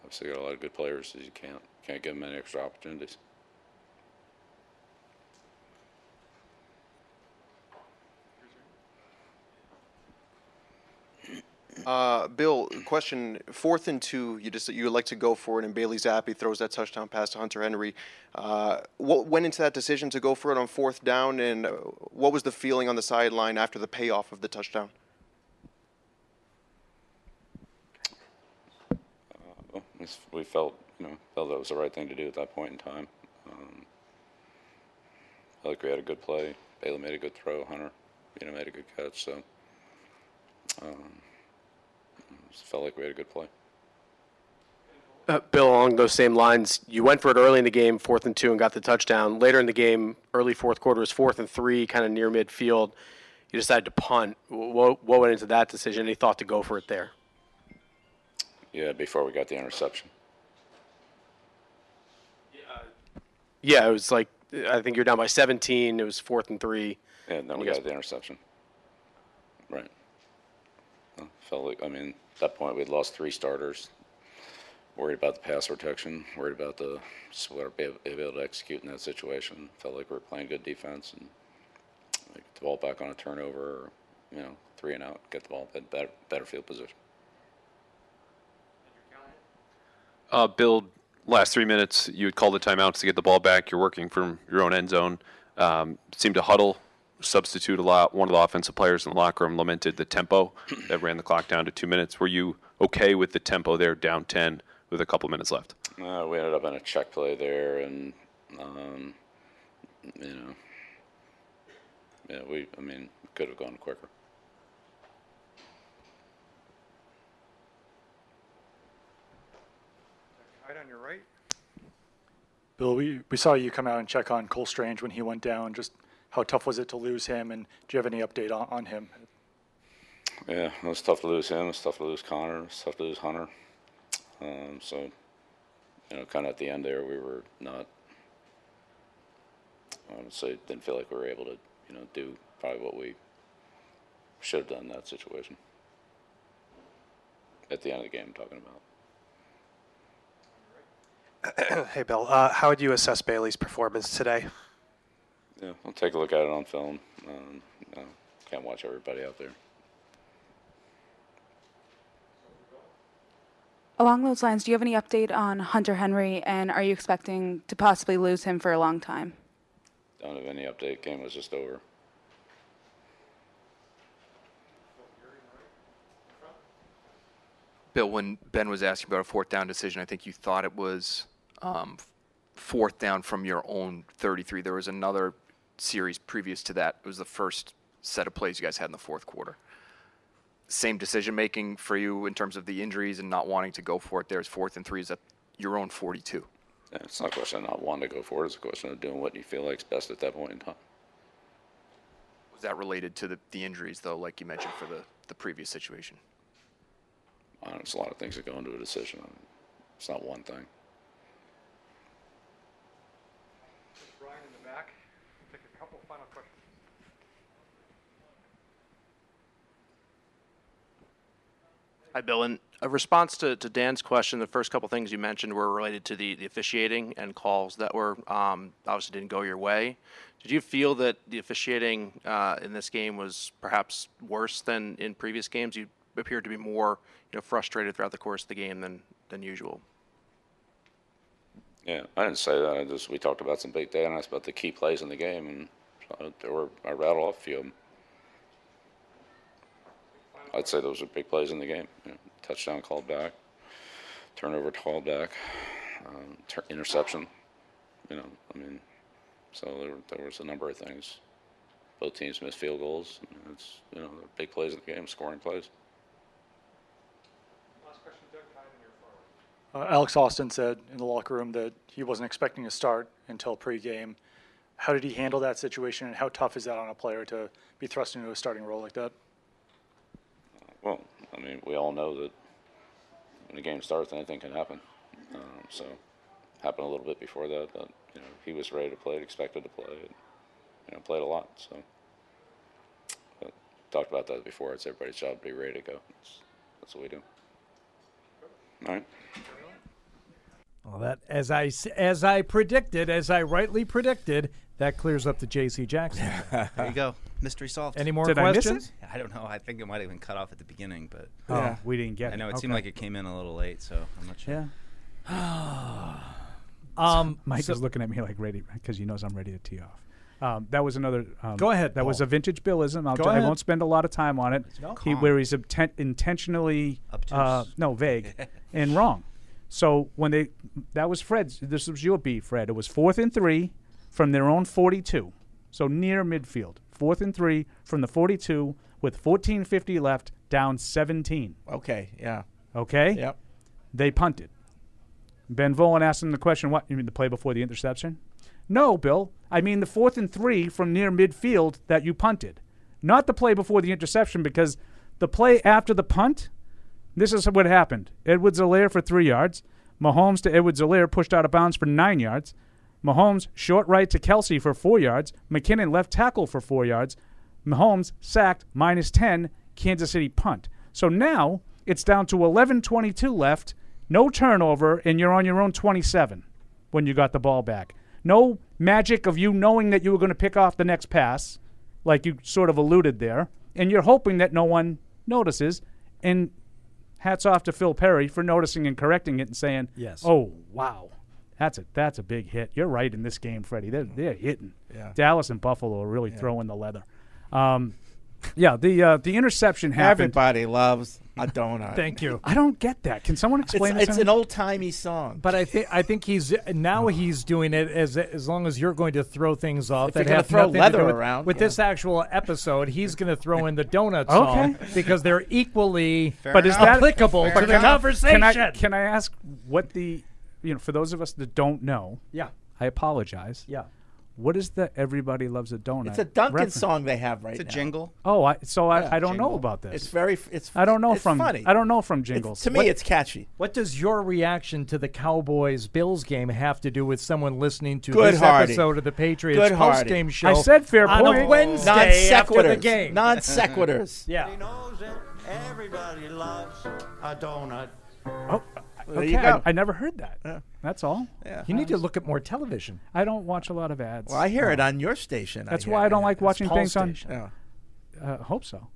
obviously, got a lot of good players. You can't can't give them any extra opportunities. Uh, Bill, question: Fourth and two, you just you elect to go for it, and Bailey Zappi throws that touchdown pass to Hunter Henry. Uh, what went into that decision to go for it on fourth down, and uh, what was the feeling on the sideline after the payoff of the touchdown? Well, Uh, we s- we felt you know felt that was the right thing to do at that point in time. Um, I think we had a good play. Bailey made a good throw. Hunter, you know, made a good catch. So um, just felt like we had a good play. Uh, Bill, along those same lines, you went for it early in the game, fourth and two, and got the touchdown. Later in the game, early fourth quarter was fourth and three, kind of near midfield. You decided to punt. What, what went into that decision? Any thought to go for it there? Yeah, before we got the interception. Uh, Yeah, it was like I think you're down by 17. It was fourth and three. And then You we guys- got the interception. Right. Uh, Felt like, I mean, at that point, we'd lost three starters. Worried about the pass protection, worried about the, just whether be be able to execute in that situation. Felt like we were playing good defense and like the ball back on a turnover, or, you know, three and out, get the ball in better, better field position. Uh, Bill, last three minutes, you had called the timeouts to get the ball back. You're working from your own end zone. Um, seemed to huddle, substitute a lot. One of the offensive players in the locker room lamented the <clears throat> tempo that ran the clock down to two minutes. Were you okay with the tempo there, down 10 with a couple minutes left? Uh, we ended up in a check play there, and um, you know, yeah, we. I mean, could have gone quicker. Right on your right. Bill, we, we saw you come out and check on Cole Strange when he went down. Just how tough was it to lose him, and do you have any update on, on him? Yeah, it was tough to lose him. It was tough to lose Connor. It was tough to lose Hunter. Um, so, you know, kind of at the end there, we were not. I would say didn't feel like we were able to, you know, do probably what we Should have done that situation. At the end of the game, I'm talking about. <clears throat> hey, Bill, uh, how would you assess Bailey's performance today? Yeah, I'll take a look at it on film. Um, no, can't watch everybody out there. Along those lines, do you have any update on Hunter Henry, and are you expecting to possibly lose him for a long time? Don't have any update. Game was just over. Bill, when Ben was asking about a fourth down decision, I think you thought it was um, fourth down from your own 33. There was another series previous to that. It was the first set of plays you guys had in the fourth quarter. Same decision making for you in terms of the injuries and not wanting to go for it. There's fourth and three is at your own 42. Yeah, It's not a question of not wanting to go forward. It's a question of doing what you feel like's best at that point in time. Was that related to the, the injuries though, like you mentioned for the, the previous situation? I don't know, There's Uh, a lot of things that go into a decision. It's not one thing. Brian in the back, take a couple final questions. Hi, Bill. In a response to, to Dan's question, the first couple things you mentioned were related to the, the officiating and calls that were um, obviously didn't go your way. Did you feel that the officiating uh, in this game was perhaps worse than in previous games? You appeared to be more you know, frustrated throughout the course of the game than, than usual. Yeah, I didn't say that. I just we talked about some big data and that's about the key plays in the game, and so there were I rattled off a few of them. I'd say those are big plays in the game. You know, touchdown called back, turnover called back, um, tur interception. You know, I mean, so there, were- there was a number of things. Both teams missed field goals. I mean, It's you know they're big plays in the game, scoring plays. Last question, Doug, tied in your forward. Uh, Alex Austin said in the locker room that he wasn't expecting to start until pregame. How did he handle that situation, and how tough is that on a player to be thrust into a starting role like that? Well, I mean, we all know that when a game starts, anything can happen. Um, so, happened a little bit before that, but you know, he was ready to play, expected to play, and, you know, played a lot. So, but talked about that before. It's everybody's job to be ready to go. That's, that's what we do. All right. Well, that as I s- as I predicted, as I rightly predicted, that clears up the J.C. Jackson. <laughs> There Ah. you go. Mystery solved. Any more questions? I don't know. I think it might have been cut off at the beginning, but Oh, Yeah. we didn't get I it. know it seemed Okay. like it came in a little late, so I'm not sure. <sighs> <laughs> Um, Mike so- is looking at me like ready because he knows I'm ready to tee off. Um, that was another. Um, Go ahead, That was Paul. a vintage Billism. I'll Go ju- I ahead. won't spend a lot of time on it. No. He- where he's obten- intentionally uh, no vague <laughs> and wrong. So when they that was Fred's. This was your beat, Fred. It was fourth and three from their own 42, so near midfield. Fourth and three from the 42 with 14:50 left, down 17. Okay. Yeah. Okay. Yep. They punted. Ben Volen asked him the question, what, you mean the play before the interception? No, Bill. I mean the fourth and three from near midfield that you punted. Not the play before the interception, because the play after the punt, this is what happened. Edwards Alaire for three yards. Mahomes to Edwards Alaire pushed out of bounds for nine yards. Mahomes short right to Kelsey for four yards. McKinnon left tackle for four yards. Mahomes sacked minus 10, Kansas City punt. So now it's down to 11:22 left, no turnover and you're on your own 27 when you got the ball back. No magic of you knowing that you were going to pick off the next pass like you sort of alluded there and you're hoping that no one notices and hats off to Phil Perry for noticing and correcting it and saying, Yes. "Oh, wow. That's a that's a big hit. You're right in this game, Freddie. They're they're hitting. Yeah. Dallas and Buffalo are really throwing the leather. Um, yeah, the uh, the interception happened. Everybody loves a <laughs> donut. Thank you. I don't get that. Can someone explain? it to me? old timey song. But I think I think he's now he's doing it as as long as you're going to throw things off If that you're gonna have throw nothing to leather do with, around, With yeah. this actual episode, he's going to throw in the donut song <laughs> Okay. because they're equally but is that applicable to the conversation? Can I, can I ask what the you know for those of us that don't know? Yeah. I apologize. Yeah. What is the Everybody Loves a Donut? It's a Duncan reference? song they have right It's now. a jingle. Oh, I, so I, Yeah, I don't know jingle. about this. It's very f- it's I don't know it's from funny. I don't know from jingles. to me, it's catchy. What does your reaction to the Cowboys Bills game have to do with someone listening to Good this Hardy. episode of the Patriots Good post Hardy. game I show? said fair on a point. Wednesday Non after the sequiturs. game. Non <laughs> sequiturs. yeah. Everybody loves a donut. Oh, okay. you go. I, I never heard that. That's all. Yeah. You need to look at more television. I don't watch a lot of ads. Oh. Well, I hear it on your station. That's hear why it. I don't Yeah. like It's watching Paul's things on. station. Yeah. Uh, hope so.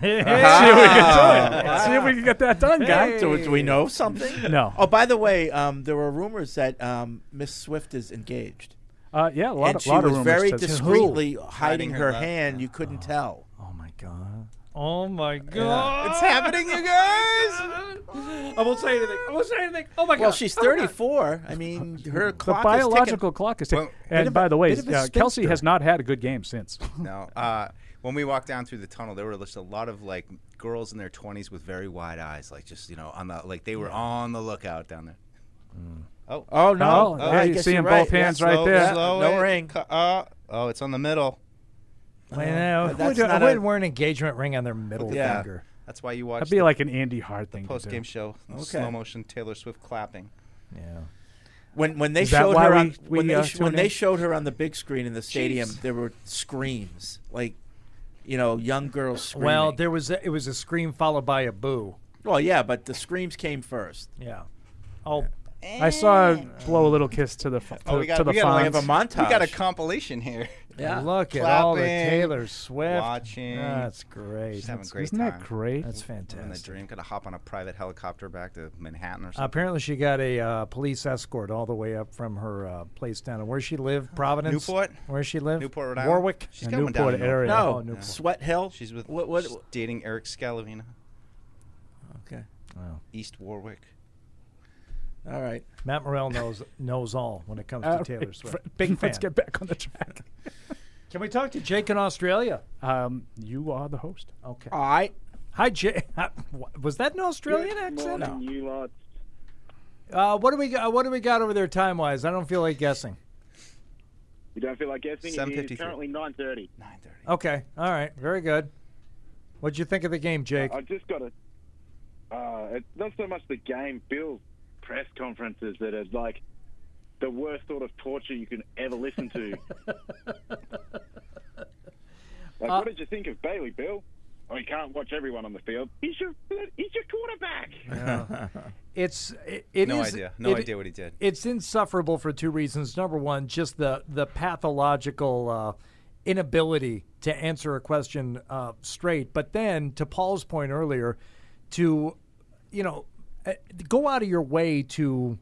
<laughs> See if we can do it. See if we can get that done, guy. Do, do we know something? <laughs> No. Oh, by the way, um, there were rumors that um, Miss Swift is engaged. Uh, yeah, a lot and of- she lot of was rumors very to- To who? discreetly Hiding hiding her her left. hand. You couldn't tell. Oh Oh my god. It's happening, you guys. I won't say anything. I won't say anything. Oh my god. Well, she's Oh my God. 34. I mean, her <laughs> The clock biological clock is ticking. Well, bit and of by a- the way, bit of a uh, Kelsey spinster. has not had a good game <laughs> since. No. Uh, when we walked down through the tunnel, there were just a lot of like girls in their 20s with very wide eyes, like just you know on the like they were on the lookout down there. Oh. Oh no! Mm. Oh, yeah, I you guess see you're in right. both Yeah, hands slow- right there. yeah, Slow No it. ring. Cu- Uh, oh, it's on the middle. Well, who that's would, not who would a- wear an engagement ring on their middle Look at that. finger? That's why you watch. That'd be the- like an Andy Hard thing. to Post do. game show, Okay. slow motion Taylor Swift clapping. Yeah. When when they Is that showed why her we- on we, when, they, uh, sh- tune when they in? showed her on the big screen in the stadium, Jeez. there were screams like, you know, young girls screaming. Well, there was a, it was a scream followed by a boo. well, yeah, but the screams came first. Yeah. Oh, I saw her blow a little kiss to the f- to, Oh, we got- to the we gotta font. have a montage. We got a compilation here. Yeah. Look at all the Clapping, Taylor Swift. Watching. That's great. She's having a That's- great isn't time. that great? That's Living the fantastic. dream. Could have hop on a private helicopter back to Manhattan or something. Apparently, she got a uh, police escort all the way up from her uh, place down in where she lived, Providence. Newport? Where she lived? Newport, Rhode Island. Warwick. She's got one down in Newport. Oh, No. Newport. Yeah. Sweat Hill. She's with What- what- she's dating Eric Scalavina, Okay. East Warwick. All right. Uh, Matt Morrell knows knows all when it comes All to right, Taylor Swift. Uh, <laughs> Fr- <laughs> Big fan. Let's get back on the track. Can we talk to Jake in Australia? Um, you are the host. Okay. All right. Hi, Jake. <laughs> Was that an Australian accent? Morning, you lot. Uh, what do we got? What do we got over there time wise? I don't feel like guessing. You don't feel like guessing? It is 7:53. currently 9.30. Okay. All right. Very good. What'd you think of the game, Jake? I just got a... Uh, it's not so much the game, Bill's press conferences that are like the worst sort of torture you can ever listen to. like, Uh, what did you think of Bailey, Bill? Oh, you can't watch everyone on the field. He's your, he's your quarterback. <laughs> <laughs> It's it, it No is- idea. No it- idea what he did. It's insufferable for two reasons. Number one, just the the pathological uh, inability to answer a question uh, straight. But then, to Paul's point earlier, to you know, uh, go out of your way to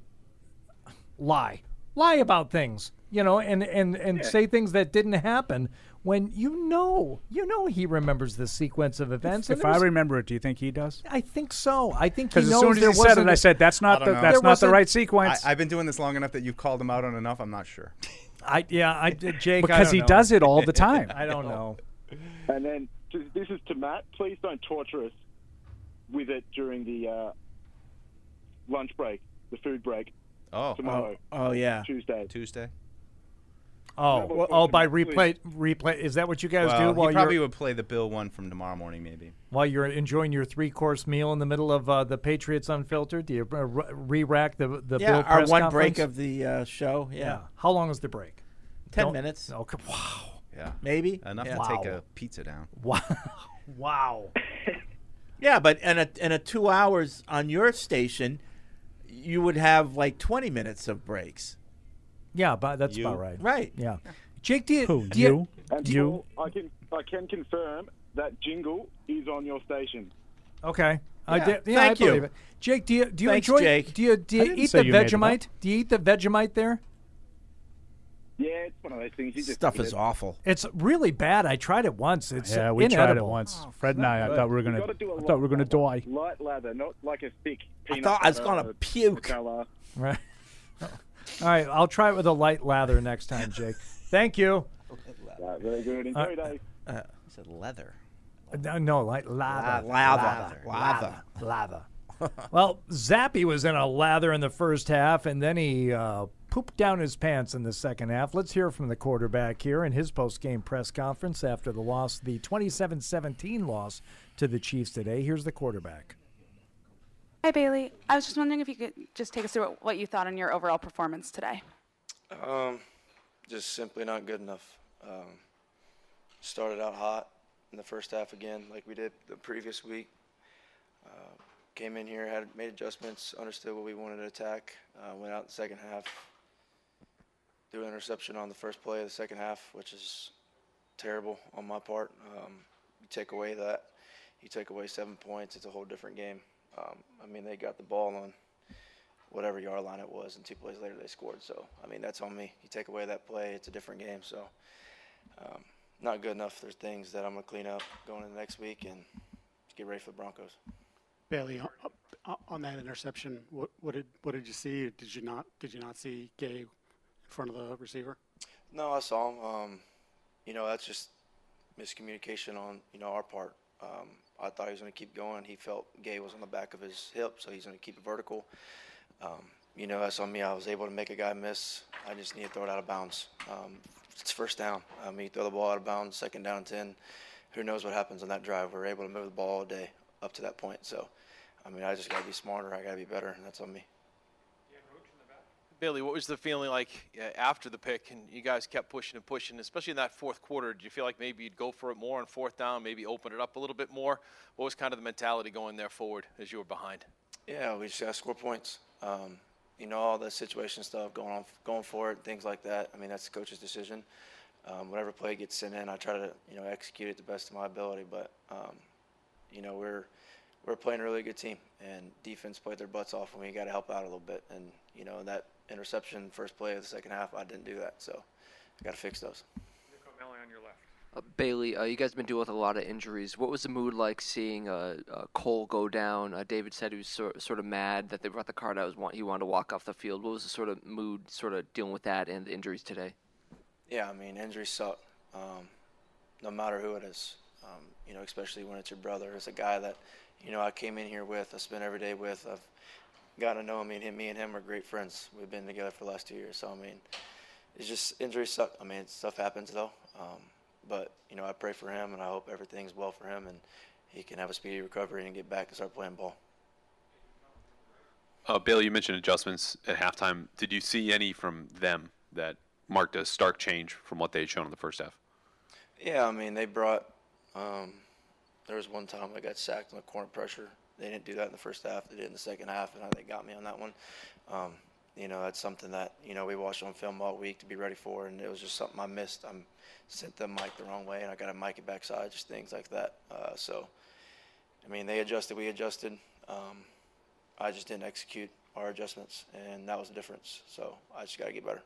lie, lie about things, you know, and and and Yeah. say things that didn't happen when you know you know he remembers the sequence of events. and If there I was- remember it, do you think he does? I think so. I think he Because as knows soon as there he said it, wasn't- I said that's I not don't the know. that's There not the wasn't- right sequence. I, have been doing this long enough that you've called him out on enough. I'm not sure. I yeah, I did, Jake. I Because don't he know. does it all <laughs> the time. I don't know. And then th- this is to Matt. Please don't torture us with it during the uh, lunch break, the food break. Oh. tomorrow. Oh, oh, yeah. Tuesday. Tuesday. Oh, Double well, oh, by please. replay, replay. Is that what you guys well, do while he probably you're would play the Bill one from tomorrow morning, maybe. while you're enjoying your three course meal in the middle of uh, the Patriots Unfiltered? Do you uh, re rack the the yeah, Bill our press one conference? break of the uh, show. Yeah. How long is the break? 10 Don't- minutes. Okay. Wow. Yeah. Maybe. enough Yeah. to take Wow. a pizza down. Wow. Wow. <laughs> Yeah, but in a in a two hours on your station, you would have like twenty minutes of breaks. Yeah, but that's You? about right. Right. Yeah. Jake, do you, Who, do you, And do you- Paul, I can I can confirm that jingle is on your station. Okay. I Yeah. did, yeah, Thank I you. believe it. Jake, do you do you Thanks, enjoy Jake. do you do I you didn't eat say the you made it Vegemite? Do you eat the Vegemite there? Yeah, it's one of those things. You just Stuff eat is it. awful. It's really bad. I tried it once. It's yeah, we inedible. tried it once. Oh, Fred and I, I thought we were You've gonna, gotta do a I light thought we were gonna lather, die. Light lather, not like a thick I peanut. thought I was butter gonna or puke. Nutella. Right. <laughs> All right, I'll try it with a light lather next time, Jake. Thank you. Yeah, very good. Enjoy, Uh, Dave. He said leather. No, no light lather. Lather. Lather. Lather. Well, Zappy was in a lather in the first half, and then he uh, pooped down his pants in the second half. Let's hear from the quarterback here in his post-game press conference after the loss, the 27-17 loss to the Chiefs today. Here's the quarterback. Hi, Bailey. I was just wondering if you could just take us through what- what you thought on your overall performance today. Um, just simply not good enough. Um, started out hot in the first half again, like we did the previous week. Uh, came in here, had made adjustments, understood what we wanted to attack. Uh, went out the second half, threw an interception on the first play of the second half, which is terrible on my part. Um, you take away that, you take away seven points, it's a whole different game. Um, I mean, they got the ball on whatever yard line it was, and two plays later they scored. So, I mean, that's on me. You take away that play, it's a different game. So, um, not good enough. There's things that I'm going to clean up going into next week and just get ready for the Broncos. Bailey, on- on- on that interception, what, what did what did you see? Did you not did you not see Gay in front of the receiver? No, I saw him. Um, you know, that's just miscommunication on you know our part. Um, I thought he was going to keep going. He felt Gay was on the back of his hip, so he's going to keep it vertical. Um, you know, that's on me. I was able to make a guy miss. I just need to throw it out of bounds. Um, it's first down. I mean, you throw the ball out of bounds, second down and ten. Who knows what happens on that drive? We are able to move the ball all day up to that point. So, I mean, I just got to be smarter. I got to be better, and that's on me. Bailey, what was the feeling like uh, after the pick? And you guys kept pushing and pushing, especially in that fourth quarter. Did you feel like maybe you'd go for it more on fourth down, maybe open it up a little bit more? What was kind of the mentality going there forward as you were behind? Yeah, we just got to score points. Um, you know, all the situation stuff going on, going forward, things like that. I mean, that's the coach's decision. Um, whatever play gets sent in, I try to you know execute it the best of my ability. But um, you know, we're we're playing a really good team, and defense played their butts off, and we got to help out a little bit. And you know, that interception first play of the second half, I didn't do that, so I got to fix those. Nick O'Malley on your left. Uh, Bailey, uh, you guys been dealing with a lot of injuries. What was the mood like seeing uh, uh, Cole go down? Uh, David said he was sor- sort of mad that they brought the card out. Was want- he wanted to walk off the field. What was the sort of mood, sort of dealing with that and the injuries today? Yeah, I mean, injuries suck. Um, no matter who it is, um, you know, especially when it's your brother. It's a guy that, you know, I came in here with. I spent every day with. I've got to know him. I mean, him, me and him are great friends. We've been together for the last two years. So I mean, it's just injuries suck. I mean, stuff happens though. Um, but you know, I pray for him, and I hope everything's well for him, and he can have a speedy recovery and get back and start playing ball. Uh, Bailey, you mentioned adjustments at halftime. Did you see any from them that marked a stark change from what they had shown in the first half? Yeah, I mean they brought. Um, there was one time I got sacked on the corner pressure. They didn't do that in the first half. They did in the second half, and they got me on that one. Um, you know, that's something that you know we watched on film all week to be ready for, and it was just something I missed. I sent the mic the wrong way, and I got to mic it backside, just things like that. Uh, so, I mean, they adjusted, we adjusted. Um, I just didn't execute our adjustments, and that was the difference. So I just got to get better.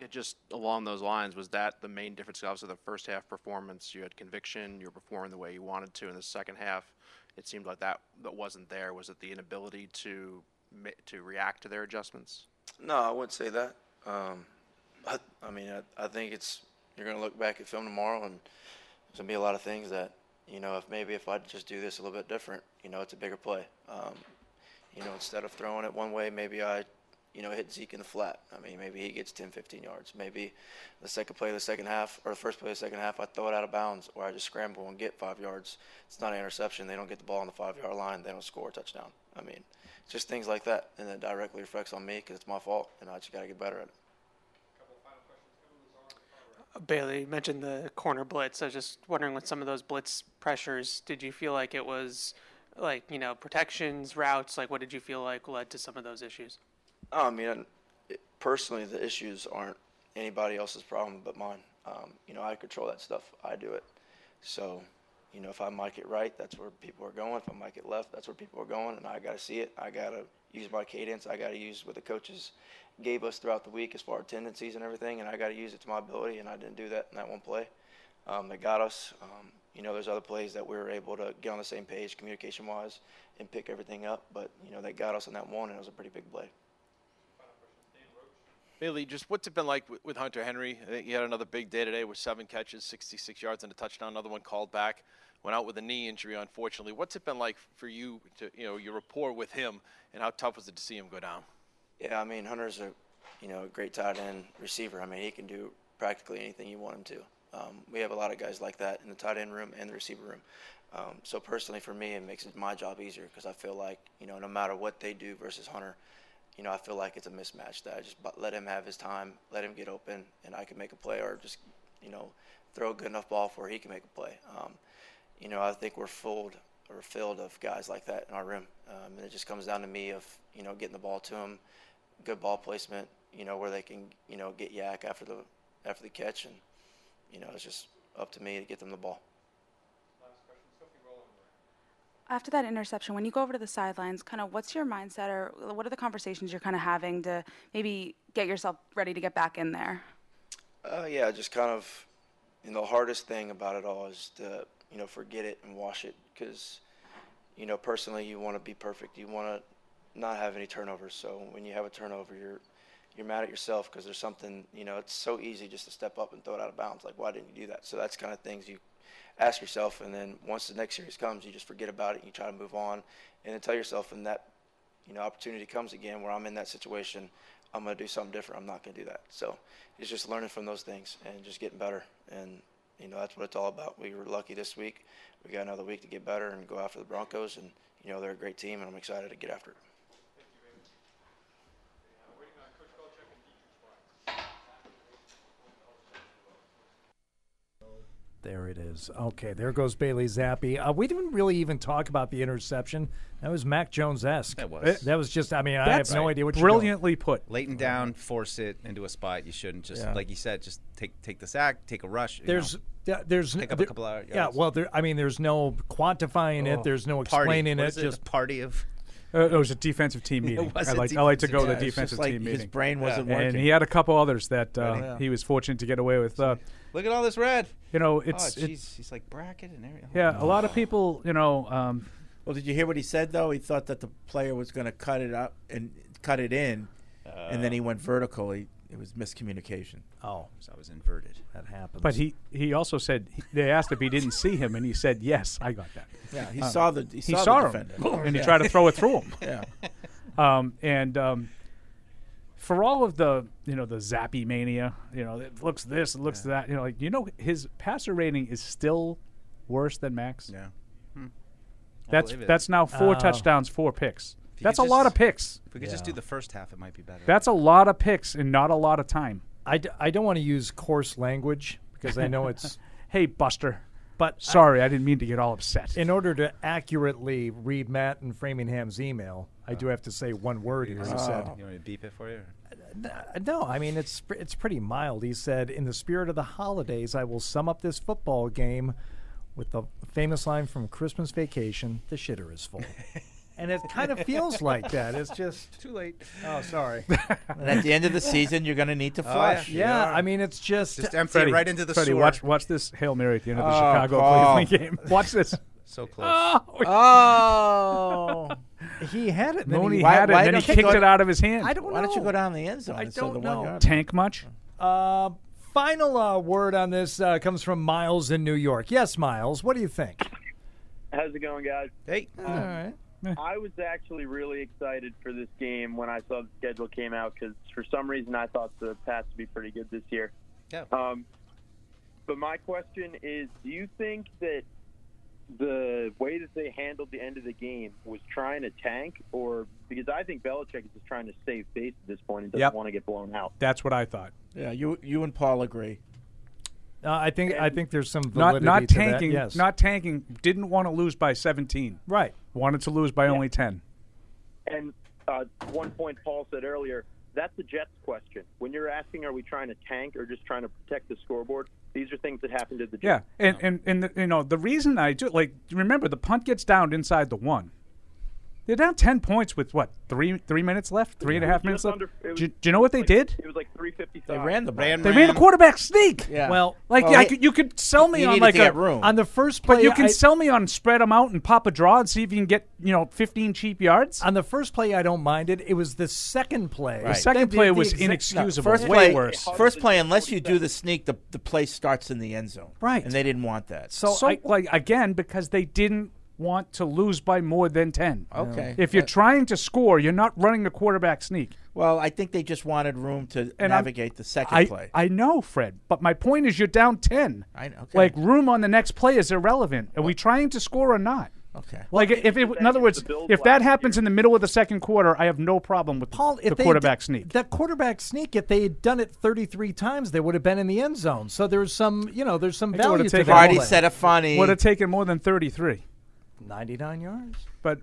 Yeah, just along those lines, was that the main difference? Obviously, the first half performance, you had conviction, you were performing the way you wanted to. In the second half, it seemed like that that wasn't there. Was it the inability to ma- to react to their adjustments? No, I wouldn't say that. Um, I, I mean, I, I think it's you're going to look back at film tomorrow, and there's going to be a lot of things that you know. If maybe if I just do this a little bit different, you know, it's a bigger play. Um, you know, instead of throwing it one way, maybe I, you know, hit Zeke in the flat. I mean, maybe he gets 10, 15 yards. Maybe the second play of the second half or the first play of the second half, I throw it out of bounds or I just scramble and get five yards. It's not an interception. They don't get the ball on the five yard line. They don't score a touchdown. I mean, it's just things like that, and it directly reflects on me because it's my fault, and I just got to get better at it. Uh, Bailey, you mentioned the corner blitz. I was just wondering with some of those blitz pressures, did you feel like it was like you know protections, routes? Like what did you feel like led to some of those issues? Oh, I mean, it- personally, the issues aren't anybody else's problem but mine. Um, you know, I control that stuff. I do it. So, you know, if I mic it right, that's where people are going. If I mic it left, that's where people are going. And I got to see it. I got to use my cadence. I got to use what the coaches gave us throughout the week as far as tendencies and everything. And I got to use it to my ability. And I didn't do that in that one play. Um, that got us. Um, you know, there's other plays that we were able to get on the same page communication wise and pick everything up. But, you know, that got us on that one. And it was a pretty big play. Bailey, just what's it been like with, with Hunter Henry? I think he had another big day today with seven catches, 66 yards, and a touchdown. Another one called back, went out with a knee injury, unfortunately. What's it been like for you to, you know, your rapport with him, and how tough was it to see him go down? Yeah, I mean, Hunter's a you know, a great tight end receiver. I mean, he can do practically anything you want him to. Um, we have a lot of guys like that in the tight end room and the receiver room. Um, so personally, for me, it makes it my job easier because I feel like you know, no matter what they do versus Hunter, you know, I feel like it's a mismatch that I just bu- let him have his time, let him get open, and I can make a play or just you know, throw a good enough ball for he can make a play. Um, you know, I think we're fooled or filled of guys like that in our room. Um, and it just comes down to me of, you know, getting the ball to them, good ball placement, you know, where they can, you know, get yak after the after the catch and you know, it's just up to me to get them the ball. After that interception, when you go over to the sidelines, kind of what's your mindset or what are the conversations you're kind of having to maybe get yourself ready to get back in there? Uh, yeah, just kind of, you know, the hardest thing about it all is to, you know, forget it and wash it because, you know, personally, you want to be perfect. You want to not have any turnovers. So when you have a turnover, you're you're mad at yourself because there's something, you know, it's so easy just to step up and throw it out of bounds. Like, why didn't you do that? So that's kind of things you ask yourself. And then once the next series comes, you just forget about it. And you try to move on and then tell yourself, and that, you know, opportunity comes again where I'm in that situation, I'm going to do something different. I'm not going to do that. So it's just learning from those things and just getting better. And, you know, that's what it's all about. We were lucky this week. We got another week to get better and go after the Broncos. And, you know, they're a great team, and I'm excited to get after it. There it is. Okay, there goes Bailey Zappi. Uh, we didn't really even talk about the interception. That was Mac Jones esque. That was. That was just. I mean, I have That's no right. idea what. Brilliantly put. Leighton down, force it into a spot you shouldn't. Just Yeah. like you said, just take take the sack, take a rush. you There's. know. there- There's Pick up a there- couple of yeah. yards. Well, there, I mean, there's no quantifying Oh, it. There's no party. explaining What it. is it? Just A party of Uh, it was a defensive <laughs> team It meeting. was I a like I like to go to the defensive- Yeah, it's just defensive like team his meeting. brain wasn't and working. he had a couple others that uh, Right. he was fortunate to get away with. Uh, Look at all this red. You know, oh, it's- jeez, it's- he's like bracket and everything. yeah, a lot of people, you know. Um, well, did you hear what he said though? He thought that the player was going to cut it up and cut it in, and then he went vertical. He, it was miscommunication. Oh, so I was inverted. That happens. But he, he also said he- they asked if he didn't see him, and he said yes. I got that. Yeah, he Um, saw the- he saw the him, defender. <laughs> and he Yeah. tried to throw it through him. <laughs> Yeah. Um, and um, for all of the you know the zappy mania, you know it looks this, it looks that. You know, like you know his passer rating is still worse than Max. Yeah. That's Hmm. believe it. that's now four Oh. touchdowns, four picks. If you That's a could lot just- of picks. If we could just do the first half, it might be better. That's a lot of picks and not a lot of time. I, d- I don't want to use coarse language because I know it's. <laughs> hey, Buster. But sorry, I, didn't mean to get all upset. In order to accurately read Matt and Framingham's email, I Uh. do have to say one word here. He said, You want me to beep it for you? Uh, No, I mean it's pr- it's pretty mild. He said, "In the spirit of the holidays, I will sum up this football game with the famous line from Christmas Vacation: The shitter <laughs> is full." and it kind of feels like that. <laughs> It's just too late. Oh, sorry. <laughs> And at the end of the season, you're going to need to Oh, yeah. flush. Yeah, I mean, it's just- Just <laughs> empty it Freddie, right into the Freddie, sewer. watch watch this hail mary at the end of the Oh, Chicago Paul. Cleveland <laughs> game. Watch this. So close. Oh. <laughs> he had it. Mooney had it, and then he kicked it out of his hand. I don't know. Why don't you go down the end zone? I instead of don't the one know. yard? Tank much? Uh, final uh, word on this uh, comes from Miles in New York. Yes, Miles, what do you think? How's it going, guys? Hey. Um, All right. I was actually really excited for this game when I saw the schedule came out because for some reason I thought the Pats would be pretty good this year. Yeah. Um, but my question is, do you think that the way that they handled the end of the game was trying to tank, or because I think Belichick is just trying to save face at this point and doesn't Yep. want to get blown out. <laughs> That's what I thought. Yeah, you you and Paul agree. Uh, I think I think there's some Not validity not to that, tanking. Yes. Not tanking. Didn't want to lose by 17. Right. Wanted to lose by only 10. And uh, one point Paul said earlier, that's the Jets question. When you're asking, are we trying to tank or just trying to protect the scoreboard? These are things that happen to the Yeah, Jets. and and and the, you know the reason I do like remember the punt gets down inside the one. They're down ten points with what three three minutes left, three and a It was half minutes just left. under- it do, was you- do you know what they did? It was like 350. They ran the ball. they made a quarterback sneak. Yeah. Well, like well, I they- could, you could sell me You on needed like to a get room. On the first but play, you can I- sell me on spread them out and pop a draw and see if you can get you know fifteen cheap yards. On the first play, I don't mind it. It was the second play. The second They did play the was exact- inexcusable. First Way play, worse. First play, unless you do the sneak, the, the play starts in the end zone. Right. And they didn't want that. like again because they didn't want to lose by more than 10. Okay. If you're trying to score, you're not running the quarterback sneak. Well, I think they just wanted room to And I'm- navigate the second I, play. I know, Fred, but my point is you're down 10. I know. Like, room on the next play is irrelevant. Are we trying to score or not? Okay. Like, if it, in other words, if that happens in the middle of the second quarter, I have no problem with Paul, if the they quarterback did- sneak. That quarterback sneak, if they had done it 33 times, they would have been in the end zone. So there's some, you know, there's some value to that. play. Would have taken more than 33. 99 yards. But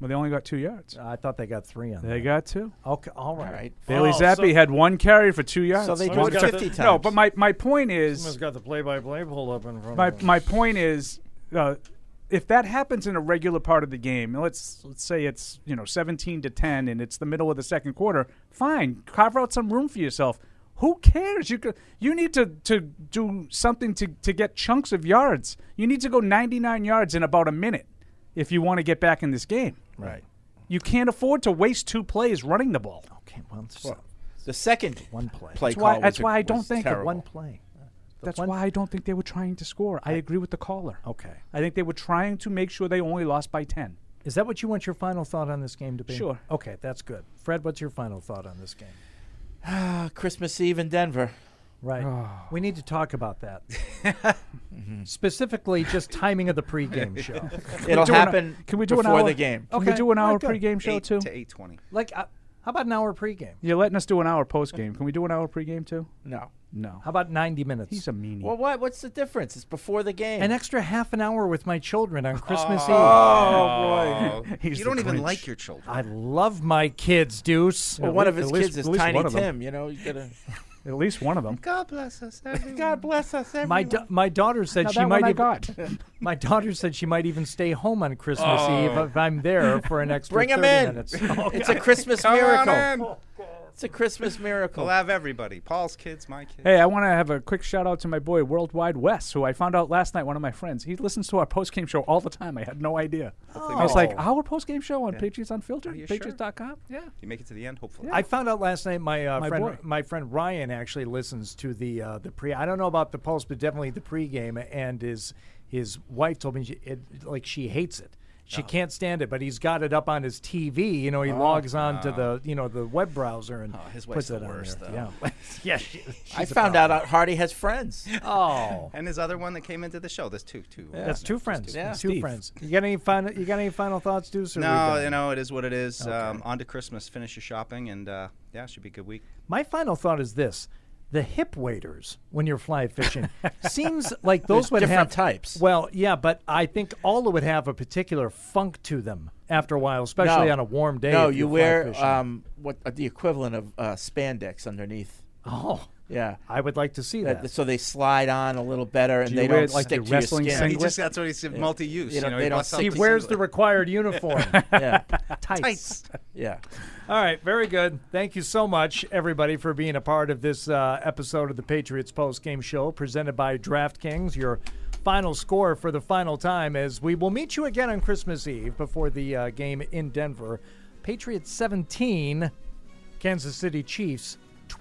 well, they only got two yards. I thought they got three on They got two. Okay, all right. All right. Oh, Bailey Zappi had one carry for two yards. So they One did tar- 50 No, times. but my, my point is Someone's got the play-by-play pulled up in front my of them. my point is uh, if that happens in a regular part of the game, and let's let's say it's you know 17 to 10 and it's the middle of the second quarter, fine, carve out some room for yourself. Who cares? You could, you need to, to do something to, to get chunks of yards. You need to go 99 yards in about a minute if you want to get back in this game. Right. You can't afford to waste two plays running the ball. Okay, well, the second one play. That's why, that's why I don't think one play. That's why I don't think they were trying to score. I agree with the caller. Okay. I think they were trying to make sure they only lost by 10. Is that what you want your final thought on this game to be? Sure. Okay, that's good. Fred, what's your final thought on this game? Ah, <sighs> Christmas Eve in Denver. Right. Oh. We need to talk about <laughs> that. Specifically, just timing of <laughs> the pregame show. Can we Mm-hmm. It'll do an- happen can we do an before hour- the game. can we do an all hour good. pregame show, Eight too? to eight twenty. Like, uh, how about an hour pregame? You're letting us do an hour post game. Can we do an hour pregame too? No. No. How about 90 minutes? He's a meanie. Well, what? What's the difference? It's before the game. An extra half an hour with my children on Christmas Oh, Eve. boy. He's You the don't even Grinch. like your children. I love my kids, Deuce. Well, one of his kids is Tiny Tim. You know, you <laughs> gotta. At least one of them. God bless us. <laughs> God bless us. My da- my daughter said Now she that might. one I ev- got. <laughs> my daughter said she might even stay home on Christmas Oh. Eve if I'm there for an extra. Bring 'em 30 in. <laughs> Minutes. It's a Christmas Oh, Come on miracle. in. Oh, It's a Christmas miracle. We'll have everybody. Paul's kids, my kids. Hey, I want to have a quick shout out to my boy Worldwide West, who I found out last night. One of my friends, he listens to our post game show all the time. I had no idea. Hopefully I was we- like, our post game show on Yeah. Patriots Unfiltered, Are you sure? Patriots.com. Yeah. You make it to the end, hopefully. I found out last night my, uh, My friend boy. my friend Ryan actually listens to the uh, the pre. I don't know about the pulse, but definitely the pregame. And his his wife told me she, it, like she hates it. She can't stand it, but he's got it up on his TV. You know, he Oh. logs on to Oh. the you know the web browser and his wife's puts the it on worst, there. though. <laughs> Yeah, yeah. she- I she's a found problem. out uh, Hardy has friends. Oh. and his other one that came into the show. There's two, two. right? That's two Just friends. Yeah. Two Steve. friends. You got any final? You got any final thoughts, Deuce? Or we No, done? you know it is what it is. Um, on to Christmas. Finish your shopping, and uh, yeah, it should be a good week. My final thought is this: the hip waders when you're fly <laughs> fishing seems like those There's would different have types. Well, yeah, but I think all would have a particular funk to them after a while, especially No. on a warm day. No, if you you're fly wear fishing. um, what uh, the equivalent of uh, spandex underneath. Oh. yeah. I would like to see that. So they slide on a little better, and Do you they wear, don't like, the stick to your wrestling skin. singlet? He just- that's what he said, multi-use, They you don't, know, they he don't busts out stick he to wears the singlet. required <laughs> uniform. <laughs> Yeah. Tights. Tights. Yeah. All right, very good. Thank you so much, everybody, for being a part of this uh, episode of the Patriots Post Game Show presented by DraftKings. Your final score for the final time as we will meet you again on Christmas Eve before the uh, game in Denver. Patriots 17, Kansas City Chiefs